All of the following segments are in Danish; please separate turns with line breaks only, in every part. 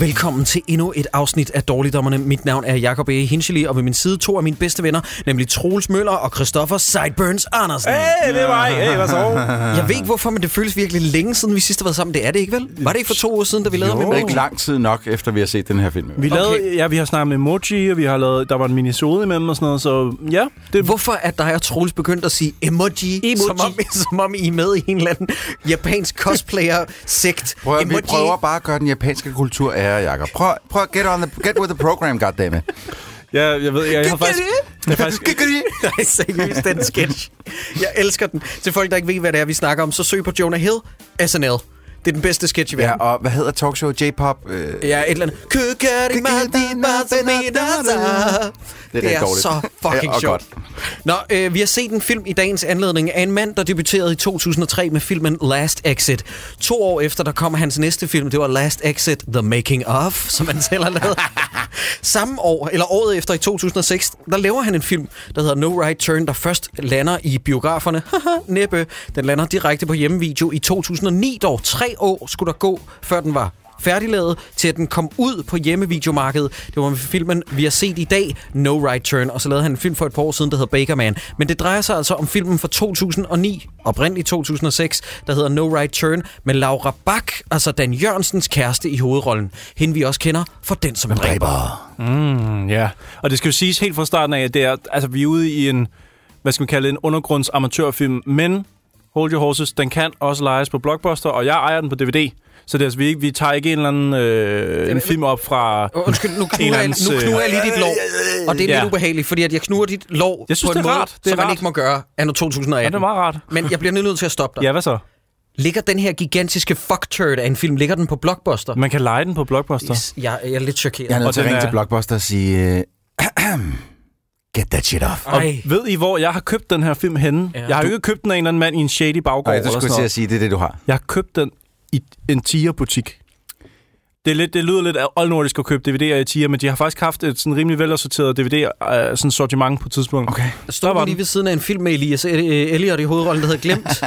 Velkommen til endnu et afsnit af Dårligdommerne. Mit navn er Jakob E. Hinscheli, og ved min side to af mine bedste venner, nemlig Troels Møller og Christoffer Sideburns Andersen.
Hey, det var Hey, hvad så?
Jeg ved ikke hvorfor, men det føles virkelig længe siden, vi sidst har været sammen. Det er det ikke vel? Var det ikke for to uger siden, da vi lavede
Jo.
min
Det er ikke lang tid nok, efter vi har set den her film.
Vi
Okay.
lavede, ja, vi har snakket med emoji, og vi har lavet, der var en minisode imellem og sådan noget, så ja, det
Hvorfor er dig og Troels begyndt at sige emoji,
Emoji.
Som, om, som om I er med i en eller anden japansk cosplayer-sekt?
Prøv at, vi prøver bare at gøre den japanske kultur ære, Jacob. Prøv, prøv at get, on the, get with the program, goddammit.
ja, jeg ved, jeg, jeg har faktisk... Jeg har faktisk
Nej, seriøst, den sketch. Jeg elsker den. Til folk, der ikke ved, hvad det er, vi snakker om, så søg på Jonah Hill, SNL. Det er den bedste sketch i verden.
Ja, og hvad hedder talkshow? J-pop? Øh,
Ja, et eller andet. Kukari Maldi Mazamidasa.
rigtig
Det er
dårligt.
så fucking
Ja, og
sjovt. Nå, øh, vi har set en film i dagens anledning af en mand, der debuterede i 2003 med filmen Last Exit. To år efter, der kom hans næste film, det var Last Exit The Making Of, som han selv har lavet. Samme år, eller året efter i 2006, der laver han en film, der hedder No Right Turn, der først lander i biograferne. Haha, Næppe. Den lander direkte på hjemmevideo i 2009 dog. Tre år skulle der gå, før den var færdiglavet, til at den kom ud på hjemmevideomarkedet. Det var med filmen, vi har set i dag, No Right Turn, og så lavede han en film for et par år siden, der hedder Baker Man. Men det drejer sig altså om filmen fra 2009, oprindeligt 2006, der hedder No Right Turn, med Laura Bak, altså Dan Jørgensens kæreste i hovedrollen. Hende vi også kender for Den som dræber.
Mm, ja, og det skal jo siges helt fra starten af, at det er, altså, vi er ude i en, hvad skal man kalde det, en undergrunds amatørfilm, men Hold Your Horses, den kan også lejes på Blockbuster, og jeg ejer den på DVD. Så det er, altså, vi, ikke, vi tager ikke en eller anden øh, en film op fra...
Undskyld, nu
En
knuger,
eller
jeg,
andens, øh,
nu knuger jeg lige dit lov. Og det er ja.
Ja.
lidt ubehageligt, fordi at jeg knuger dit lov
Jeg synes,
på en
det er
måde,
rart. Det er
som man
rart.
ikke må gøre anno 2018.
Ja, det er meget rart.
Men jeg bliver nødt til at stoppe dig.
Ja, hvad så?
Ligger den her gigantiske fuck-turd af en film, ligger den på Blockbuster?
Man kan lege den på Blockbuster.
Yes, Jeg, jeg er lidt chokeret.
Jeg er nødt
Og
til at
den
ringe
er-
til Blockbuster og sige... Øh, get that shit off.
Og
Ej.
ved I, hvor jeg har købt den her film henne?
Ja.
Ja. Jeg har jo ikke købt den af en eller anden mand i en shady baggård.
Nej,
eller
du
sådan
skulle til
noget.
at sige, det er det, du har.
Jeg har købt den i en Tia-butik. Det, er lidt, det lyder lidt oldnordisk at købe DVD'er i Tia, men de har faktisk haft et sådan rimelig velassorteret DVD øh, sådan sortiment på et tidspunkt.
Okay.
Står
der
den
var
lige ved siden af en film med Elias øh, Elliot i hovedrollen, der hedder Glemt.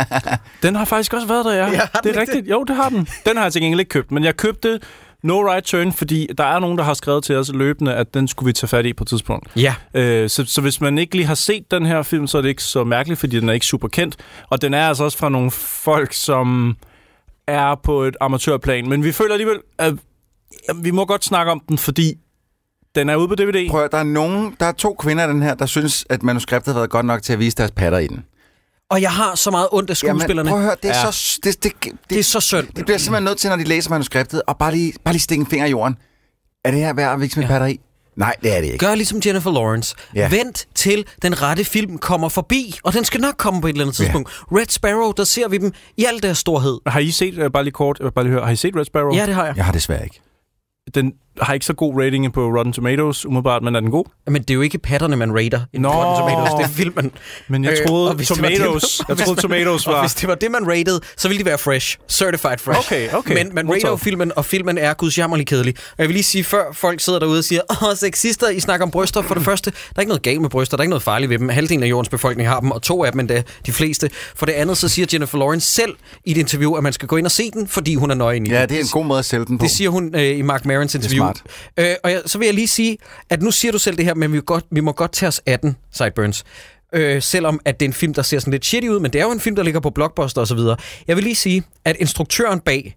Den har faktisk også været der, ja.
har den
det
ikke
er rigtigt. Jo, det har den. Den har jeg til gengæld ikke købt, men jeg købte No Right Turn, fordi der er nogen, der har skrevet til os løbende, at den skulle vi tage fat i på et tidspunkt.
ja.
Øh, så, så hvis man ikke lige har set den her film, så er det ikke så mærkeligt, fordi den er ikke super kendt. Og den er altså også fra nogle folk, som er på et amatørplan. Men vi føler alligevel, at at vi må godt snakke om den, fordi den er ude på DVD.
Prøv at, der er, nogen, der er to kvinder i den her, der synes, at manuskriptet har været godt nok til at vise deres patter i den.
Og jeg har så meget ondt af skuespillerne.
prøv
Jamen,
at høre, det er
Ja.
ja. så... Det, det, det,
det er så synd.
de bliver simpelthen nødt til, når de læser manuskriptet, og bare lige, bare lige stikke en finger i jorden. Er det her værd at vise mit ja. patter i? Nej, det er det ikke.
Gør ligesom Jennifer Lawrence. Ja.
Ja.
Vent til den rette film kommer forbi, og den skal nok komme på et eller andet tidspunkt. Ja. Red Sparrow, der ser vi dem i al deres storhed.
Har I set, øh, bare lige kort, øh, bare lige hør, har I set Red Sparrow?
Ja, det har jeg.
Jeg har desværre ikke.
Den har ikke så god rating på Rotten Tomatoes, umiddelbart, men er den god?
Men det er jo ikke patterne, man raider. i
Nå.
Rotten Tomatoes, det er filmen.
Men jeg
Øh,
troede,
og hvis det var det,
Tomatoes,
man-
jeg troede Tomatoes
Og
var...
hvis det var det, man rated, så ville de være fresh. Certified fresh.
Okay, okay.
Men man rater
Modtaget.
jo filmen, og filmen er gudsjammerlig kedelig. Og jeg vil lige sige, før folk sidder derude og siger, åh, sexister, I snakker om bryster. For det første, der er ikke noget galt med bryster. Der er ikke noget farligt ved dem. Halvdelen af jordens befolkning har dem, og to af dem endda, de fleste. For det andet, så siger Jennifer Lawrence selv i et interview, at man skal gå ind og se den, fordi hun er nøgen i
Ja,
den.
det er en god måde at sælge den på.
Det siger hun øh, i Mark Marons interview.
smart.
Øh, og jeg, så vil jeg lige sige, at nu siger du selv det her, men vi, godt, vi må godt tage os af den, Sideburns. Øh, selvom at det er en film, der ser sådan lidt shitty ud, men det er jo en film, der ligger på Blockbuster osv. Jeg vil lige sige, at instruktøren bag,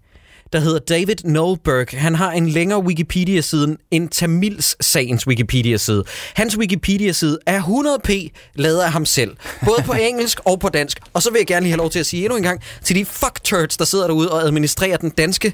der hedder David Nolberg, han har en længere Wikipedia-side end Tamils-sagens Wikipedia-side. Hans Wikipedia-side er 100p lavet af ham selv, både på engelsk og på dansk. Og så vil jeg gerne lige have lov til at sige endnu en gang til de fuck-turds, der sidder derude og administrerer den danske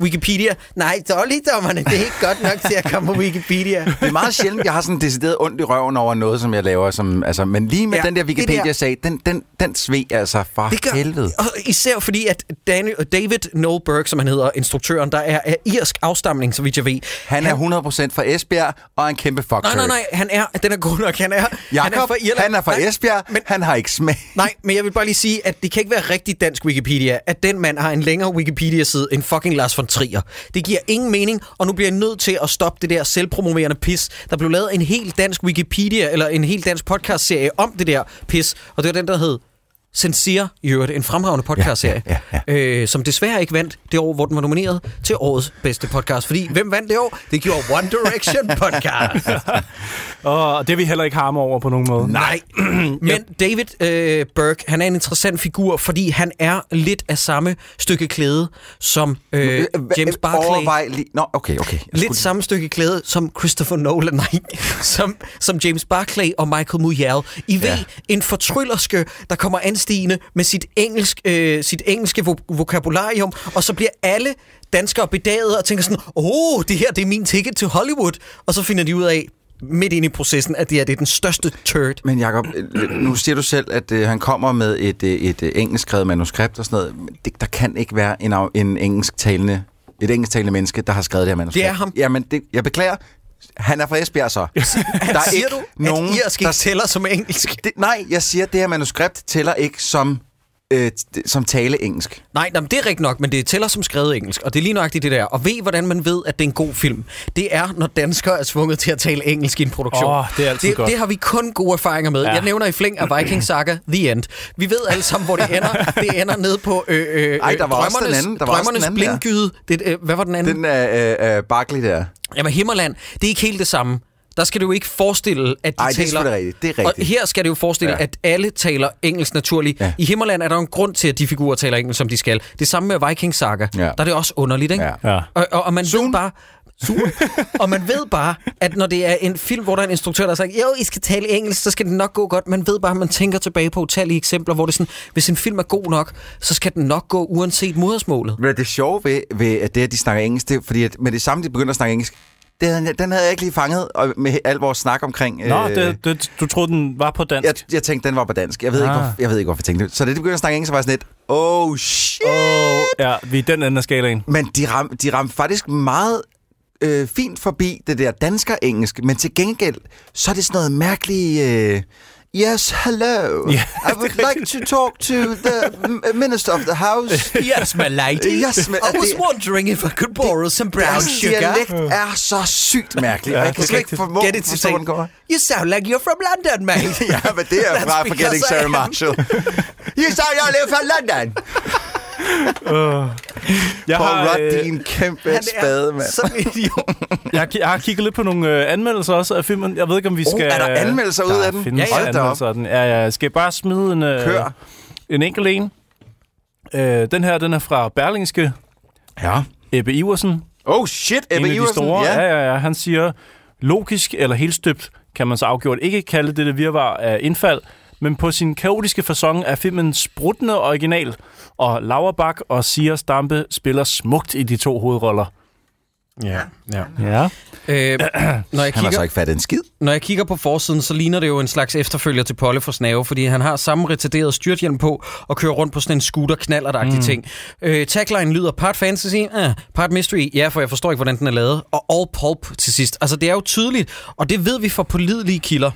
Wikipedia. Nej, dårligdommerne, det er ikke godt nok til at komme på Wikipedia.
Det er meget sjældent, jeg har sådan decideret ondt i røven over noget, som jeg laver. Som, altså, men lige med
Ja,
ja, den der
det der-
Wikipedia-sag, den, den, den sved altså for
Det gør,
helvede.
Og især fordi, at Daniel, David Noel Burke, som han hedder, instruktøren, der er af irsk afstamning, så vidt jeg ved.
Han er 100% fra Esbjerg og er en kæmpe fuck
Nej, nej, nej, han er, den er god nok, han er,
Jacob,
han er fra Irland.
han er fra
Nej,
Esbjerg,
men-
men... han har ikke smag.
Nej, men jeg vil bare lige sige, at det kan ikke være rigtig dansk Wikipedia, at den mand har en længere Wikipedia-side end fucking Lars von Trier. Det giver ingen mening, og nu bliver jeg nødt til at stoppe det der selvpromoverende pis. Der blev lavet en helt dansk Wikipedia, eller en helt dansk podcast-serie om det der pis, og det var den, der hed Sincere, i øvrigt, en fremragende podcastserie,
Ja, ja, ja,
Øh, som desværre ikke vandt det år, hvor den var nomineret til årets bedste podcast. Fordi hvem vandt det år? Det gjorde One Direction podcast.
Og det er vi heller ikke harme over på nogen måde.
Nej, men David øh, Burke, han er en interessant figur, fordi han er lidt af samme stykke klæde som øh, James Barclay.
Overvej lige... Nå, okay, okay. Jeg
Lidt samme stykke klæde som Christopher Nolan, nej, som, som James Barclay og Michael Mujal. I ved,
Ja.
en fortryllerske, der kommer anstigende med sit, engelsk, øh, sit engelske vo- vokabularium, og så bliver alle danskere bedaget og tænker sådan, åh, oh, det her det er min ticket til Hollywood. Og så finder de ud af, midt ind i processen, at det her det er den største turd.
Men Jacob, øh, nu siger du selv, at øh, han kommer med et, øh, et øh, engelskskrevet manuskript og sådan noget. Men det, der kan ikke være en, af- en engelsktalende, et engelsktalende menneske, der har skrevet det her manuskript.
Det er ham.
Jamen, det, jeg beklager. Han er fra Esbjerg så.
Han
Der
der
er
siger
ikke
du,
nogen,
at irsk ikke
der-
tæller som engelsk?
Det, nej, jeg siger, at det her manuskript tæller ikke som, øh, t- som tale engelsk.
Nej, nej, men det er rigtigt nok, men det tæller som skrevet engelsk, og det er lige nøjagtigt det der. Og ved, hvordan man ved, at det er en god film? Det er, når danskere er tvunget til at tale engelsk i en produktion.
Åh, det er altid
det,
godt.
det har vi kun gode erfaringer med. Ja. Jeg nævner i flæng af Viking Saga, The End. Vi ved alle sammen, hvor det ender. Det ender ned på øh, øh,
Ej, der var også den
drømmernes,
anden. Der var også den
drømmernes
anden der.
blindgyde. Det, øh, hvad var den anden?
Den er øh, øh, Barkley der.
Jamen, Himmerland, det er ikke helt det samme. Der skal du jo ikke forestille, at de
Ej, det er
taler...
selvfølgelig rigtigt. Det er rigtigt.
Og her skal det jo forestille, ja.
Ja.
at alle taler engelsk naturligt. Ja.
Ja.
I Himmerland er der jo en grund til, at de figurer taler engelsk, som de skal. Det samme med Viking Saga.
Ja.
Der er det også underligt, ikke?
Ja.
Ja.
Og, og, og man ved bare... Zoom. og man ved bare, at når det er en film, hvor der er en instruktør, der har sagt, jo, I skal tale engelsk, så skal det nok gå godt. Man ved bare, at man tænker tilbage på utallige eksempler, hvor det er sådan, hvis en film er god nok, så skal den nok gå uanset modersmålet.
Men det sjove ved, ved at det, at de snakker engelsk, det er, fordi at med det samme, de begynder at snakke engelsk, det havde, jeg- den havde jeg ikke lige fanget og med al vores snak omkring... øh,
Nå, det, det, du troede, den var på dansk.
jeg, jeg tænkte, den var på dansk. Jeg ved, ikke,
Ah.
hvor, jeg ved ikke, hvorfor jeg tænkte det. Så det, de begynder at snakke engelsk, så var jeg sådan lidt, oh shit!
Ja, vi er i den anden af skalaen.
Men de ramte de ram faktisk meget øh, fint forbi det der dansker-engelsk, men til gengæld, så er det sådan noget mærkeligt... Øh, Yes, hello.
Ja,
I would like to talk to the m- minister of the house.
Yes, my lady.
Yes, my-
I was
det-
wondering if I could borrow some brown
Deres
sugar.
dialekt er så sygt mærkelig, ja, og jeg
det
kan
er
slet ikke
rigtigt.
formå,
Get it
forstå, hvor den
to
går.
You sound like you're from London, mate.
Ja, men det er
That's
fra
because
Forgetting
I
Sarah
am.
Marshall. you sound jeg live fra London.
Jeg
Paul
har,
Rudd,
øh,
din kæmpe spade, mand.
sådan en idiot.
jeg, har ki- jeg har kigget lidt på nogle øh, anmeldelser også af filmen. Jeg ved ikke, om vi
Oh,
skal...
er der anmeldelser ud af den?
Der findes
Ja, ja.
anmeldelser af den. Ja, ja. Skal jeg bare smide en, øh,
Kør.
en enkelt en? Øh, den her, den er fra Berlingske.
Ja.
Ebbe Iversen,
Oh shit, Ebbe
en af de
Iversen.
store.
Ja.
Ja. ja, ja, Han siger, logisk eller helt støbt kan man så afgjort ikke kalde det det virvar af indfald, men på sin kaotiske façon er filmen spruttende original, og Laura Bak og Sia Stampe spiller smukt i de to hovedroller.
Ja, ja.
Ja.
Øh, når, jeg
Han har så
kigger,
ikke fattet en skid.
når jeg kigger på forsiden, så ligner det jo en slags efterfølger til Polle for Snave, fordi han har samme retarderet styrthjelm på og kører rundt på sådan en scooter knallertagtig mm. ting. Øh, tagline lyder part fantasy, eh, part mystery, ja, for jeg forstår ikke, hvordan den er lavet, og all pulp til sidst. Altså, det er jo tydeligt, og det ved vi fra pålidelige kilder,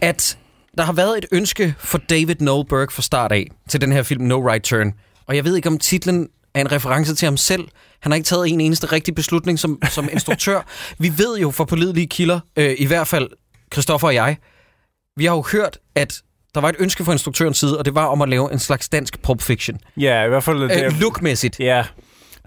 at der har været et ønske for David Noel Burke fra start af til den her film No Right Turn. Og jeg ved ikke, om titlen er en reference til ham selv. Han har ikke taget en eneste rigtig beslutning som, som instruktør. Vi ved jo fra pålidelige kilder, øh, i hvert fald Christoffer og jeg, vi har jo hørt, at der var et ønske fra instruktørens side, og det var om at lave en slags dansk Pulp Fiction.
ja, i hvert fald... det er-
Øh, lookmæssigt.
Ja.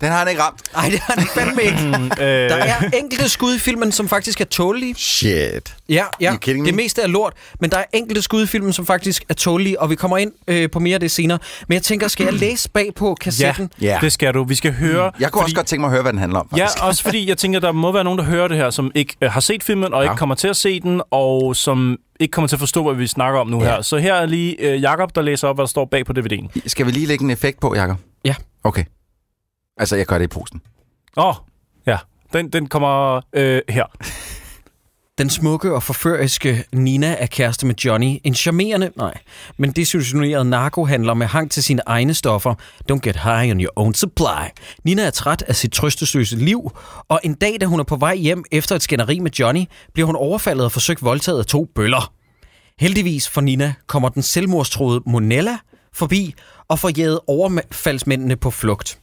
Den har han ikke ramt.
Ej, det har han fandme ikke.
Øh,
Der er enkelte skud i filmen, som faktisk er tålige.
Shit.
Ja, ja.
You kidding me?
det meste er lort, men der er enkelte skud i filmen, som faktisk er tålige, og vi kommer ind øh, på mere af det senere. Men jeg tænker, skal jeg læse bag på
ja,
kassetten?
Ja.
det skal du. Vi skal høre...
Mm. Jeg kunne fordi... også godt tænke mig at høre, hvad den handler om,
Ja,
faktisk.
også fordi jeg tænker, der må være nogen, der hører det her, som ikke øh, har set filmen, og ja. ikke kommer til at se den, og som ikke kommer til at forstå, hvad vi snakker om nu ja. her. Så her er lige øh, Jakob der læser op, hvad der står bag på DVD'en.
Skal vi lige lægge en effekt på, Jacob?
Ja.
Okay. Altså, jeg gør det i posen.
Åh, oh, ja. Den, den kommer øh, her.
Den smukke og forføriske Nina er kæreste med Johnny, en charmerende, nej, men desillusioneret narkohandler med hang til sine egne stoffer. Don't get high on your own supply. Nina er træt af sit trøstesløse liv, og en dag, da hun er på vej hjem efter et skænderi med Johnny, bliver hun overfaldet og forsøgt voldtaget af to bøller. Heldigvis for Nina kommer den selvmordstroede Monella forbi og får jæget overfaldsmændene på flugt.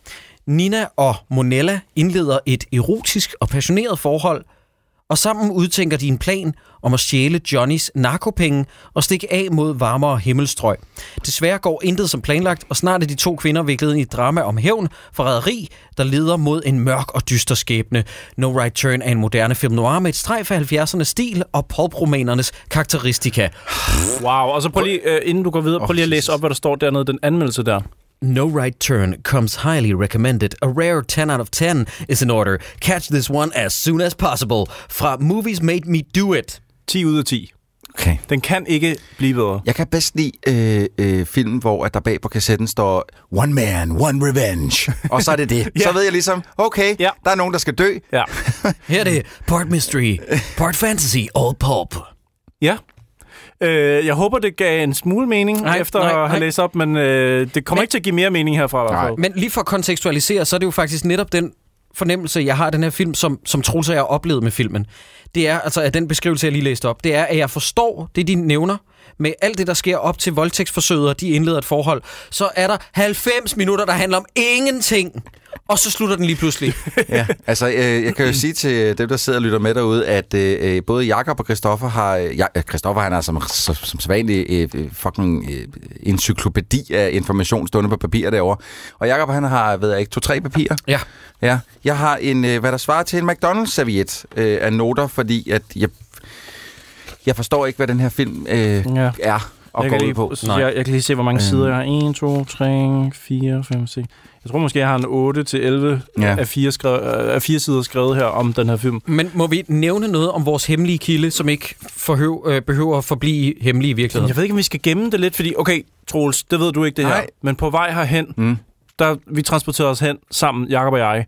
Nina og Monella indleder et erotisk og passioneret forhold, og sammen udtænker de en plan om at stjæle Johnnys narkopenge og stikke af mod varmere himmelstrøg. Desværre går intet som planlagt, og snart er de to kvinder viklet ind i et drama om hævn, forræderi, der leder mod en mørk og dyster skæbne. No Right Turn er en moderne film noir med et strejf af 70'ernes stil og pulpromanernes karakteristika.
Wow, og så prøv lige, øh, inden du går videre,
Åh,
oh, prøv lige at
Jesus.
læse op, hvad der står dernede, den anmeldelse der.
No Right Turn comes highly recommended. A rare 10 out of 10 is in order. Catch this one as soon as possible. Fra Movies Made Me Do It.
10 ud af 10.
Okay.
Den kan ikke blive bedre.
Jeg kan bedst lide øh, øh, film, hvor at der bag på kassetten står One man, one revenge. Og så er det det.
Ja.
Så ved jeg ligesom, okay,
Ja.
der er nogen, der skal dø.
Ja.
Her er det part mystery, part fantasy, all pulp.
ja. Øh, jeg håber, det gav en smule mening
Nej,
nej, efter
nej,
nej, at have
nej.
læst op, men øh, det kommer
Men-
men... ikke til at give mere mening herfra. i hvert
Nej.
fald.
Men lige for at kontekstualisere, så er det jo faktisk netop den fornemmelse, jeg har af den her film, som, som Troels og jeg har oplevet med filmen. Det er, altså at den beskrivelse, jeg lige læste op, det er, at jeg forstår det, de nævner, med alt det, der sker op til voldtægtsforsøget, og de indleder et forhold, så er der 90 minutter, der handler om ingenting. Og så slutter den lige pludselig.
Ja. Altså, øh, jeg kan jo sige til dem, der sidder og lytter med derude, at øh, øh, både Jakob og Christoffer har... øh, Ja, øh, Christoffer, han er som, som, som sædvanlig øh, øh, fucking øh, encyklopædi af information stående på papir derovre. Og Jakob, han har, ved jeg ikke, to-tre papirer.
Ja.
Ja, jeg har en, øh, hvad der svarer til en McDonald's-serviet øh, af noter, fordi at jeg, jeg forstår ikke, hvad den her film øh,
Ja.
er og går
kan
ud
lige,
på. Øhm.
Nej.
Jeg, jeg kan lige se, hvor mange sider jeg har. 1, 2, 3, 4, 5, 6. Jeg tror måske, jeg har en 8 til 11
Ja.
ja. af, fire skrevet, af fire sider skrevet her om den her film.
Men må vi nævne noget om vores hemmelige kilde, som ikke forhøv, øh, behøver at forblive hemmelig i virkeligheden?
Jeg ved ikke, om vi skal gemme det lidt, fordi, okay, Troels, det ved du ikke det her,
Nej.
men på vej herhen,
Mm.
der, vi transporterede os hen sammen, Jakob og jeg,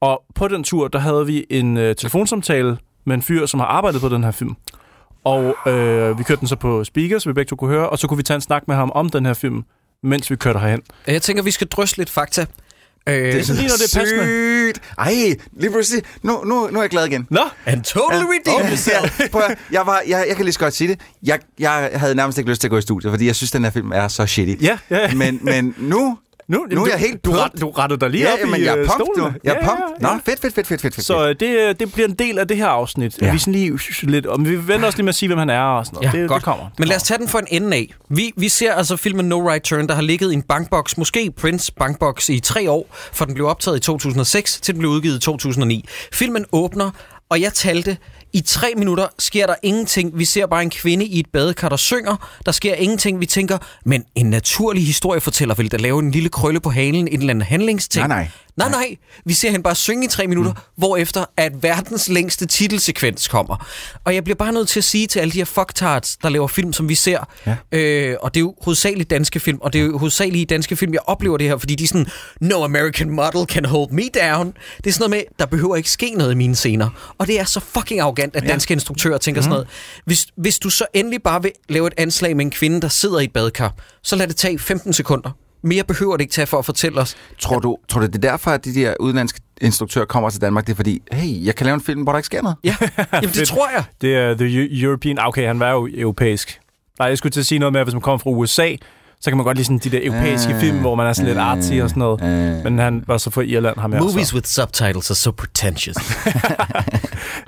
og på den tur, der havde vi en øh, telefonsamtale med en fyr, som har arbejdet på den her film. Og øh, vi kørte den så på speaker, så vi begge to kunne høre, og så kunne vi tage en snak med ham om den her film, mens vi kørte herhen.
Jeg tænker, vi skal drysse lidt fakta. Øh,
Det er sådan lige, når det er passende.
Sygt! Ej, lige pludselig. Nu, nu, nu er jeg glad igen.
Nå,
And totally redeemed yourself.
Ja, prøv at, høre. jeg, var, jeg, jeg kan lige så godt sige det. Jeg, jeg havde nærmest ikke lyst til at gå i studiet, fordi jeg synes, den her film er så shitty.
Ja, ja, ja.
Men, men nu...
nu,
Nu er
du,
jeg helt
du,
pumped.
ret- du rettede dig lige
Ja,
op
jamen,
i
jeg er
øh,
pumped nu.
stolen.
Jeg er
Ja,
pumped.
ja,
Nå,
ja.
fedt, fedt, fedt, fedt, fedt. fedt.
Så øh, det, øh, det bliver en del af det her afsnit.
Ja.
Ja. Vi sådan lige lidt, og vi venter også lige med at sige, hvem han er og sådan noget. det, det kommer.
Men lad os tage den for en ende af. Vi, vi ser altså filmen No Right Turn, der har ligget i en bankboks, måske Prince bankboks i tre år, for den blev optaget i 2006, til den blev udgivet i 2009. Filmen åbner, og jeg talte, i tre minutter sker der ingenting. Vi ser bare en kvinde i et badekar, der synger. Der sker ingenting. Vi tænker, men en naturlig historiefortæller vil da lave en lille krølle på halen, en eller anden handlingsting.
Nej, nej.
Nej, nej. Vi ser hende bare synge i tre minutter, mm. hvorefter at verdens længste titelsekvens kommer. Og jeg bliver bare nødt til at sige til alle de her fucktards, der laver film, som vi ser, ja. øh, og det er jo hovedsageligt danske film, og det er jo hovedsageligt i danske film, jeg oplever det her, fordi de er sådan, no American model can hold me down. Det er sådan noget med, der behøver ikke ske noget i mine scener. Og det er så fucking arrogant, at danske instruktører tænker sådan noget. Hvis, hvis du så endelig bare vil lave et anslag med en kvinde, der sidder i et badekar, så lad det tage 15 sekunder. Mere behøver det ikke tage for at fortælle os,
Tror du, tror du, det er derfor, at de der udenlandske instruktører kommer til Danmark? Det er fordi, hey, jeg kan lave en film, hvor der ikke sker noget.
Ja, jamen det
Fedt.
tror jeg.
Det er The Eu- European... ah, Okay, han var jo europæisk. Nej, jeg skulle til at sige noget med, at hvis man kommer fra USA, så kan man godt lide sådan de der europæiske
Øh,
film, hvor man er sådan lidt artsy og sådan noget.
øh.
Men han var så fra Irland, ham her.
Movies
Så.
with subtitles are so pretentious.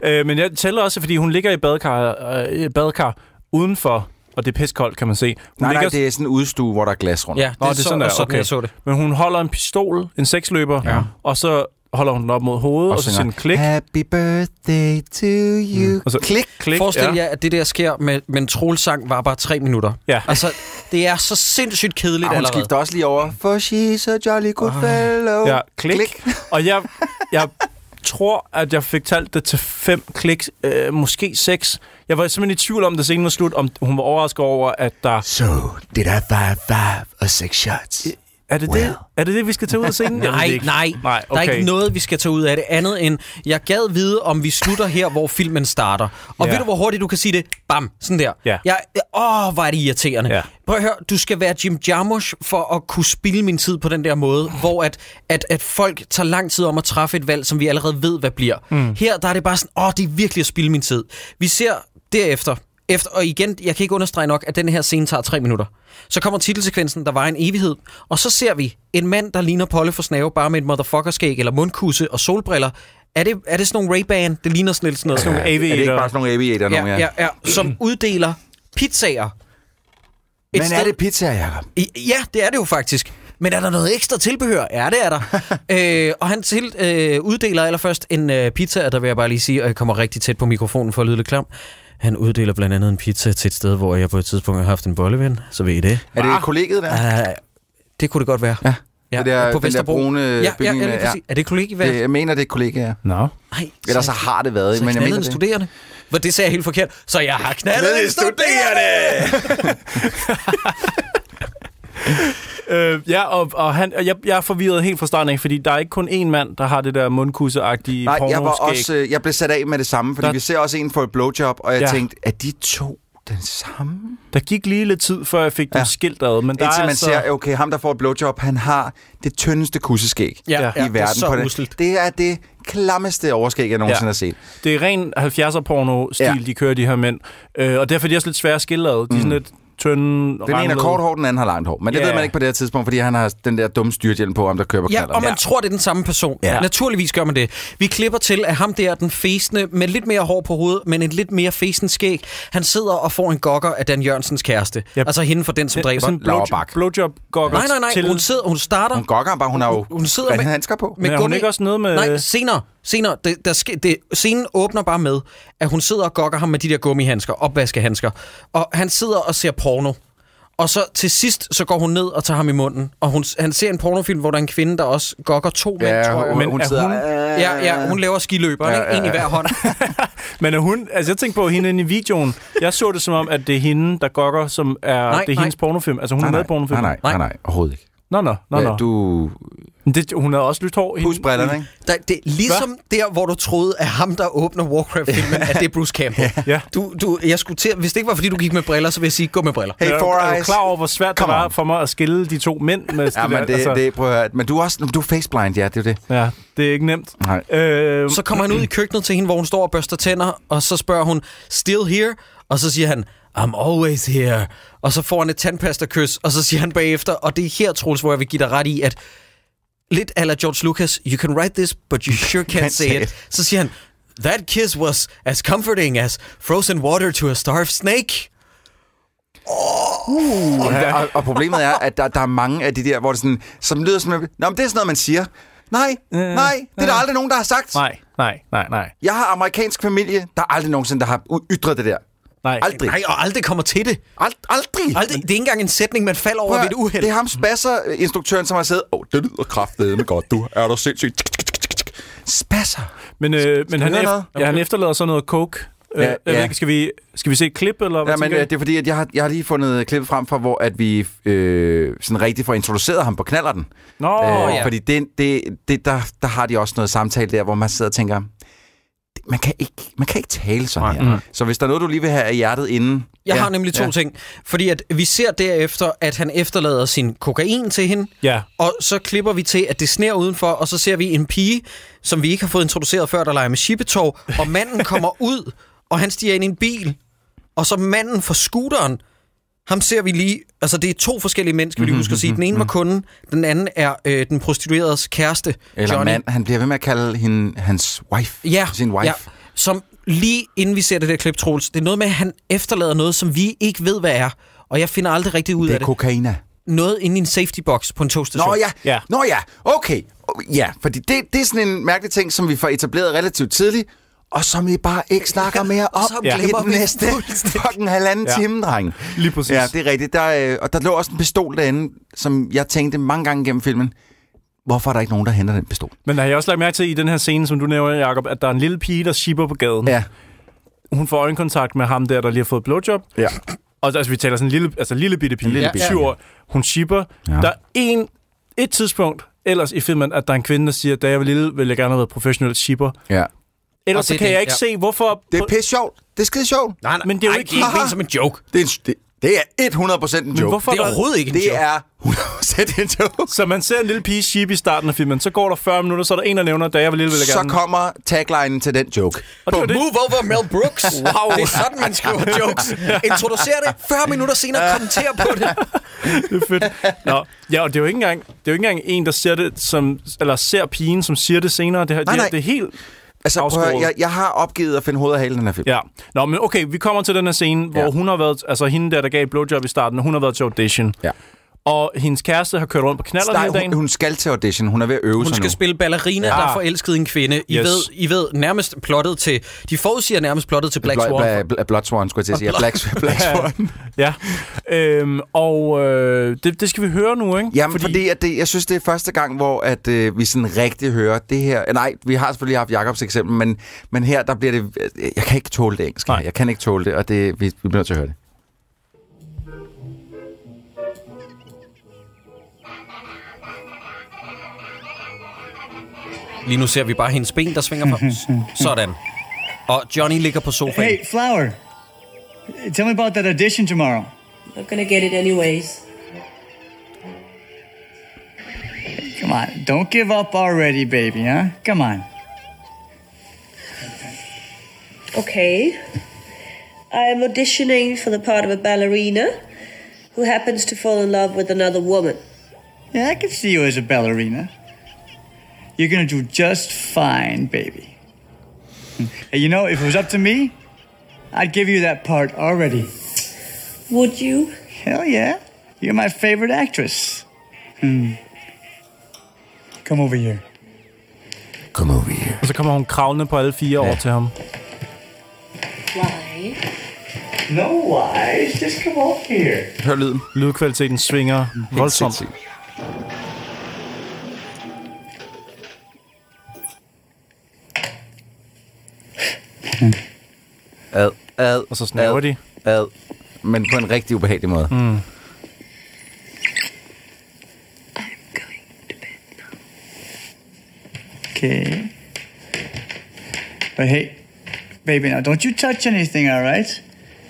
Øh, men jeg tæller også, fordi hun ligger i badekar, øh, i badekar udenfor, og det er piskoldt, kan man se. Hun
Nej,
ligger,
nej, det er sådan en udstue, hvor der er glas rundt.
ja, det,
Nå,
er
det
så,
er sådan
sådan,
der,
sådan
okay.
jeg så det.
Men hun holder en pistol, en seksløber,
Ja.
ja. og så holder hun den op mod hovedet, og, og så siger en klik.
Happy birthday to you. Mm.
Og så-
klik.
klik
Forestil jer, at det der sker, med, men Troels sang var bare tre minutter.
Ja.
Altså, det er så sindssygt kedeligt
Og Ah, hun
allerede.
skifter også lige over. For she's a jolly good fellow.
Ah. Ja, klik. klik. Og jeg, jeg tror, at jeg fik talt det til fem kliks, øh, måske seks. Jeg var simpelthen i tvivl om, da scenen var slut, om hun var overrasket over, at der...
So, did I fire five or six shots?
Er det,
Well.
det? er det det, vi skal tage ud af scenen? Jeg ved
Nej,
det
ikke.
ikke.
nej.
nej okay.
Der er ikke noget, vi skal tage ud af det andet end, jeg gad vide, om vi slutter her, hvor filmen starter. Og
Ja.
ved du, hvor hurtigt du kan sige det? Bam, sådan der.
Ja.
Jeg, åh, hvor er det irriterende.
Ja.
Prøv at høre, du skal være Jim Jarmusch for at kunne spille min tid på den der måde, hvor at, at, at folk tager lang tid om at træffe et valg, som vi allerede ved, hvad bliver. Mm. Her der er det bare sådan, åh, det er virkelig at spille min tid. Vi ser derefter, efter, og igen, jeg kan ikke understrege nok, at den her scene tager tre minutter. Så kommer titelsekvensen, der var en evighed, og så ser vi en mand, der ligner Polle for Snave, bare med et motherfuckerskæg eller mundkusse og solbriller. Er det, er det sådan nogle Ray-Ban? Det ligner sådan lidt sådan noget.
Nogle
Er det ikke
aviator.
bare sådan nogle aviator?
Ja,
nogen,
ja, ja, som uddeler pizzaer. Et
Men er
sted-
det pizza, Jacob?
I- Ja, det er det jo faktisk. Men er der noget ekstra tilbehør? Ja, det er der. øh, og han til, øh, uddeler allerførst en øh, pizza, og der vil jeg bare lige sige, og jeg kommer rigtig tæt på mikrofonen for at lyde lidt klam. Han uddeler blandt andet en pizza til et sted, hvor jeg på et tidspunkt har haft en bolleven, så ved I det.
Er det kollegiet der?
Uh, det kunne det godt være.
Ja. Det der- den der brune
ja, ja,
bygning
ja,
med-
lige præcis. Er det kollegieværelse?
Det, jeg mener, det er kollegaer.
Nå.
Nej,
Ellers så
så-
har det været,
så
men jeg
knaldede
mener
en
det.
studerende. Hvor det sagde jeg helt forkert. Så jeg har knaldet en studerende!
Øh, ja, og, og han, og jeg, jeg er forvirret helt fra starten af, fordi der er ikke kun én mand, der har det der mundkusseagtige
Nej, jeg, var
pornoskæg.
også, øh, jeg blev sat af med det samme, fordi
Der-
der... vi ser også en få et blowjob, og jeg
Ja.
ja. tænkte, er de to den samme?
Der gik lige lidt tid, før jeg fik ja.
Ja.
dem skilt ad, men der
Indtil
er
man
altså...
ser, okay, ham der får et blowjob, han har det tyndeste kusseskæg
Ja, ja,
i verden.
det er så
på den.
usselt.
det er det klammeste overskæg, jeg nogensinde
Ja.
ja. har set.
Det er ren 70'er porno-stil, ja.
Ja. Mm.
de kører de her mænd. Øh, og derfor er de også lidt svære at skille ad. De er sådan lidt tynde,
Den ene har
ranglede.
kort hår, den anden har langt hår. Men det
Ja.
ved man ikke på det her tidspunkt, fordi han har den der dumme styrthjelm på, om der kører på
Ja,
knallert.
og man tror, det er den samme person. Ja.
Ja.
Naturligvis gør man det. Vi klipper til, at ham der, den fæsende, med lidt mere hår på hovedet, men en lidt mere fæsende skæg, han sidder og får en gokker af Dan Jørgensens kæreste.
Ja.
Yep. Altså hende for den, som
Det er
dræber.
sådan blowjob,
Lauerbach.
blowjob
Nej, nej, nej.
til...
Hun, sidder, hun starter
Hun gokker ham bare, hun har jo
Hun sidder med-
med... handsker på.
med
Men er hun ikke også noget med-
Nej, senere. senere det, der ske, det, scenen åbner bare med, at hun sidder og gokker ham med de der gummihandsker, opvaskehandsker. Og han sidder og ser porno. Og så til sidst, så går hun ned og tager ham i munden. Og hun, han ser en pornofilm, hvor der er en kvinde, der også gokker to mænd,
Ja,
tror jeg.
hun,
Men
hun
er
sidder...
hun-
Ja, ja, hun laver skiløberen, Øh. ja, ja, ja. en i hver hånd.
Men er hun... Altså, jeg tænkte på hende inde i videoen. Jeg så det som om, at det er hende, der gokker, som er...
Nej,
det er
nej.
hendes pornofilm. Altså, hun
Nej,
er med
nej,
i pornofilmen.
nej, nej, nej, overhovedet ikke.
Nå, nå, nå, nå.
Ja, Du...
Men Det, hun havde også lyst hår. hende.
Husbrillerne, ikke?
Der, det er ligesom Hva? der, hvor du troede, at ham, der åbner Warcraft-filmen, at det er Bruce Campbell.
Ja.
Du, du, jeg skulle til, hvis det ikke var, fordi du gik med briller, så ville jeg sige, gå med briller.
Er
Hey,
du-
Four
er du
Eyes.
klar over, hvor svært det
Come
var
on.
for mig at skille de to mænd? Med Altså,
Ja, men det, det, prøv at høre. Men du er, også, du er faceblind, ja, det er jo det.
ja, det er ikke nemt.
Nej.
Øh,
Øhm. Så kommer han ud i køkkenet til hende, hvor hun står og børster tænder, og så spørger hun, still here? Og så siger han, I'm always here. Og så får han et tandpastakys, og så siger han bagefter, og det er her, Troels, hvor jeg vil give dig ret i, at lidt ala George Lucas, you can write this, but you sure can't say it. Så siger han, that kiss was as comforting as frozen water to a starved snake.
Og, og, og problemet er, at der, der er mange af de der, hvor det sådan, som lyder som, Nå, men det er sådan noget, man siger. Nej, nej, det er der aldrig nogen, der har sagt.
nej, nej, nej, nej.
Jeg har amerikansk familie, der er aldrig nogensinde, der har u- ytret det der.
Nej.
Aldrig.
Nej, og aldrig kommer til det.
Ald- aldrig.
Aldrig, det er ikke engang en sætning, man falder over
Prøv
ved
at-
et uheld.
Det er ham spasser, øh, instruktøren, som har siddet, åh, oh, det lyder kraftedeme godt, du er du sindssygt. Tik, tik, tik, tik, tik. Spasser.
Men, øh, men han,
høre
efter,
noget?
ja, han efterlader så noget coke. Øh,
Ja,
jeg ved
ja.
ikke, skal, vi, skal vi se et klip, eller hvad
Ja, men
tænker I?
øh, det er fordi, at jeg har, jeg har lige fundet klippet frem fra, hvor at vi øh, sådan rigtig får introduceret ham på knallerten.
Nå,
øh,
ja.
Fordi det, det, det, der, der har de også noget samtale der, hvor man sidder og tænker, man kan ikke, man kan ikke tale sådan her. Så hvis der er noget, du lige vil have af hjertet inden...
Mm. Jeg ja, har nemlig to ja. ting. Fordi at vi ser derefter, at han efterlader sin kokain til hende.
Ja.
Og så klipper vi til, at det sner udenfor, og så ser vi en pige, som vi ikke har fået introduceret før, der leger med shippetov. Og manden kommer ud, og han stiger ind i en bil. Og så manden fra scooteren, ham ser vi lige... Altså, det er to forskellige mænd, skal vi lige huske
Mhm,
at sige. Den ene var kunden, den anden er øh, den prostitueredes kæreste,
Eller
Johnny.
mand, han bliver ved med at kalde hende hans wife.
Ja,
Sin wife.
ja, som lige inden vi ser det der klip, Troels, det er noget med, at han efterlader noget, som vi ikke ved, hvad er. Og jeg finder aldrig rigtig ud
Det
af
er
det.
kokaina.
noget inde i en safety box på en togstation.
Nå ja.
Ja.
ja, nå ja, okay. Ja, fordi det, det er sådan en mærkelig ting, som vi får etableret relativt tidligt, og som vi bare ikke snakker mere om
så
ja. i
glemmer
den
vi
næste
fuldstændig.
fucking halvanden
Ja.
ja. time, dreng.
Lige præcis.
Ja, det er rigtigt. Der, øh, og der lå også en pistol derinde, som jeg tænkte mange gange gennem filmen, hvorfor er der ikke nogen, der henter den pistol?
Men har jeg også lagt mærke til i den her scene, som du nævner, Jacob, at der er en lille pige, der shipper på gaden.
Ja.
Hun får øjenkontakt med ham der, der lige har fået blowjob.
ja.
Og altså, vi taler sådan en lille, altså, en lille bitte pige,
En lille
lille
bitte
syv
pige.
år. Hun shipper. Ja.
Ja.
Der er en et tidspunkt ellers i filmen, at der er en kvinde, der siger, da jeg var lille, ville jeg gerne have været professionel shipper.
Ja.
Og
Ellers så
det er
kan
det,
jeg ikke
ja.
se, hvorfor...
Det er pisse sjovt. Det er skide sjovt.
Nej, nej,
Men det er jo
ej,
ikke-
det er ikke ment som en joke.
Det er, en, det, det er 100% en joke.
Men hvorfor
Det er
der-
overhovedet ikke en
Det
joke.
er 100% en joke.
Så man ser en lille pige ship i starten af filmen, så går der 40 minutter, så er der en, der nævner, da jeg var lille, ville jeg
Så
gerne...
kommer taglinen til den joke.
Og det var det.
Move over Mel Brooks. wow. Det er sådan, man skriver jokes. Introducer det, 40 minutter senere kommenter på det.
det er fedt. Nå, ja, og det er jo ikke engang, det er jo ikke engang en, der ser, det som, eller ser pigen, som siger det senere. Det, her,
Nej,
det,
nej.
det er helt...
Altså, prøv at, høre,
Afskåret.
jeg, jeg har opgivet at finde hovedet af halen i den her film.
Ja. Nå, men okay, vi kommer til den her scene, hvor
Ja.
hun har været... Altså, hende der, der gav et blowjob i starten, hun har været til audition.
Ja.
Og hendes kæreste har kørt rundt på knaller
Nej,
hele dagen.
hun, hun skal til audition. Hun er ved at øve
Hun
sig
skal
nu.
spille ballerina, ja. der er forelsket i en kvinde. I, yes.
Yes.
ved, I ved nærmest plottet til... De forudsiger nærmest plottet til Black Swan.
Bla, bla, Blood Swan, skulle jeg til at sige. Ja, Black, Black Swan.
Ja. Øhm, og øh, det, det skal vi høre nu, ikke?
Jamen, fordi, fordi at det, jeg synes, det er første gang, hvor at, øh, vi sådan rigtig hører det her. Nej, vi har selvfølgelig haft Jacobs eksempel, men, men her, der bliver det... Jeg kan ikke tåle det engelsk.
Nej.
her. Jeg kan ikke tåle det, og det, vi, vi bliver nødt til at høre det.
Lige nu ser vi bare hendes ben, der svinger frem. Sådan. Og Johnny ligger på sofaen.
Hey, Flower. Tell me about that audition tomorrow.
I'm gonna get it anyways.
Come on, don't give up already, baby, huh? Come on.
Okay. I'm auditioning for the part of a ballerina who happens to fall in love with another woman.
Yeah, I can see you as a ballerina. You're gonna do just fine, baby. And you know, if it was up to me, I'd give you that part already.
Would you?
Hell yeah. You're my favorite actress. Hmm. Come over here.
Come over here.
Og så kommer hun kravlende på alle fire ja. over til ham.
Why?
No lies, just come over here.
Hør lyden.
Lydkvaliteten svinger voldsomt.
sindssygt. Ad, ad,
Og så snæver
ad,
de.
Ad, men på en rigtig ubehagelig måde. Mm.
Okay. But hey, baby, now don't you touch anything, all right?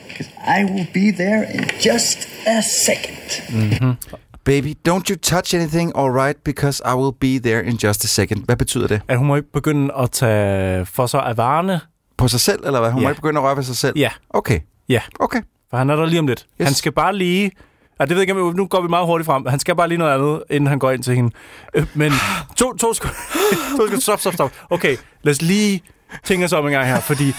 Because I will be there in just a second.
Baby, don't you touch anything, alright, because I will be there in just a second. Hvad betyder det?
At hun må ikke begynde at tage for sig af varerne.
På sig selv, eller hvad? Hun må
Ja.
ikke begynde at røre ved sig selv?
Ja.
Okay,
Ja,
okay.
for han er der lige om lidt.
Yes.
Yes. Han skal bare lige... Ja, det ved jeg ikke, om- nu går vi meget hurtigt frem. Han skal bare lige noget andet, inden han går ind til hende. Øh, men to, to sekunder. to sekunder. Stop, stop, stop. Okay, lad os lige tænke os om en gang her, fordi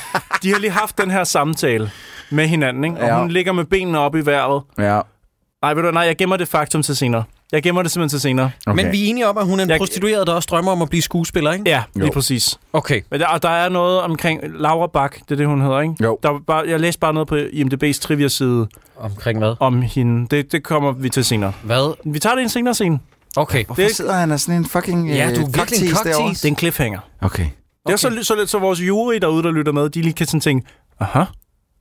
de har lige haft den her samtale med hinanden, ikke? Og
Ja.
ja. hun ligger med benene op i vejret.
Ja.
Nej, ved du, hvad, nej, jeg gemmer det faktum til senere. Jeg gemmer det simpelthen til senere.
Okay. Men vi er enige om, at hun er en
Jeg-
prostitueret, der også drømmer om at blive skuespiller, ikke?
Ja,
Jo.
lige præcis.
Okay.
Men der, og der er noget omkring Laura Bak, det er det, hun hedder, ikke?
Jo.
Der var bare, jeg læste bare noget på IMDb's trivia-side
Omkring hvad?
om hende. Det, det kommer vi til senere.
Hvad?
Vi tager det i en senere scene.
Okay.
Hvorfor
Det-
sidder han af sådan en fucking
Ja, du er
øh,
virkelig en
cocktease
cocktease.
derovre?
Det er en cliffhanger. Okay.
Okay.
Det er så, ly- så lidt, så vores jury derude, der lytter med, de lige kan sådan tænke, aha,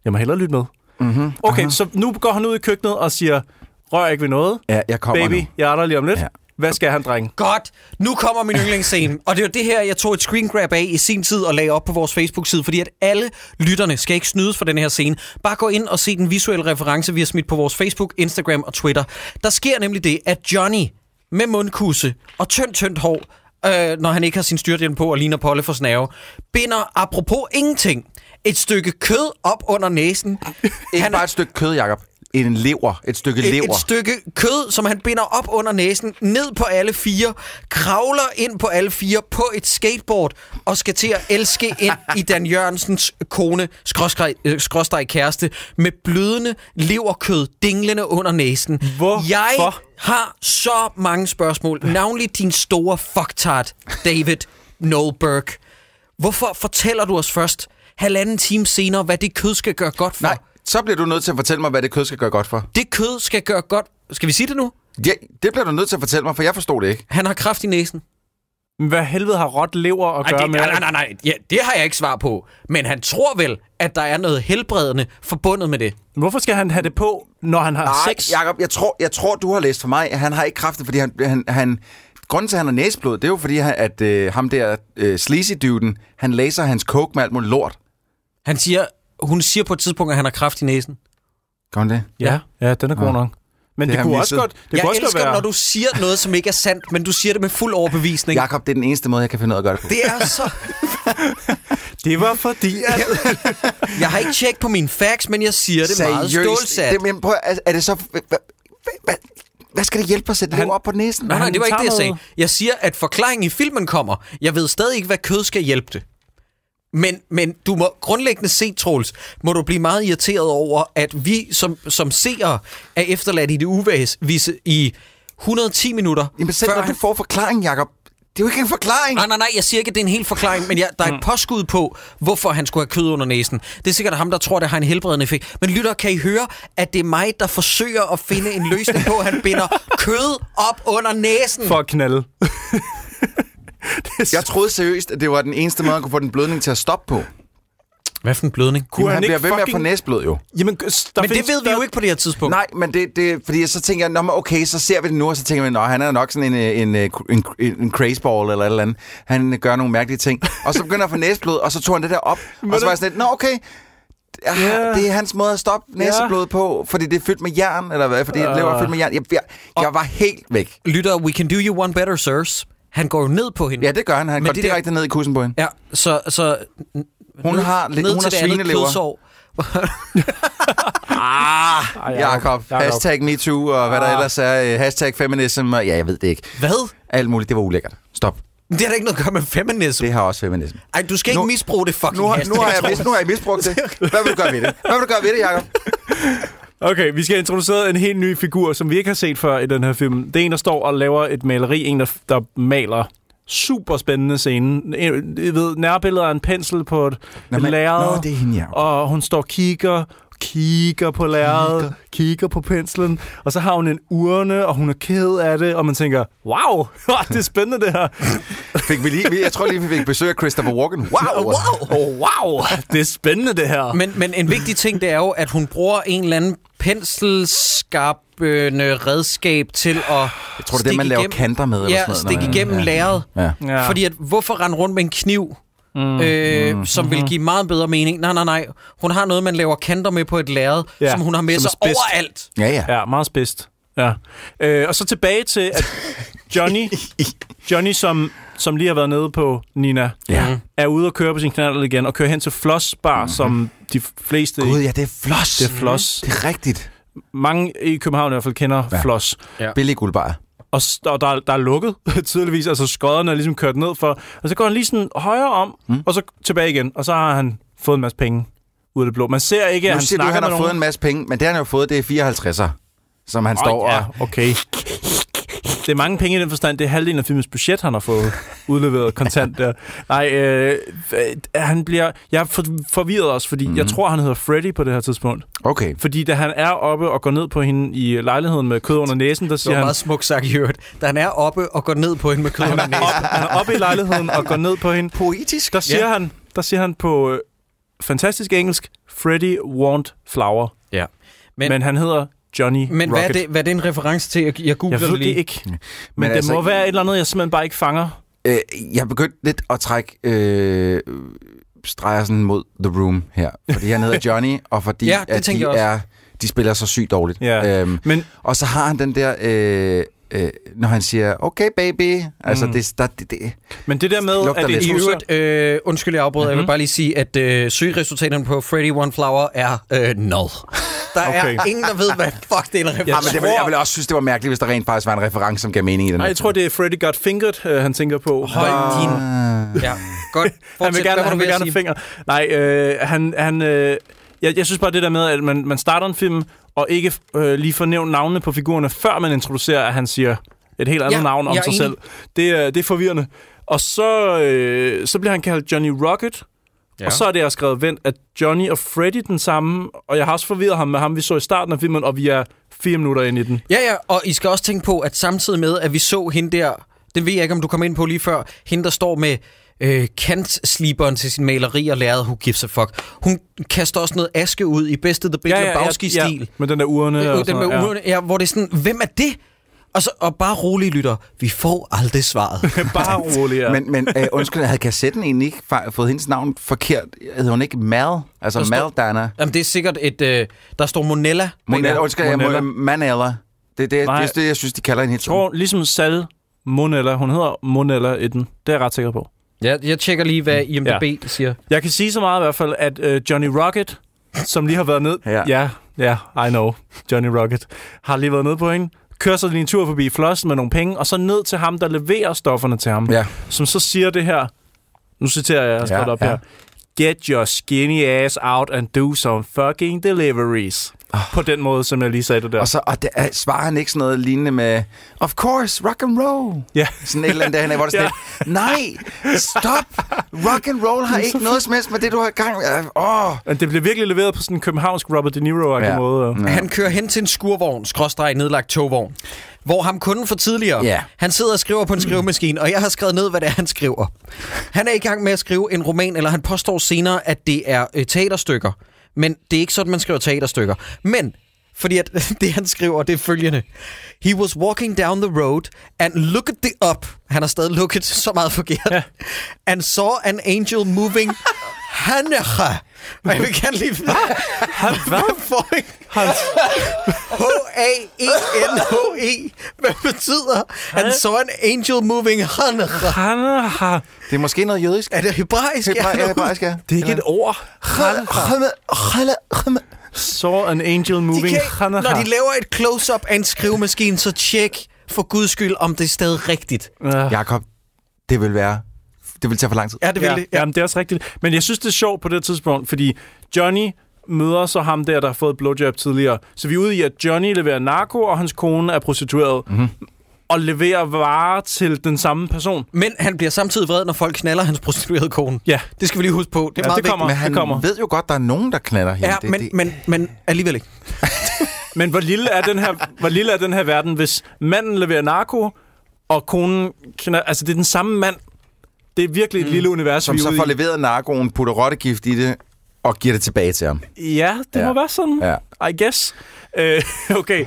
jeg må hellere lytte med. Mm-hmm. Okay, uh-huh. så nu går han ud i køkkenet og siger, rør ikke ved noget.
Ja, jeg kommer
Baby,
nu.
jeg er der lige om lidt.
Ja.
Ja. Hvad skal han, drenge?
Godt, nu kommer min yndlingsscene. Og det var det her, jeg tog et screen grab af i sin tid og lagde op på vores Facebook-side, fordi at alle lytterne skal ikke snydes for den her scene. Bare gå ind og se den visuelle reference, vi har smidt på vores Facebook, Instagram og Twitter. Der sker nemlig det, at Johnny med mundkusse og tyndt, tyndt hår, øh, når han ikke har sin styrthjelm på og ligner Polle for snave, binder apropos ingenting et stykke kød op under næsen.
Ikke
Han-
bare et stykke kød, Jacob. En lever. Et stykke
et,
lever.
et stykke kød, som han binder op under næsen, ned på alle fire, kravler ind på alle fire på et skateboard og skal til at elske ind i Dan Jørgensens kone, skråstreg øh, skråstreg kæreste, med blødende leverkød dinglende under næsen.
Hvorfor?
Jeg har så mange spørgsmål, navnlig din store fucktart, David Noel Burke. Hvorfor fortæller du os først halvanden time senere, hvad det kød skal gøre godt for?
Nej, så bliver du nødt til at fortælle mig, hvad det kød skal gøre godt for.
Det kød skal gøre godt... Skal vi sige det nu?
Ja, det bliver du nødt til at fortælle mig, for jeg forstod det ikke.
Han har kraft i næsen.
Men Hvad helvede har råt lever at
Ej,
gøre
det,
med?
nej, nej, nej, nej. Ja, det har jeg ikke svar på. Men han tror vel, at der er noget helbredende forbundet med det.
Hvorfor skal han have det på, når han har
Nej,
sex?
Jacob, jeg tror, jeg tror, du har læst for mig, at han har ikke kræften, fordi han... han, han Grunden til, at han har næseblod, det er jo fordi, han, at øh, ham der øh, sleazy duden, han læser hans coke med alt muligt lort.
Han siger, hun siger på et tidspunkt, at han har kraft i næsen.
Gør han det?
Ja, ja, den er god nok. Men
Det
det,
har
det kunne
jeg
også
misset.
godt, det
jeg
kunne også godt
elsker,
være...
når du siger noget, som ikke er sandt, men du siger det med fuld overbevisning.
Jakob, det er den eneste måde, jeg kan finde ud af at gøre det på.
Det er så...
Det var fordi, at...
Jeg har ikke tjekket på mine facts, men jeg siger det meget stålsat.
Det, men prøv, at- er, er det så... Hvad, hvad, hvad, hvad skal det hjælpe at sætte han, op på næsen?
Nej, nej, det var ikke det, jeg sagde.
Tarmet.
Jeg siger, at forklaringen i filmen kommer. Jeg ved stadig ikke, hvad kød skal hjælpe det. Men, men du må grundlæggende se, Troels, må du blive meget irriteret over, at vi som, som seere er efterladt i det uvæs visse i 110 minutter.
Jamen selv
før
når du
han-
får forklaringen, Jakob. Det er jo ikke en forklaring.
Nej, nej, nej, jeg siger ikke, at det er en hel forklaring, men jeg, der er et påskud på, hvorfor han skulle have kød under næsen. Det er sikkert ham, der tror, det har en helbredende effekt. Men lytter, kan I høre, at det er mig, der forsøger at finde en løsning på, at han binder kød op under næsen?
For at knalde.
Jeg troede seriøst, at det var den eneste måde, at kunne få den blødning til at stoppe på.
Hvad for en blødning?
Jamen, han
ikke
bliver ved med at få
fucking-
næsblod, jo.
Jamen, der
Men det ved vi jo ikke på det her tidspunkt.
Nej, men det, det, fordi så tænker jeg, nå, men okay, så ser vi det nu, og så tænker vi, nå, han er nok sådan en, øh, en, øh, en, en, en crazeball eller et eller andet. Han øh, gør nogle mærkelige ting. Og så begynder han at få næsblod, og så tog han det der op. og så var jeg sådan lidt, nå, okay, ah,
Ja.
det er hans måde at stoppe næseblod på, fordi det er fyldt med jern, eller hvad, fordi det lever er fyldt med jern. Jeg, jeg, jeg var helt væk.
Lytter, we can do you one better, sirs. Han går jo ned på hende.
Ja, det gør han. Han
Men
går
det der-
direkte ned i kussen på hende.
Ja, så, så
Hun har, lidt-
ned
hun har
til det andet
svinelever.
kødsår.
Jakob. Ah, Hashtag MeToo og hvad der ellers er. øh, Hashtag feminism. og- Ja, jeg ved det ikke.
Hvad?
Alt muligt. Det var ulækkert. Stop.
Det har da ikke noget at gøre med feminism.
Det har også feminism.
Ej, du skal ikke
Nu-
misbruge det fucking
Nu har, nu,
hashtag,
har jeg,
Troels.
mis, nu har jeg misbrugt det. Hvad vil du gøre ved det? Hvad vil du gøre ved det, Jacob?
Okay, vi skal introducere en helt ny figur, som vi ikke har set før i den her film. Det er en, der står og laver et maleri. En, der, der maler super spændende scene. En- Jeg ved, nærbilleder af en pensel på et
Nå,
Nå,
men-
lærred.
Nå, det er hende, ja.
Og hun står og kigger, kigger på lærredet, kigger. kigger på penslen. Og så har hun en urne, og hun er ked af det. Og man tænker, wow, det er spændende det her.
Fik vi lige, vi- jeg tror lige, vi fik besøg af Christopher Walken. Wow!
Oh, wow, det er spændende det her.
Men, men en vigtig ting, det er jo, at hun bruger en eller anden penselskabende redskab til at Jeg
tror, det er det, man laver kanter med eller
Ja,
sådan noget, når
stikke
man-
igennem
ja.
ja. læret.
Ja.
Ja. Fordi at, hvorfor rende rundt med en kniv, mm, øh, mm, som
Mm-hmm.
vil give meget bedre mening? Nej, nej, nej. Hun har noget, man laver kanter med på et lærred, ja,
Ja,
som hun har med
som er
sig
spidst.
overalt.
Ja, ja.
Ja, meget spidst. Ja. Øh, og så tilbage til, at Johnny, Johnny som, som lige har været nede på Nina, Mhm.
Ja. Mhm.
er ude og køre på sin knallert igen, og kører hen til Floss Bar, mm-hmm. som de fleste...
Gud, Mhm. ja, det er floss.
Det er Floss.
Det er rigtigt.
Mange i København i hvert fald kender ja. Floss.
Ja.
Billig guldbar.
Og, s- og der, der er lukket, tydeligvis. Altså skodderne er ligesom kørt ned for. Og så går han lige sådan højere om,
Mhm.
mm. og så tilbage igen. Og så har han fået en masse penge ud af det blå. Man ser ikke, at
Nu
han
siger du,
snakker med
han har
nogen.
fået en masse penge, men det han har fået, det er 54'er, som han står
Åh,
og...
ja, "Ah, okay. Det er mange penge i den forstand. Det er halvdelen af filmens budget, han har fået udleveret kontant der. Nej, øh, øh, han bliver... Jeg er for- forvirret også, fordi mm.
Mhm.
jeg tror, han hedder Freddy på det her tidspunkt.
Okay.
Fordi da han er oppe og går ned på hende i lejligheden med kød under næsen, der
Det
siger
var
han...
meget smukt sagt i øvrigt. Da han er oppe og går ned på hende med kød under
Han er,
næsen.
oppe, han er oppe i lejligheden og går ned på hende.
Poetisk.
Der siger,
Ja.
han, der siger han på øh, fantastisk engelsk, Freddy want flower.
Ja. Men,
Men,
men,
men han hedder Johnny
men hvad, er
Rocket.
det, hvad er det en reference til? Jeg, jeg googler
Jeg ved
det
det
lige.
ikke. Men,
Men
men det
altså
altså må
ikke-
være et eller andet, jeg simpelthen bare ikke fanger.
Øh, jeg begyndte lidt at trække øh, streger sådan mod The Room her. Fordi han hedder Johnny, og fordi
Ja, det
at
tænkte
de,
jeg også.
er, de spiller så sygt dårligt.
Ja.
Øhm,
Men
Og så har han den der, øh, øh, når han siger, okay baby, altså mm. det, der, det, det,
Men det der med,
Lugter
at det
lidt.
I
er øvrigt...
øvrigt, øh, undskyld, jeg afbryder. Mm-hmm. Jeg vil bare lige sige, at øh, søgeresultaterne på Freddy One Flower er øh, null. Der er
Okay.
ingen, der ved, hvad fuck det er en reference.
ah, men det vil, jeg ville også synes, det var mærkeligt, hvis der rent faktisk var en reference, som gav mening i den.
Nej, jeg tror, det er Freddy Got Fingered, øh, han tænker på.
Hold din... Ja, godt. Fortsæt.
han vil
Hvad
gerne,
var
han
du
vil
ved at
gerne have
sige?
finger. Nej, øh, han... han øh, jeg, jeg synes bare det der med, at man, man starter en film, og ikke øh, lige får nævnt navnene på figurerne, før man introducerer, at han siger et helt andet
Ja,
navn om
jeg er
sig
enig.
selv. Det, er- det er forvirrende. Og så, øh, så bliver han kaldt Johnny Rocket, Ja. Og så er det, jeg har skrevet, vent, at Johnny og Freddy den samme, og jeg har også forvirret ham med ham, vi så i starten af filmen, og vi er fire minutter ind i den.
Ja, ja, og I skal også tænke på, at samtidig med, at vi så hende der, Den ved jeg ikke, om du kom ind på lige før. Hende, der står med øh, kantsliberen til sin maleri og lærede, who gives a fuck. Hun kaster også noget aske ud i bedste The Big Lebowski-stil.
Med den der urne.
Øh,
og
den
sådan
med
noget, ja.
urene, ja. hvor det er sådan, hvem er det? Og, så, og bare rolig lytter, vi får aldrig svaret.
Bare rolig, ja.
Ja. Men, men øh, undskyld, havde kassetten egentlig ikke fa- fået hendes navn forkert? Hed hun ikke Mal? Altså
Der står-
Mal Dana?
Jamen, det er sikkert et... Øh, der står Monella.
Monella, undskyld,
Monella.
Monella. Manella. Det er det,
Nej.
det, det, jeg synes, de kalder hende hele
Jeg tror,
tiden.
ligesom Sal Monella, hun hedder Monella i den. Det er jeg ret sikker på.
Ja, jeg tjekker lige, hvad IMDB Mm. ja. siger.
Jeg kan sige så meget i hvert fald, at øh, Johnny Rocket, som lige har været ned...
Ja.
ja, ja, I know. Johnny Rocket har lige været nede på hende. Kører så lige en tur forbi Floss med nogle penge, og så ned til ham, der leverer stofferne til ham.
Ja.
Som så siger det her... Nu citerer jeg, jeg har skrevet
Ja,
op
ja.
her. Get your skinny ass out and do some fucking deliveries. På den måde, som jeg lige sagde det der.
Ah. Og så og det, er, svarer han ikke sådan noget lignende med, of course, rock and roll.
Ja.
Sådan et eller andet derhen, hvor det er sådan lidt, nej, stop, rock and roll har ikke noget som helst med det, du har i gang. Ja, Åh,
Men Det blev virkelig leveret på sådan en københavnsk Robert De Niro-agtig
Ja.
måde.
Ja. Mm. Han kører hen til en skurvogn, skråstreg nedlagt togvogn, hvor ham kunden for tidligere,
Ja.
han sidder og skriver på en skrivemaskine, og jeg har skrevet ned, hvad det er, han skriver. Han er i gang med at skrive en roman, eller han påstår senere, at det er øh, teaterstykker. Men det er ikke sådan, man skriver teaterstykker. Men, fordi at, det han skriver, det er følgende. He was walking down the road and looked it up. Han har stadig lukket så meget forkert. Ja. And saw an angel moving Hanukkah. Og jeg vil gerne lige... Hvad? E H-A-E-N-H-E. E. Hvad betyder, han så en angel moving Hanukkah?
Han har...
det er måske noget jødisk.
Er det hebraisk?
Hebra-
Ja,
ja, hebraisk, ja.
Det er ikke et ord. Saw an angel
De
moving.
kan,
Hanaha.
når de laver et close-up af en skrivemaskine, så tjek for guds skyld, om det er stadig rigtigt.
Jakob, det vil være, det vil tage for lang tid.
Ja, det vil
ja,
det.
Jamen, det er også rigtigt. Men jeg synes, det er sjovt på det tidspunkt, fordi Johnny møder så ham der, der har fået et blowjob tidligere. Så vi er ude i, at Johnny leverer narko, og hans kone er prostitueret. Mm-hmm. Og leverer varer til den samme person.
Men han bliver samtidig vred, når folk knaller hans prostituerede kone.
Ja.
Det skal vi lige huske på. Det er
Ja,
meget
det kommer.
Men han
det kommer.
ved jo godt, der er nogen, der knatter hende.
vigtigt. Ja,
det,
men,
det,
men, men alligevel ikke.
Men hvor lille er den her, hvor lille er den her verden, hvis manden leverer narko, og konen... Kender, altså, det er den samme mand. Det er virkelig et mm. lille univers,
som
vi er
så
ude
får
i.
leveret narkoen, putter rottegift i det, og giver det tilbage til ham.
Ja, det ja.
Ja.
må være sådan. Ja.
Ja.
I guess. Øh, okay.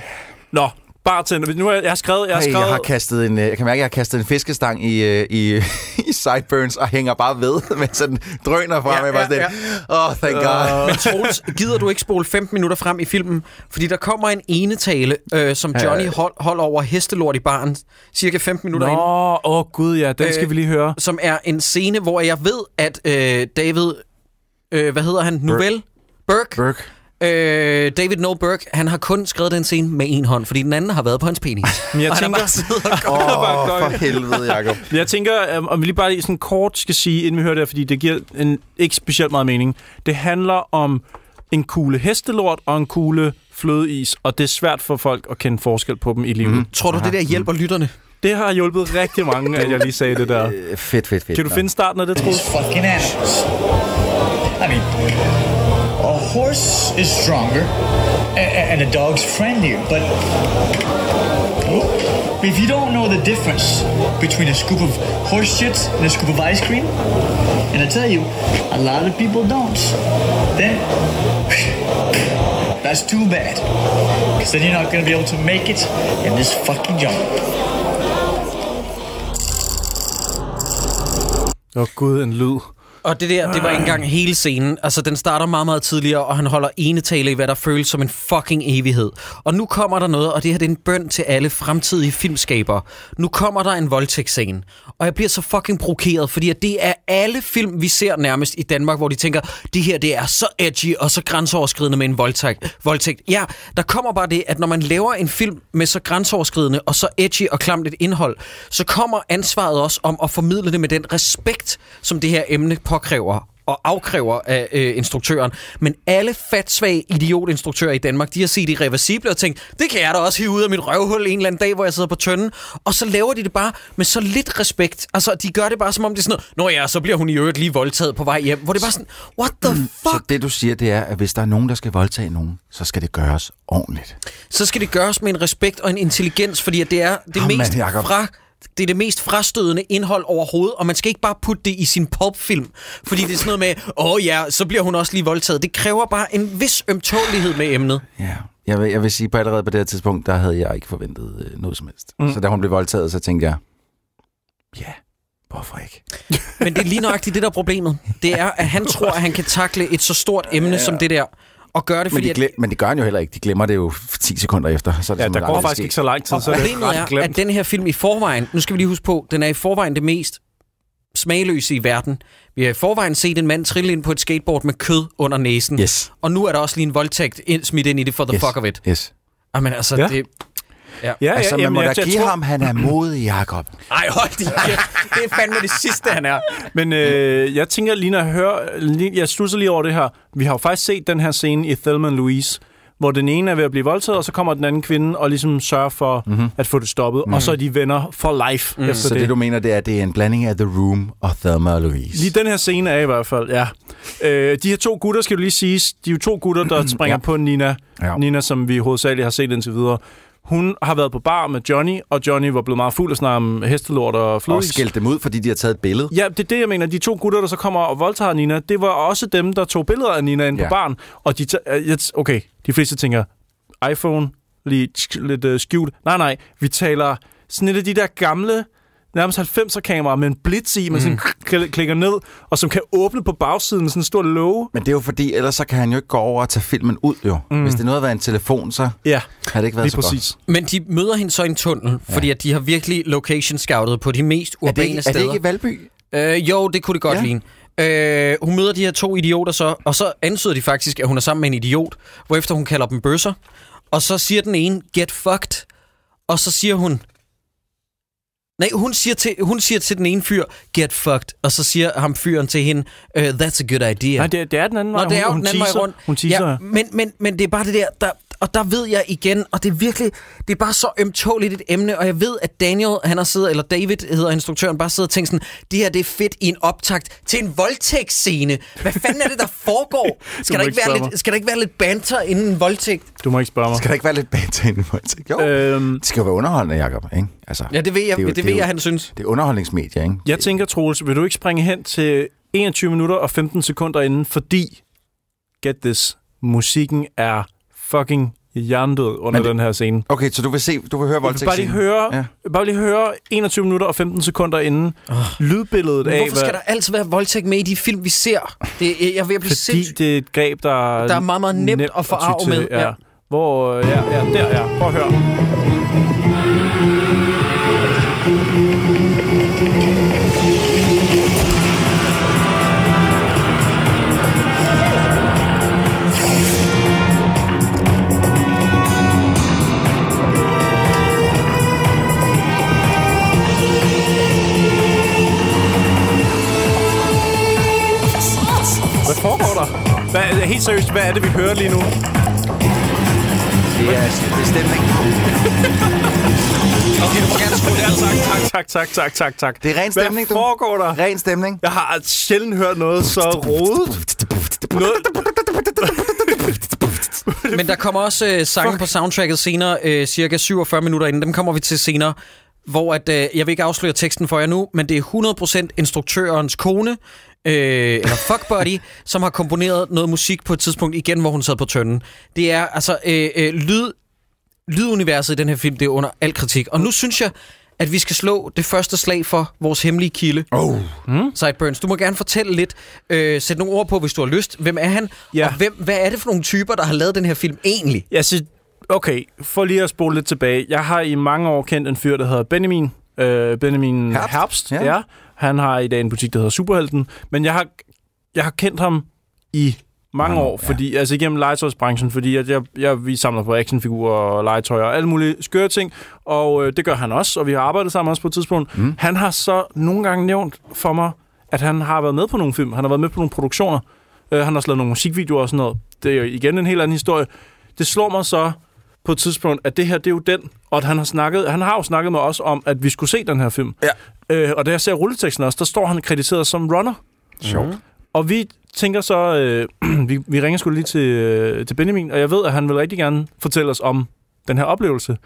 Nå, bartender. Nu har jeg, jeg har skrevet... Jeg har
Hey,
skrevet
jeg har kastet en, øh, jeg kan mærke, at jeg har kastet en fiskestang i, øh, i, i sideburns og hænger bare ved, mens den drøner frem.
Ja,
Ja, ja, bare
ja,
sådan, ja. Oh, thank God.
Men Troels, gider du ikke spole 15 minutter frem i filmen? Fordi der kommer en enetale, øh, som Johnny hold, holder over hestelort i baren, cirka 15 minutter ind.
Nå, åh oh, gud ja, den øh, skal vi lige høre.
som er en scene, hvor jeg ved, at øh, David... Øh, hvad hedder han? Nouvelle? Burke?
Burke.
Øh, David Noel Burke, han har kun skrevet den scene med en hånd, fordi den anden har været på hans penis.
Men jeg
og han har
tænker-
bare siddet og
Åh,
godt.
bare
oh,
døgn.
for helvede, Jacob.
Jeg tænker, øhm, om vi lige bare lige sådan kort skal sige, inden vi hører det her, fordi det giver en, ikke specielt meget mening. Det handler om en kugle hestelort og en kugle flødeis, og det er svært for folk at kende forskel på dem i livet.
Mhm.
Mm.
Tror du, det der hjælper lytterne?
Det har hjulpet rigtig mange, at jeg lige sagde det der.
Øh, Fedt, fedt, fedt.
Kan du finde starten af det, Troels?
These fucking animals. I mean, a horse is stronger a- a- and a dog's friendlier, but Oop. if you don't know the difference between a scoop of horse shit and a scoop of ice cream, and I tell you, a lot of people don't, then that's too bad. Because then you're not going to be able to make it in this fucking jungle.
Åh oh, gud, en lyd.
Og det der, det var ikke engang hele scenen. Altså, den starter meget, meget tidligere, og han holder enetale i, hvad der føles som en fucking evighed. Og nu kommer der noget, og det her det er en bøn til alle fremtidige filmskabere. Nu kommer der en voldtægtsscene. Og jeg bliver så fucking provokeret, fordi at det er alle film, vi ser nærmest i Danmark, hvor de tænker, det her det er så edgy og så grænseoverskridende med en voldtægt. voldtægt. Ja, der kommer bare det, at når man laver en film med så grænseoverskridende og så edgy og klamt et indhold, så kommer ansvaret også om at formidle det med den respekt, som det her emne påkræver og afkræver af øh, instruktøren. Men alle fatsvage idiotinstruktører i Danmark, de har set irreversible og tænkt, det kan jeg da også hive ud af mit røvhul en eller anden dag, hvor jeg sidder på tønden. Og så laver de det bare med så lidt respekt. Altså, de gør det bare som om det er sådan noget, nå ja, så bliver hun i øvrigt lige voldtaget på vej hjem. Hvor det er bare sådan, what the fuck?
Så det, du siger, det er, at hvis der er nogen, der skal voldtage nogen, så skal det gøres ordentligt.
så skal det gøres med en respekt og en intelligens, fordi at det er det
Jamen,
mest
Jacob.
fra det er det mest frastødende indhold overhovedet, og man skal ikke bare putte det i sin popfilm, fordi det er sådan noget med, åh oh ja, så bliver hun også lige voldtaget. Det kræver bare en vis ømtålighed med emnet.
Ja. Jeg vil, jeg vil sige, på allerede på det her tidspunkt, der havde jeg ikke forventet øh, noget som helst. Mm. Så da hun blev voldtaget, så tænkte jeg, ja, hvorfor ikke?
Men det er lige nøjagtigt det, der er problemet. Det er, at han tror, at han kan takle et så stort emne som det der, og gøre det,
Men
fordi...
de,
at-
glem, men de gør han jo heller ikke. De glemmer det jo 10 sekunder efter. Så er det
Ja,
som,
der
er
går
aldrig
faktisk
sket.
ikke så lang tid, så er det
Problemet
ret
er, at
glemt.
den her film i forvejen, nu skal vi lige huske på, den er i forvejen det mest smagløse i verden. Vi har i forvejen set en mand trille ind på et skateboard med kød under næsen.
Yes.
Og nu er der også lige en voldtægt ind, smidt ind i det for the yes.
yes.
fuck of it.
Yes.
Amen, altså,
Ja.
ja. det...
Ja, ja,
Altså, man
jamen,
må
jeg-
da
jeg
give
tror-
ham, han er modig, Jacob.
Ej, hold din kæft. Det er fandme det sidste, han er.
Men øh, jeg tænker lige, når jeg hører... Lige, jeg stusser lige over det her. Vi har jo faktisk set den her scene i Thelma Louise, hvor den ene er ved at blive voldtaget, og så kommer den anden kvinde og ligesom sørger for mm-hmm. at få det stoppet. Mm-hmm. Og så er de venner for life mm. efter
Mhm. Så det, du mener, det er, at det er en blanding af The Room og Thelma og Louise.
Lige den her scene er i hvert fald, ja. Øh, de her to gutter, skal du lige sige, de er jo to gutter, der springer ja.
Ja.
på Nina. Ja.
Ja.
Nina, som vi hovedsageligt har set indtil videre. Hun har været på bar med Johnny, og Johnny var blevet meget fuld og snart om hestelort og
og
flodis.
skældt dem ud, fordi de har taget et billede.
Ja, det er det, jeg mener. De to gutter, der så kommer og voldtager Nina, det var også dem, der tog billeder af Nina inde ja.
Ja.
på baren. Og de ta- øh, jeg t- okay, de fleste tænker, iPhone, lige tsk- lidt øh, skjult. Nej, nej, vi taler sådan et af de der gamle, nærmest 90'er kameraer med en blitz i, man
Mm.
sådan kl- klikker ned, og som kan åbne på bagsiden med sådan en stor låge.
Men det er jo fordi, ellers så kan han jo ikke gå over og tage filmen ud, jo. Mm. Hvis det nu havde været en telefon, så
Ja,
har det ikke været
lige
så
præcis.
Men de møder hende så i en tunnel, fordi at de har virkelig location scoutet på de mest
godt. Er det,
urbane
ikke, er
steder.
det ikke i Valby?
Øh, jo, det kunne det godt ja.
Ja.
ligne. Øh, hun møder de her to idioter så, og så ansøger de faktisk, at hun er sammen med en idiot, hvorefter hun kalder dem bøsser. Og så siger den ene, get fucked, og så siger hun... Nej, hun siger, til, hun siger til den ene fyr, get fucked, og så siger ham fyren til hende, "Øh, that's a good idea.
Nej, det er, det er den anden vej.
Nå, det er jo
hun,
den anden vej
teaser.
rundt.
Hun teaser, ja.
men, men, men det er bare det der, der, og der ved jeg igen, og det er virkelig, det er bare så ømtåligt et emne, og jeg ved, at Daniel, han har siddet, eller David hedder instruktøren, bare sidder og tænker sådan, det her det er fedt i en optakt til en voldtægtsscene. Hvad fanden er det, der foregår? Skal,
må
der
ikke
ikke være
spørge mig.
lidt, skal der ikke være lidt banter inden en voldtægt?
Du må ikke spørge mig.
Skal der ikke være lidt bantan i voldtægt? Jo.
Øhm.
Øhm. Det skal jo være underholdende, Jacob. Ikke? Altså,
Ja, det ved jeg,
er
det,
jo-
det, det
er
ved
jo-
jeg, han synes.
Det er underholdningsmedier, ikke?
Jeg tænker, Troels, vil du ikke springe hen til 21 minutter og 15 sekunder inden, fordi, get this, musikken er fucking hjernedød under
Men det-
den her scene.
Okay, så du vil, se, du vil
Jeg
høre
vil bare lige
voldtægtsscenen?
høre,
Ja.
ja. bare lige høre 21 minutter og 15 sekunder inden oh. lydbilledet
Men
af,
hvorfor skal der altid være voldtægt med i de film, vi ser? Det, er- jeg er ved at blive
fordi
sindssyg.
det er et greb, der,
Der er meget, meget nemt at
ty
forarve
til,
med,
Ja.
ja.
Hvor, øh, ja, ja, der, ja. Prøv at høre. Hvad foregår der? Hvad, helt seriøst, hvad er det, vi hører lige nu?
Det er, det er stemning.
Okay, du må gerne skrue det altså. Tak, tak, tak, tak, tak, tak.
Det er ren stemning,
Hvad foregår der?
Ren stemning.
Jeg har sjældent hørt noget så rodet. Noget,
Men der kommer også øh, sange på soundtracket senere, øh, cirka 47 minutter inden. Dem kommer vi til senere, hvor at, øh, jeg vil ikke afsløre teksten for jer nu, men det er 100% instruktørens kone, øh, eller fuckbuddy, som har komponeret noget musik på et tidspunkt igen, hvor hun sad på tønden. Det er altså øh, øh, lyd, lyduniverset i den her film, det er under al kritik. Og nu synes jeg, at vi skal slå det første slag for vores hemmelige kilde. Hmm?
Oh.
Sideburns, du må gerne fortælle lidt, øh, sætte nogle ord på, hvis du har lyst. Hvem er han?
Ja.
Og hvem, hvad er det for nogle typer, der har lavet den her film egentlig?
Jeg synes, okay, for lige at spole lidt tilbage. Jeg har i mange år kendt en fyr, der hedder Benjamin. Øh, Benjamin Herbst.
Herbst,
Herbst ja.
ja.
ja. Han har i dag en butik, der hedder Superhelten. Men jeg har, jeg har kendt ham i mange
Mange
år,
år, ja.
fordi, altså igennem legetøjsbranchen, fordi at jeg, jeg, vi samler på actionfigurer og legetøj og alle mulige skøre ting, og øh, det gør han også, og vi har arbejdet sammen også på et tidspunkt. Mm. Han har så nogle gange nævnt for mig, at han har været med på nogle film, han har været med på nogle produktioner, øh, han har også lavet nogle musikvideoer og sådan noget. Det er jo igen en helt anden historie. Det slår mig så på et tidspunkt, at det her, det er jo den, og at han har, snakket, han har jo snakket med os om, at vi skulle se den her film.
Ja.
Øh, og da jeg ser rulleteksten også, der står han krediteret som runner.
Sjovt.
Og vi tænker så, øh, vi, vi ringer skulle lige til, øh, til Benjamin, og jeg ved, at han vil rigtig gerne fortælle os om den her oplevelse.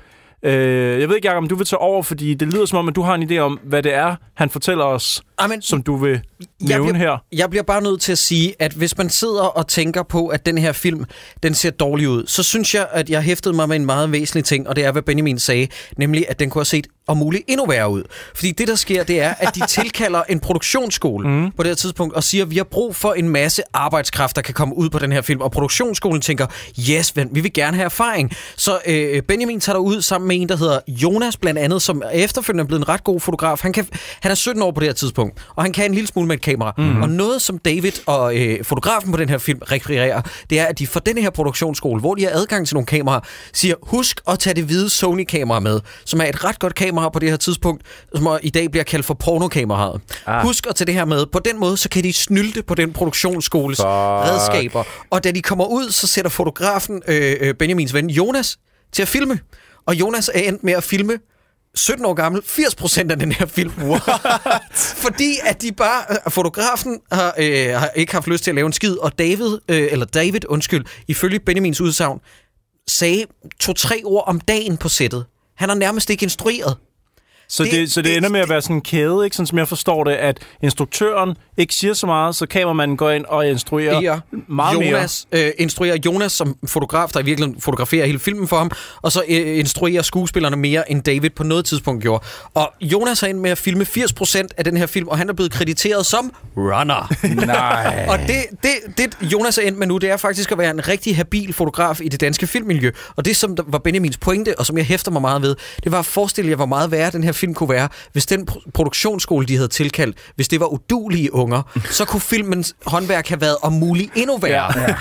Øh, jeg ved ikke, Jacob, om du vil tage over, fordi det lyder som om, at du har en idé om, hvad det er, han fortæller os,
Amen.
som du vil
jeg
nævne
bliver,
her.
Jeg bliver bare nødt til at sige, at hvis man sidder og tænker på, at den her film, den ser dårlig ud, så synes jeg, at jeg hæftede mig med en meget væsentlig ting, og det er, hvad Benjamin sagde, nemlig, at den kunne have set om muligt endnu værre ud. Fordi det, der sker, det er, at de tilkalder en produktionsskole mm. på det her tidspunkt og siger, at vi har brug for en masse arbejdskraft, der kan komme ud på den her film. Og produktionsskolen tænker, yes, men vi vil gerne have erfaring. Så øh, Benjamin tager derud sammen med en, der hedder Jonas blandt andet, som efterfølgende er blevet en ret god fotograf. Han, kan, han er 17 år på det her tidspunkt, og han kan en lille smule med et kamera. Mm-hmm. Og noget, som David og øh, fotografen på den her film rekvirerer, det er, at de fra den her produktionsskole, hvor de har adgang til nogle kameraer, siger, husk at tage det hvide Sony-kamera med, som er et ret godt kamera på det her tidspunkt, som i dag bliver kaldt for pornokameraet. Ah. Husk at tage det her med. På den måde, så kan de snylte på den produktionsskoles Fuck. redskaber. Og da de kommer ud, så sætter fotografen øh, øh, Benjamins ven Jonas til at filme. Og Jonas er endt med at filme 17 år gammel, 80% af den her film. What? Fordi at de bare, øh, fotografen har, øh, har ikke haft lyst til at lave en skid, og David, øh, eller David, undskyld, ifølge Benjamins udsagn, sagde to-tre ord om dagen på sættet. Han har nærmest ikke instrueret.
Så det,
Det-
det, så det,
det-
det ender med at være sådan en kæde, ikke? Sådan som jeg forstår det, at instruktøren ikke siger så meget, så kameramanden går ind og instruerer
Ja.
meget mere.
Jonas, øh, instruerer Jonas som fotograf, der i virkeligheden fotograferer hele filmen for ham, og så øh, instruerer skuespillerne mere, end David på noget tidspunkt gjorde. Og Jonas er ind med at filme 80% af den her film, og han er blevet krediteret som runner.
Nej.
Og det, det, det, Jonas er endt med nu, det er faktisk at være en rigtig habil fotograf i det danske filmmiljø. Og det, som der var Benjamins pointe, og som jeg hæfter mig meget ved, det var at forestille jer, hvor meget værre den her film kunne være, hvis den pro- produktionsskole, de havde tilkaldt, hvis det var udulige unger, så kunne filmens håndværk have været om muligt endnu værre. Ja, ja.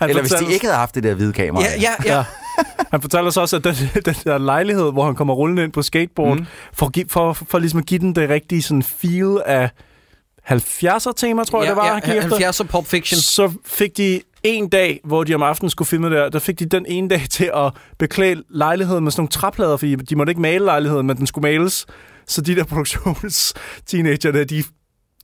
Han
Eller hvis de
fortæller-
ikke havde haft det der hvide kamera.
ja, ja, ja.
Han fortæller så også, at den, den der lejlighed, hvor han kommer rullende ind på skateboard, mm. for, at gi- for, for, for ligesom at give den det rigtige sådan feel af 70'er tema, tror jeg, det var, han gik efter.
70'er Pulp Fiction.
Så fik de en dag, hvor de om aftenen skulle filme der, der fik de den ene dag til at beklæde lejligheden med sådan nogle træplader, fordi de måtte ikke male lejligheden, men den skulle males. Så de der produktions-teenager der, de,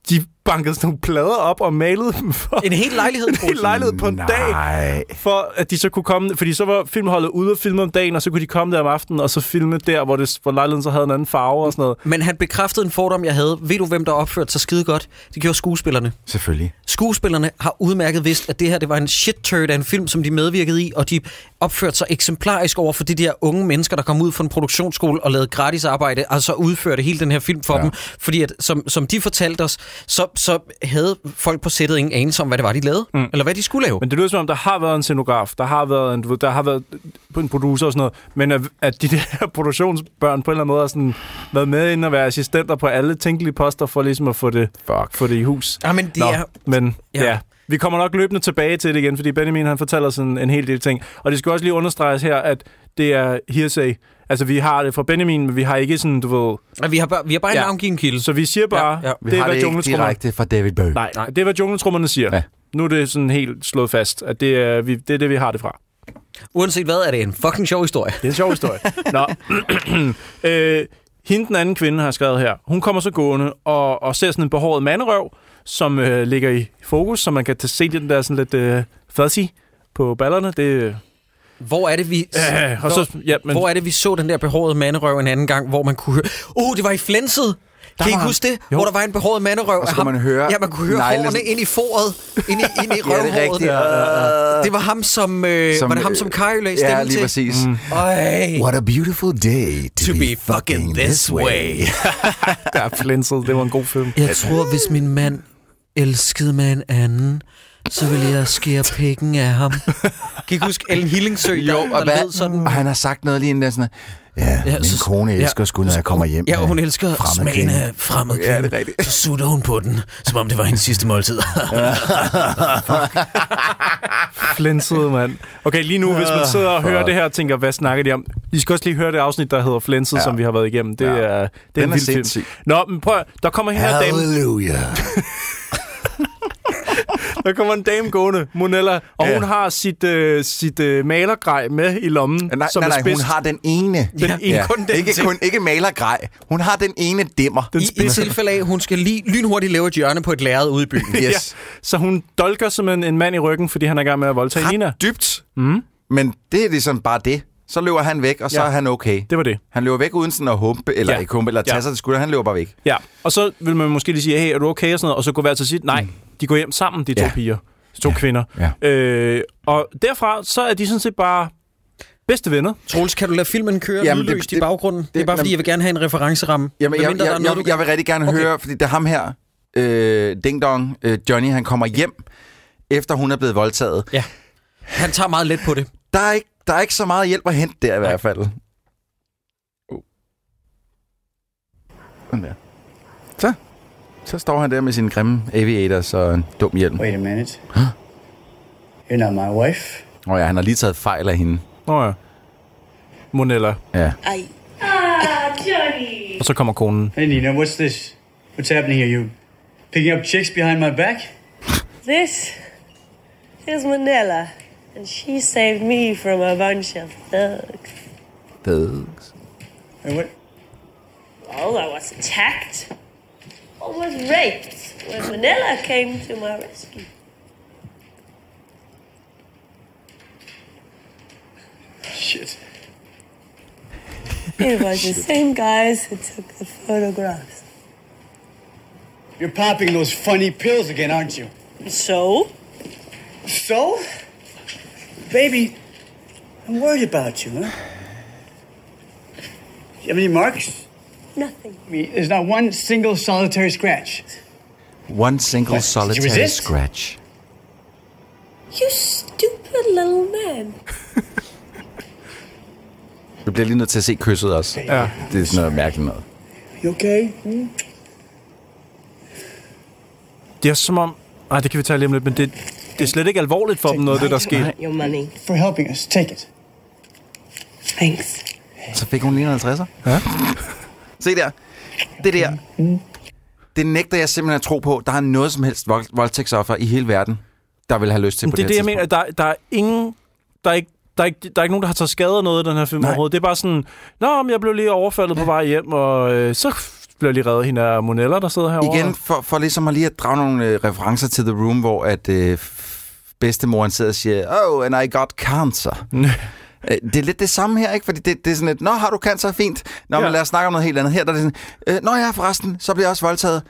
de bankede sådan nogle plader op og malede dem for
En hel lejlighed,
en hel
Troels.
lejlighed på en dag
Nej.
for at de så kunne komme, fordi så var filmholdet ude og filme om dagen, og så kunne de komme der om aftenen, og så filme der, hvor, det, hvor lejligheden så havde en anden farve og sådan noget.
Men han bekræftede en fordom, jeg havde. Ved du, hvem der opførte sig skide godt? Det gjorde skuespillerne.
Selvfølgelig.
Skuespillerne har udmærket vidst, at det her det var en shit-turd af en film, som de medvirkede i, og de opførte sig eksemplarisk over for de der unge mennesker, der kom ud fra en produktionsskole og lavede gratis arbejde, og så udførte hele den her film for ja. dem. Fordi at, som, som de fortalte os, så, så havde folk på sættet ingen anelse om, hvad det var, de lavede, mm. eller hvad de skulle lave.
Men det lyder som om, der har været en scenograf, der har været en, du ved, der har været en producer og sådan noget, men at, at de der produktionsbørn på en eller anden måde har sådan været med ind og være assistenter på alle tænkelige poster for ligesom at få det,
Fuck.
få det i hus.
Ja, Ah, men det
Nå,
er-
men
Ja.
ja. ja. Vi kommer nok løbende tilbage til det igen, fordi Benjamin han fortæller sådan en hel del ting. Og det skal også lige understreges her, at det er hearsay. Altså, vi har det fra Benjamin, men vi har ikke sådan, du ved,
Men, vi, har bare, vi har bare ja.
Ja.
en navngiven kilde.
Så vi siger bare,
Ja,
ja,
ja.
ja.
Vi
det er,
har
hvad
det ikke
jungletrummerne...
direkte fra David Bowie.
Nej, nej, det er, hvad jungletrummerne siger.
Ja.
Ja. Nu er det sådan helt slået fast, at det er, vi, det, er det, vi har det fra.
Uanset hvad, er det en fucking sjov historie.
Det er en sjov historie. Nå. øh, hende, den anden kvinde, har skrevet her. Hun kommer så gående og, og ser sådan en behåret manderøv, som øh, ligger i fokus, så man kan t- se den der sådan lidt øh, fuzzy på ballerne. Det, øh,
Hvor er det, vi...
øh, og så, ja, men,
Hvor er det, vi så den der behårede manderøv en anden gang, hvor man kunne høre... Uh, det var i flænset! Kan I ikke
var-
huske det? Jo.
Jo.
Hvor der var en behåret manderøv.
Og så
af
kunne
ham.
man høre
Ja, man kunne høre
neglen.
hårene ind i foret. Ind i, ind i
Ja, det er
røvhåret.
rigtigt. Ja, ja, ja.
det var ham, som... Øh, som
Som,
var det ham, som
øh,
Kyrie lagde
Ja,
stemme
lige
til?
præcis. Mm.
Ej,
What a beautiful day
to be fucking this way.
der er flænset. Det var en god film.
Jeg tror, hvis min mand elskede med en anden, så ville jeg skære pikken af ham. Kan I ikke huske Ellen Hillingsø, der,
Jo, og,
der
hvad,
lød sådan?
og han har sagt noget lige inden der sådan, ja, ja min
så-
kone
ja.
elsker ja, sgu, når jeg kommer hjem.
Ja, og
med
hun elsker
fremmed
smagen
kvinde."
af fremmed
Ja, det er
kvinde.
rigtigt.
Så sutter hun på den, som om det var hendes sidste måltid.
Flænset, mand. Okay, lige nu, hvis man sidder og hører det her og tænker, hvad snakker de om? I skal også lige høre det afsnit, der hedder Flænset, ja. som vi har været igennem. Det,
Ja.
ja. er, det er
Den
en
er
vild film.
sindssyg.
Nå, men prøv, at- der kommer hende her dame,
Hallelujah.
der kommer en dame gående, Monella, og
Ja.
hun har sit, øh, sit øh, malergrej med i lommen,
Nej,
som
nej,
er
nej,
spidst.
hun har den ene.
Den ene- kun den
ikke,
ting.
kun, ikke malergrej. Hun har den ene dimmer.
Den
I, I
spidse.
tilfælde af, at hun skal lige lynhurtigt lave et hjørne på et lærred ude i byen.
Yes.
Så hun dolker som en, en mand i ryggen, fordi han er i gang med at voldtage Nina.
Ret dybt. Mm. Men det er ligesom bare det. så løber han væk, og så
Ja.
ja. er han okay.
Det var det.
Han løber væk uden sådan at humpe, eller
Ja.
ja. ikke humpe, eller tage
Ja.
ja. sig til skulder. Han løber bare væk.
Ja, og så vil man måske lige sige, hey, er du okay og sådan noget, og så gå hver til sit. Nej, de går hjem sammen, de to
Ja.
piger, de to kvinder.
Ja.
Øh, og derfra, så er de sådan set bare bedste venner.
Troels, kan du lade filmen køre
Jamen,
Jamen,
det-
lydløst det,
det-
i baggrunden? Det, det er bare fordi,
jamen-
jeg vil gerne have en referenceramme.
Jamen, jeg,
Medmindre der er
jeg,
noget,
jeg,
du
jeg vil rigtig gerne
Okay.
okay. høre, fordi det er ham her, øh, Ding Dong, øh, Johnny, han kommer hjem, efter hun er blevet voldtaget.
Ja. Han tager meget let på det.
Der er ikke, der er ikke så meget hjælp at hente der i hvert fald. Oh. Sådan der. Så. Så står han der med sin grimme aviators og en dum hjelm.
Wait a minute. You're not my wife.
Nå ja, han har lige taget fejl af hende.
Nå ja. Monella.
Ja.
I Ah,
Og så kommer konen.
Hey, Nina, what's this? What's happening here? You picking up chicks behind my back?
This is Manila, and she saved me from a bunch of thugs.
Thugs.
And what?
Oh, I was attacked. I was raped when Manila came to my rescue.
Shit.
It was the same guys who took the photographs.
You're popping those funny pills again, aren't you?
So,
So? Baby, I'm worried about you, huh? You have any marks?
nothing.
I mean, there's not one single solitary scratch.
One single
What? Did you
solitary
resist?
scratch.
You stupid little man.
Du bliver lige nødt til at se kysset også.
Ja.
Det er sådan noget mærkeligt noget.
You okay? Hmm?
Det er som om... Nej, det kan vi tale lige om lidt, men det, det er slet ikke alvorligt for dem, noget af det, der skete.
Your money.
For helping us. Take it.
Thanks.
Så fik hun lige en 50'er. Ja. Se der. Det der. Det nægter jeg simpelthen at tro på. Der er noget som helst vold- voldtægtsoffer i hele verden, der vil have lyst til på
Det er
det,
det,
her
jeg mener.
tidspunkt.
Der, der er ingen... Der er, ikke, der, er ikke, der er ikke nogen, der har taget skade af noget i den her film Nej. overhovedet. Det er bare sådan, Nå, men jeg blev lige overfaldet på vej hjem, og øh, så blev jeg lige reddet hende af Monella, der sidder herovre.
Igen, for, for ligesom at lige at drage nogle øh, referencer til The Room, hvor at øh, f- bedstemoren sidder og siger, Oh, and I got cancer. Øh, Det er lidt det samme her, ikke? Fordi det, det er sådan et, Nå, har du cancer? Fint. Nå,
Ja.
ja. men lad os snakke om noget helt andet. Her der er det sådan, øh, Nå ja, forresten, så bliver jeg også voldtaget.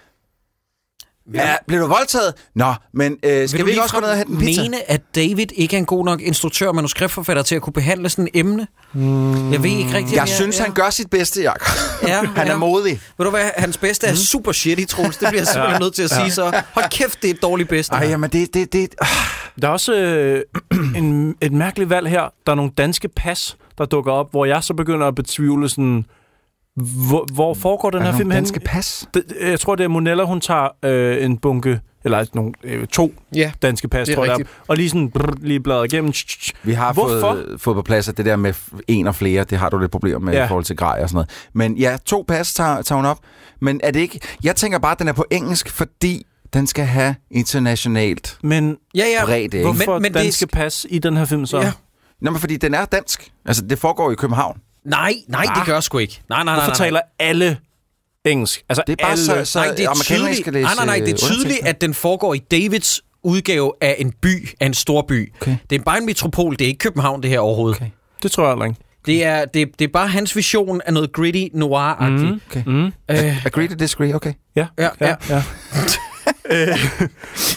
Ja, bliver du voldtaget? Nå, men øh, skal vi ikke også gå ned og hente en pizza?
mene, at David ikke er en god nok instruktør og manuskriptforfatter til at kunne behandle sådan et emne? Mm. Jeg ved ikke rigtigt.
Jeg synes, han gør sit bedste, Jacob.
Ja,
han er
ja.
modig.
Ved du hvad, hans bedste
Mm.
er super shitty, Troels. Det bliver jeg simpelthen nødt til at sige så. Hold kæft, det er et dårligt bedste.
Ej, jamen det... det, det ah,
Der er også øh, en, et mærkeligt valg her. Der er nogle danske pas, der dukker op, hvor jeg så begynder at betvivle sådan... Hvor, hvor foregår den
Mm. er
her
der
film
nogle
hen?
danske pas?
Det, jeg tror, det er Monella, hun tager øh, en bunke, eller nogle, øh, to
Ja,
danske pas,
det er
tror jeg, der er,
rigtigt.
og lige sådan brr, lige bladret igennem. Tsk, tsk, tsk.
Vi har
Hvorfor?
fået, fået på plads, at det der med f- en og flere, det har du lidt problemer med
Ja.
ja. i forhold til grej og sådan noget. Men ja, to pas tager, tager hun op. Men er det ikke... Jeg tænker bare, at den er på engelsk, fordi den skal have internationalt.
Men
ja. ja.
Bredde, ikke?
hvorfor
men, men
danske
danske...
det... pas i den her film så?
Ja.
Nå, men fordi den er dansk. Altså, det foregår i København.
Det, nej, nej,
Ah.
det gør jeg sgu ikke. Nej, nej, nej.
Hvorfor
nej, nej.
taler alle engelsk? Altså
Det er bare
alle...
så, så
nej, det er
amerikanerne
tydeligt,
skal læse
nej, nej, nej, det er
øh,
tydeligt at den foregår i Davids udgave af en by, af en stor by.
Okay.
Det er bare en metropol, det er ikke København det her overhovedet. Okay.
Det tror jeg heller ikke.
Det, er, det, det er bare hans vision af noget gritty, noir-agtigt. Mm.
Okay. Mm. Agree to disagree, okay.
Ja,
Ja, ja.
ja. Øh,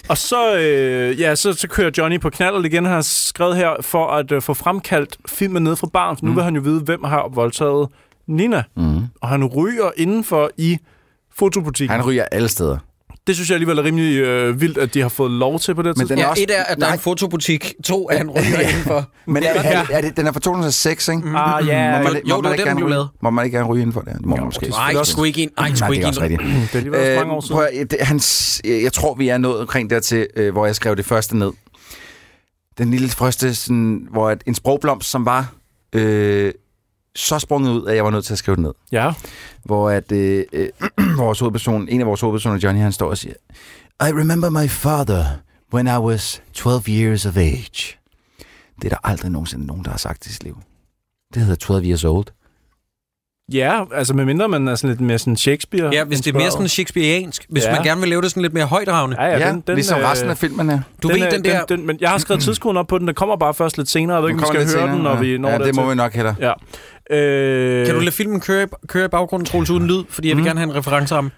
og så, øh, ja, så, så kører Johnny på knaldet igen, har jeg skrevet her, for at øh, få fremkaldt filmen ned fra barn.
Mm.
Nu vil han jo vide, hvem har voldtaget Nina. Mm. Og han ryger indenfor i fotobutikken.
Han
Han...
ryger alle steder.
Det synes jeg alligevel er rimelig øh, vildt, at de har fået lov til på det her
Men den
tidspunkt.
Ja,
også-
et er, at der er
nej.
en fotobutik. To er, at han ryger indenfor.
Men er, er, er det, den er fra 2006, ikke? Mm.
Ah, ja,
Må
Jo,
man, må
det
man
var den,
ikke gerne
den blev
ryge-
lavet.
Må man ikke gerne ryge indenfor der? Det må man måske.
Nej, sgu ikke en. Ej,
Nej,
sgu
det
ikke
er
en.
også rigtigt.
Det er alligevel også mange år siden.
Øh, prøv at, høre, det, hans, øh, jeg tror, vi er nået omkring dertil, øh, hvor jeg skrev det første ned. Den lille første, sådan, hvor at en sprogblomst, som var øh, så sprunget ud, at jeg var nødt til at skrive det ned.
Ja,
Hvor at, øh, øh, vores hovedperson, en af vores hovedpersoner, Johnny, han står og siger, I remember my father when I was 12 years of age. Det er der aldrig nogensinde nogen, der har sagt i sit liv. Det hedder 12 years old.
Ja, altså medmindre man er sådan lidt mere sådan Shakespeare.
Ja, hvis det er mere sådan shakespeariansk. Hvis
Ja.
ja. man gerne vil lave det sådan lidt mere højdragende.
Ja, ja, den, den,
ligesom
øh,
resten af filmen er.
Du ved
øh,
den der...
Den, den, men jeg har
Mm.
skrevet tidskoden op på den. Den kommer bare først lidt senere. Jeg ved ikke, om vi skal høre den, når
ja.
vi når
ja, det
dertil.
må vi nok heller.
Ja. Øh,
Kan du lade filmen køre, i- køre i baggrunden, Troels, uden lyd? Fordi jeg
Mm.
vil gerne have en reference om.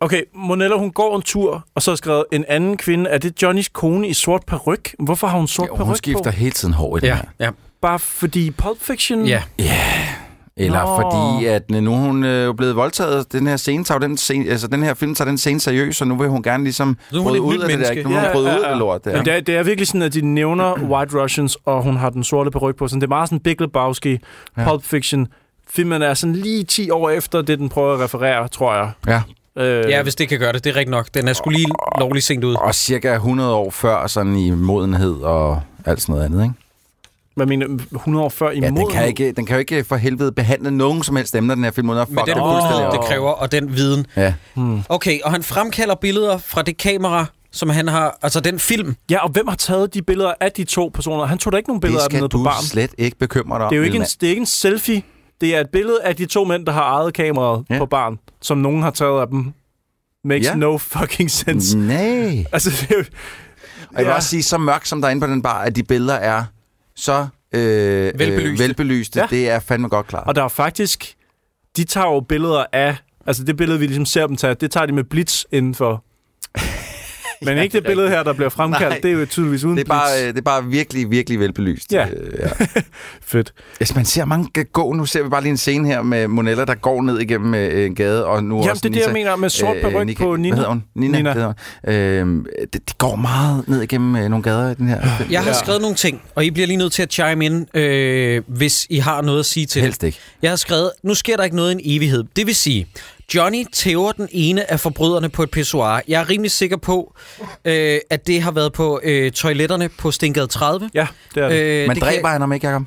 Okay, Monella, hun går en tur, og så har skrevet en anden kvinde. Er det Johnnys kone i sort peruk? Hvorfor har hun sort
Jo,
peruk
hun skifter
på?
hele tiden hår i den
Ja,
her.
ja,
Bare fordi Pulp Fiction...
ja.
Eller
Nå.
Nå. fordi, at nu er hun øh, blevet voldtaget. Den her scene tager jo den scene, altså den her film tager den scene seriøs, og nu vil hun gerne ligesom
Nu er hun
bryde
et
ud af
nyt
det der.
menneske.
ikke? Nu har hun bryde ud af det lort
Jamen,
der.
det, er, det er virkelig sådan, at de nævner White Russians, og hun har den sorte peruk på. Sådan, det er meget sådan Big Lebowski, ja. Pulp Fiction. Filmen er sådan lige 10 år efter det, den prøver at referere, tror jeg.
Ja.
Øh,
ja, hvis det kan gøre det. Det er rigtigt nok. Den er sgu lige lovlig sent ud.
Og cirka 100 år før, sådan i modenhed og alt sådan noget andet, ikke?
Hvad mener du? 100 år før i
Ja, den
moden?
kan, ikke, den kan jo ikke for helvede behandle nogen som helst emner, den her film, uden at
Men
fuck
den
fuldstændig
viden,
op.
det kræver, og den viden.
Ja.
Okay, og han fremkalder billeder fra det kamera, som han har... Altså den film.
Ja, og hvem har taget de billeder af de to personer? Han tog da ikke nogen
Det
billeder af dem
skal
nede på
du
barn.
slet ikke bekymre dig om,
Det er jo ikke en,
lille
det er ikke en selfie. Det er et billede af de to mænd, der har ejet kameraet ja.
Ja.
på barn, som nogen har taget af dem. Makes ja.
Ja. Mm-hmm.
no fucking sense. Mm.
mand. Nej.
Altså, det er jo-
Og jeg vil
Ja.
også sige, så mørkt som der er inde på den bar, at de billeder er så øh,
Velbelyste.
Øh, velbelyste.
Ja.
Ja. Det er fandme godt klart.
og der er faktisk... De tager jo billeder af... Altså, det billede, vi ligesom ser dem tage, det tager de med blitz indenfor. Men ikke det billede her, der bliver fremkaldt.
Nej.
Det er jo tydeligvis uden
Det er, bare, øh,
blitz.
det er bare virkelig, virkelig velbelyst.
Ja.
Øh, ja.
Fedt.
Hvis man ser mange g- gå, nu ser vi bare lige en scene her med Monella, der går ned igennem øh, en gade, og nu
Jamen,
også
det er det,
Nisa,
jeg mener med sort
øh,
peruk
Nika-
på Nina.
Hvad hedder hun? Nina.
Nina.
Nina. Det hedder hun. Øh, de, de går meget ned igennem øh, nogle gader i den her.
Jeg har
Ja.
ja. skrevet nogle ting, og I bliver lige nødt til at chime ind, øh, hvis I har noget at sige til det.
Helst ikke.
Øh,
Jeg har skrevet, nu sker der ikke noget i en evighed. Det vil sige, Johnny tæver den ene af forbryderne på et pissoir. Jeg er rimelig sikker på, øh, at det har været på øh, toiletterne på Stengade 30.
Ja, det er det.
Øh,
Man
det kan-
dræber han ham ikke, Jacob?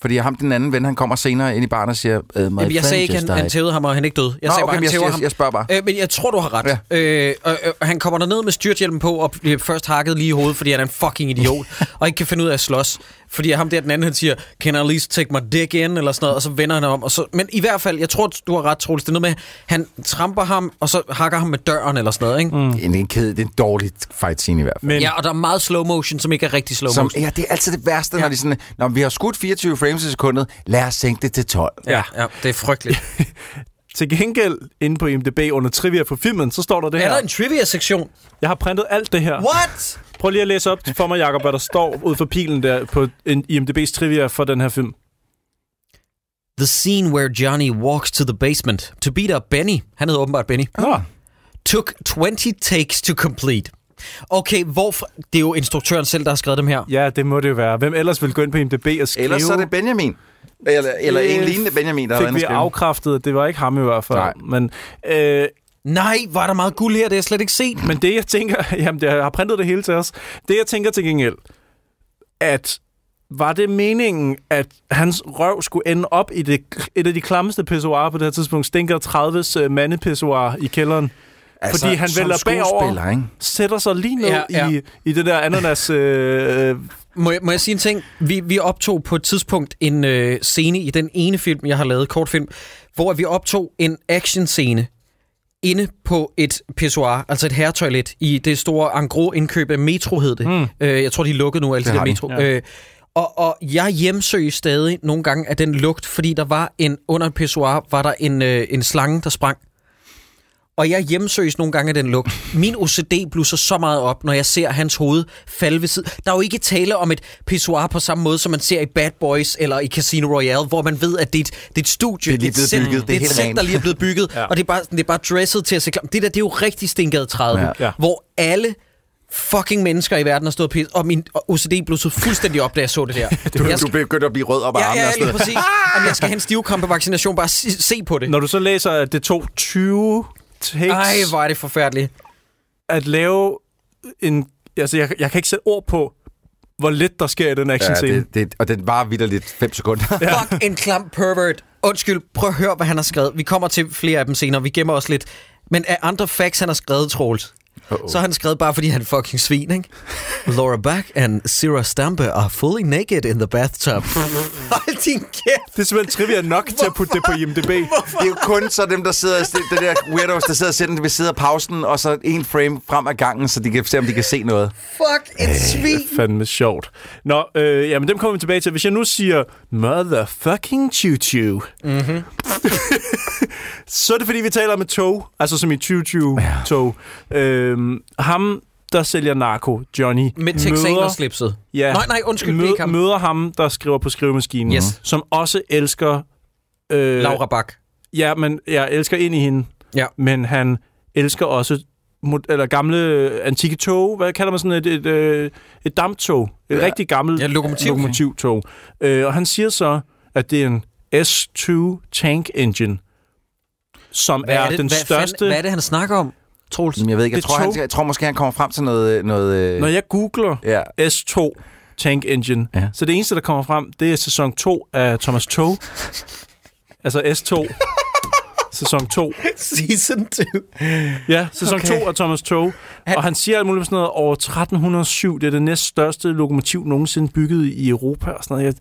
Fordi ham, den anden ven, han kommer senere ind i baren og siger, øh, my
Jamen, jeg
friend
sagde ikke,
just
han, han
died."
tævede ham, og han ikke døde. Jeg
Nå,
sagde
okay,
bare,
men
han
jeg-
tæver
jeg-
ham.
jeg spørger bare.
Øh, men jeg tror, du har ret. Ja. Øh, og, og, han kommer ned med styrthjelmen på, og bliver først hakket lige i hovedet, fordi han er en fucking idiot, og ikke kan finde ud af at slås. Fordi ham der, den anden, han siger, can I at least take my dick in, eller sådan noget, og så vender han om. Og så, men i hvert fald, jeg tror, du har ret, Troels. Det er noget med, han tramper ham, og så hakker ham med døren, eller sådan noget, ikke? Mm.
Det er en- en ked, det er en dårlig fight scene i hvert fald.
Men
Ja, og der er meget slow motion, som ikke er rigtig slow
Som,
motion.
ja, det er altid det værste, ja. når de sådan, når vi har skudt 24 frames i sekundet, lad os sænke det til 12.
Ja, ja, det er frygteligt.
til gengæld, inde på IMDb under trivia på filmen, så står der det
Er der
her.
en trivia-sektion?
Jeg har printet alt det her.
What?
Prøv lige at læse op for mig, Jacob, hvad der står ud for pilen der på en- IMDb's trivia for den her film.
The scene where Johnny walks to the basement to beat up Benny. Han hedder åbenbart Benny.
Nå.
Took 20 takes to complete. Okay, hvorfor... Det er jo instruktøren selv, der har skrevet dem her.
Ja, det må det jo være. Hvem ellers vil gå ind på IMDb og skrive? Øh,
Ellers så er det Benjamin. Eller, eller en lignende Benjamin, der har
Fik
været inde
vi
og skrive.
afkræftet, at det var ikke ham i hvert fald.
Nej.
Men, øh,
Nej, var der meget guld her, det har jeg slet ikke set.
men det, jeg tænker... Jamen, det, jeg har printet det hele til os. Det, jeg tænker til gengæld, at var det meningen, at hans røv skulle ende op i det, et af de klammeste pissoirer på det her tidspunkt? Stinker 30's øh, mandepissoir i kælderen. fordi han
Altså, som
vælger bagover.
skuespiller, Ikke?
Sætter sig lige ned ja,
Ja,
ja.
ja.
I, i det der ananas... Øh, øh,
Må jeg, må jeg sige en ting? Vi, vi optog på et tidspunkt en øh, scene i den ene film, jeg har lavet, kortfilm, hvor vi optog en actionscene inde på et pissoir, altså et herretoilet, i det store Angro indkøb af Metro hed det. Mm. Øh, jeg tror, de er lukket nu, altså det,
har
der
de.
Metro. Ja. Øh, og, og jeg hjemsøger stadig nogle gange af den lugt, fordi der var en, under et pissoir, var der en, øh, en slange, der sprang. Og jeg hjemsøges nogle gange af den lugt. Min OCD blusser så meget op, når jeg ser hans hoved falde ved siden. Der er jo ikke tale om et pissoir på samme måde, som man ser i Bad Boys eller i Casino Royale, hvor man ved, at det er et, det er et studie.
Det er lige
et
blevet
sæt-
bygget, det er
Det er et
helt
sæt,
rent.
der lige er blevet bygget, ja. og det er, bare, det er bare dresset til at se klamt. Det der, det er jo rigtig stengade 30, ja.
Ja.
Ja.
hvor alle fucking mennesker i verden har stået og pisset, og min OCD blussede fuldstændig op, da jeg så det der. jeg skal,
begynder at blive rød op
ja, ja, lige præcis. Jamen, jeg skal have en stivkrampevaccination, bare se, se på det.
Når du så læser, at det tog 20 takes
Ej, hvor er det forfærdeligt.
at lave en... Altså, jeg, jeg kan ikke sætte ord på, hvor lidt der sker i den action
Ja,
scene.
det, det, og den var vidderligt 5 sekunder. Ja.
Fuck en klam pervert. Undskyld, prøv at høre, hvad han har skrevet. Vi kommer til flere af dem senere, vi gemmer os lidt. Men af andre facts, han har skrevet, Troels. Uh-oh. Så har han skrevet bare, fordi han er fucking svin, ikke? Laura Back and Sarah Stampe are fully naked in the bathtub. Hold din kæft!
Det er simpelthen trivia nok til at putte det på IMDb.
Det er jo kun så dem, der sidder, det der weirdos, der sidder og sætter den ved siden af pausen, og så en frame frem ad gangen, så de kan se, om de kan se noget.
Fuck, et svin!
Fandme sjovt. Nå, øh, jamen dem kommer vi tilbage til. Hvis jeg nu siger, motherfucking choo-choo, mm-hmm.
Mhm.
så er det fordi, vi taler om et tog, altså som i choo-choo-tog. Øhm, ham, der sælger narko, Johnny,
Med texanerslipset.
Ja.
Nej, nej, undskyld, det er ikke ham.
Møder ham, der skriver på skrivemaskinen,
Yes.
som også elsker... Øh,
Laura Bak.
Ja, men jeg elsker ind i hende,
Ja.
men han elsker også mod- eller gamle øh, antikke tog. Hvad kalder man sådan et, et, øh, et damptog? Et ja. rigtig gammelt
Ja, lokomotiv.
lokomotivtog. Øh, og han siger så, at det er en S2 tank engine, som
Hvad
er,
er det,
den
hvad
største...
Fanden, hvad er det, han snakker om? Troels.
Jamen, Jeg ved ikke, jeg
Det
tror, han,
tog.
jeg tror måske, han kommer frem til noget... øh, noget
Når jeg googler
Ja.
S2 Tank Engine,
Ja.
ja. så det eneste, der kommer frem, det er sæson 2 af Thomas Tog. altså S2. sæson 2.
Season 2.
Ja, sæson okay. 2 af Thomas Tog. Og han siger alt muligt med sådan noget over 1307. Det er det næststørste lokomotiv nogensinde bygget i Europa. Og sådan noget. Jeg,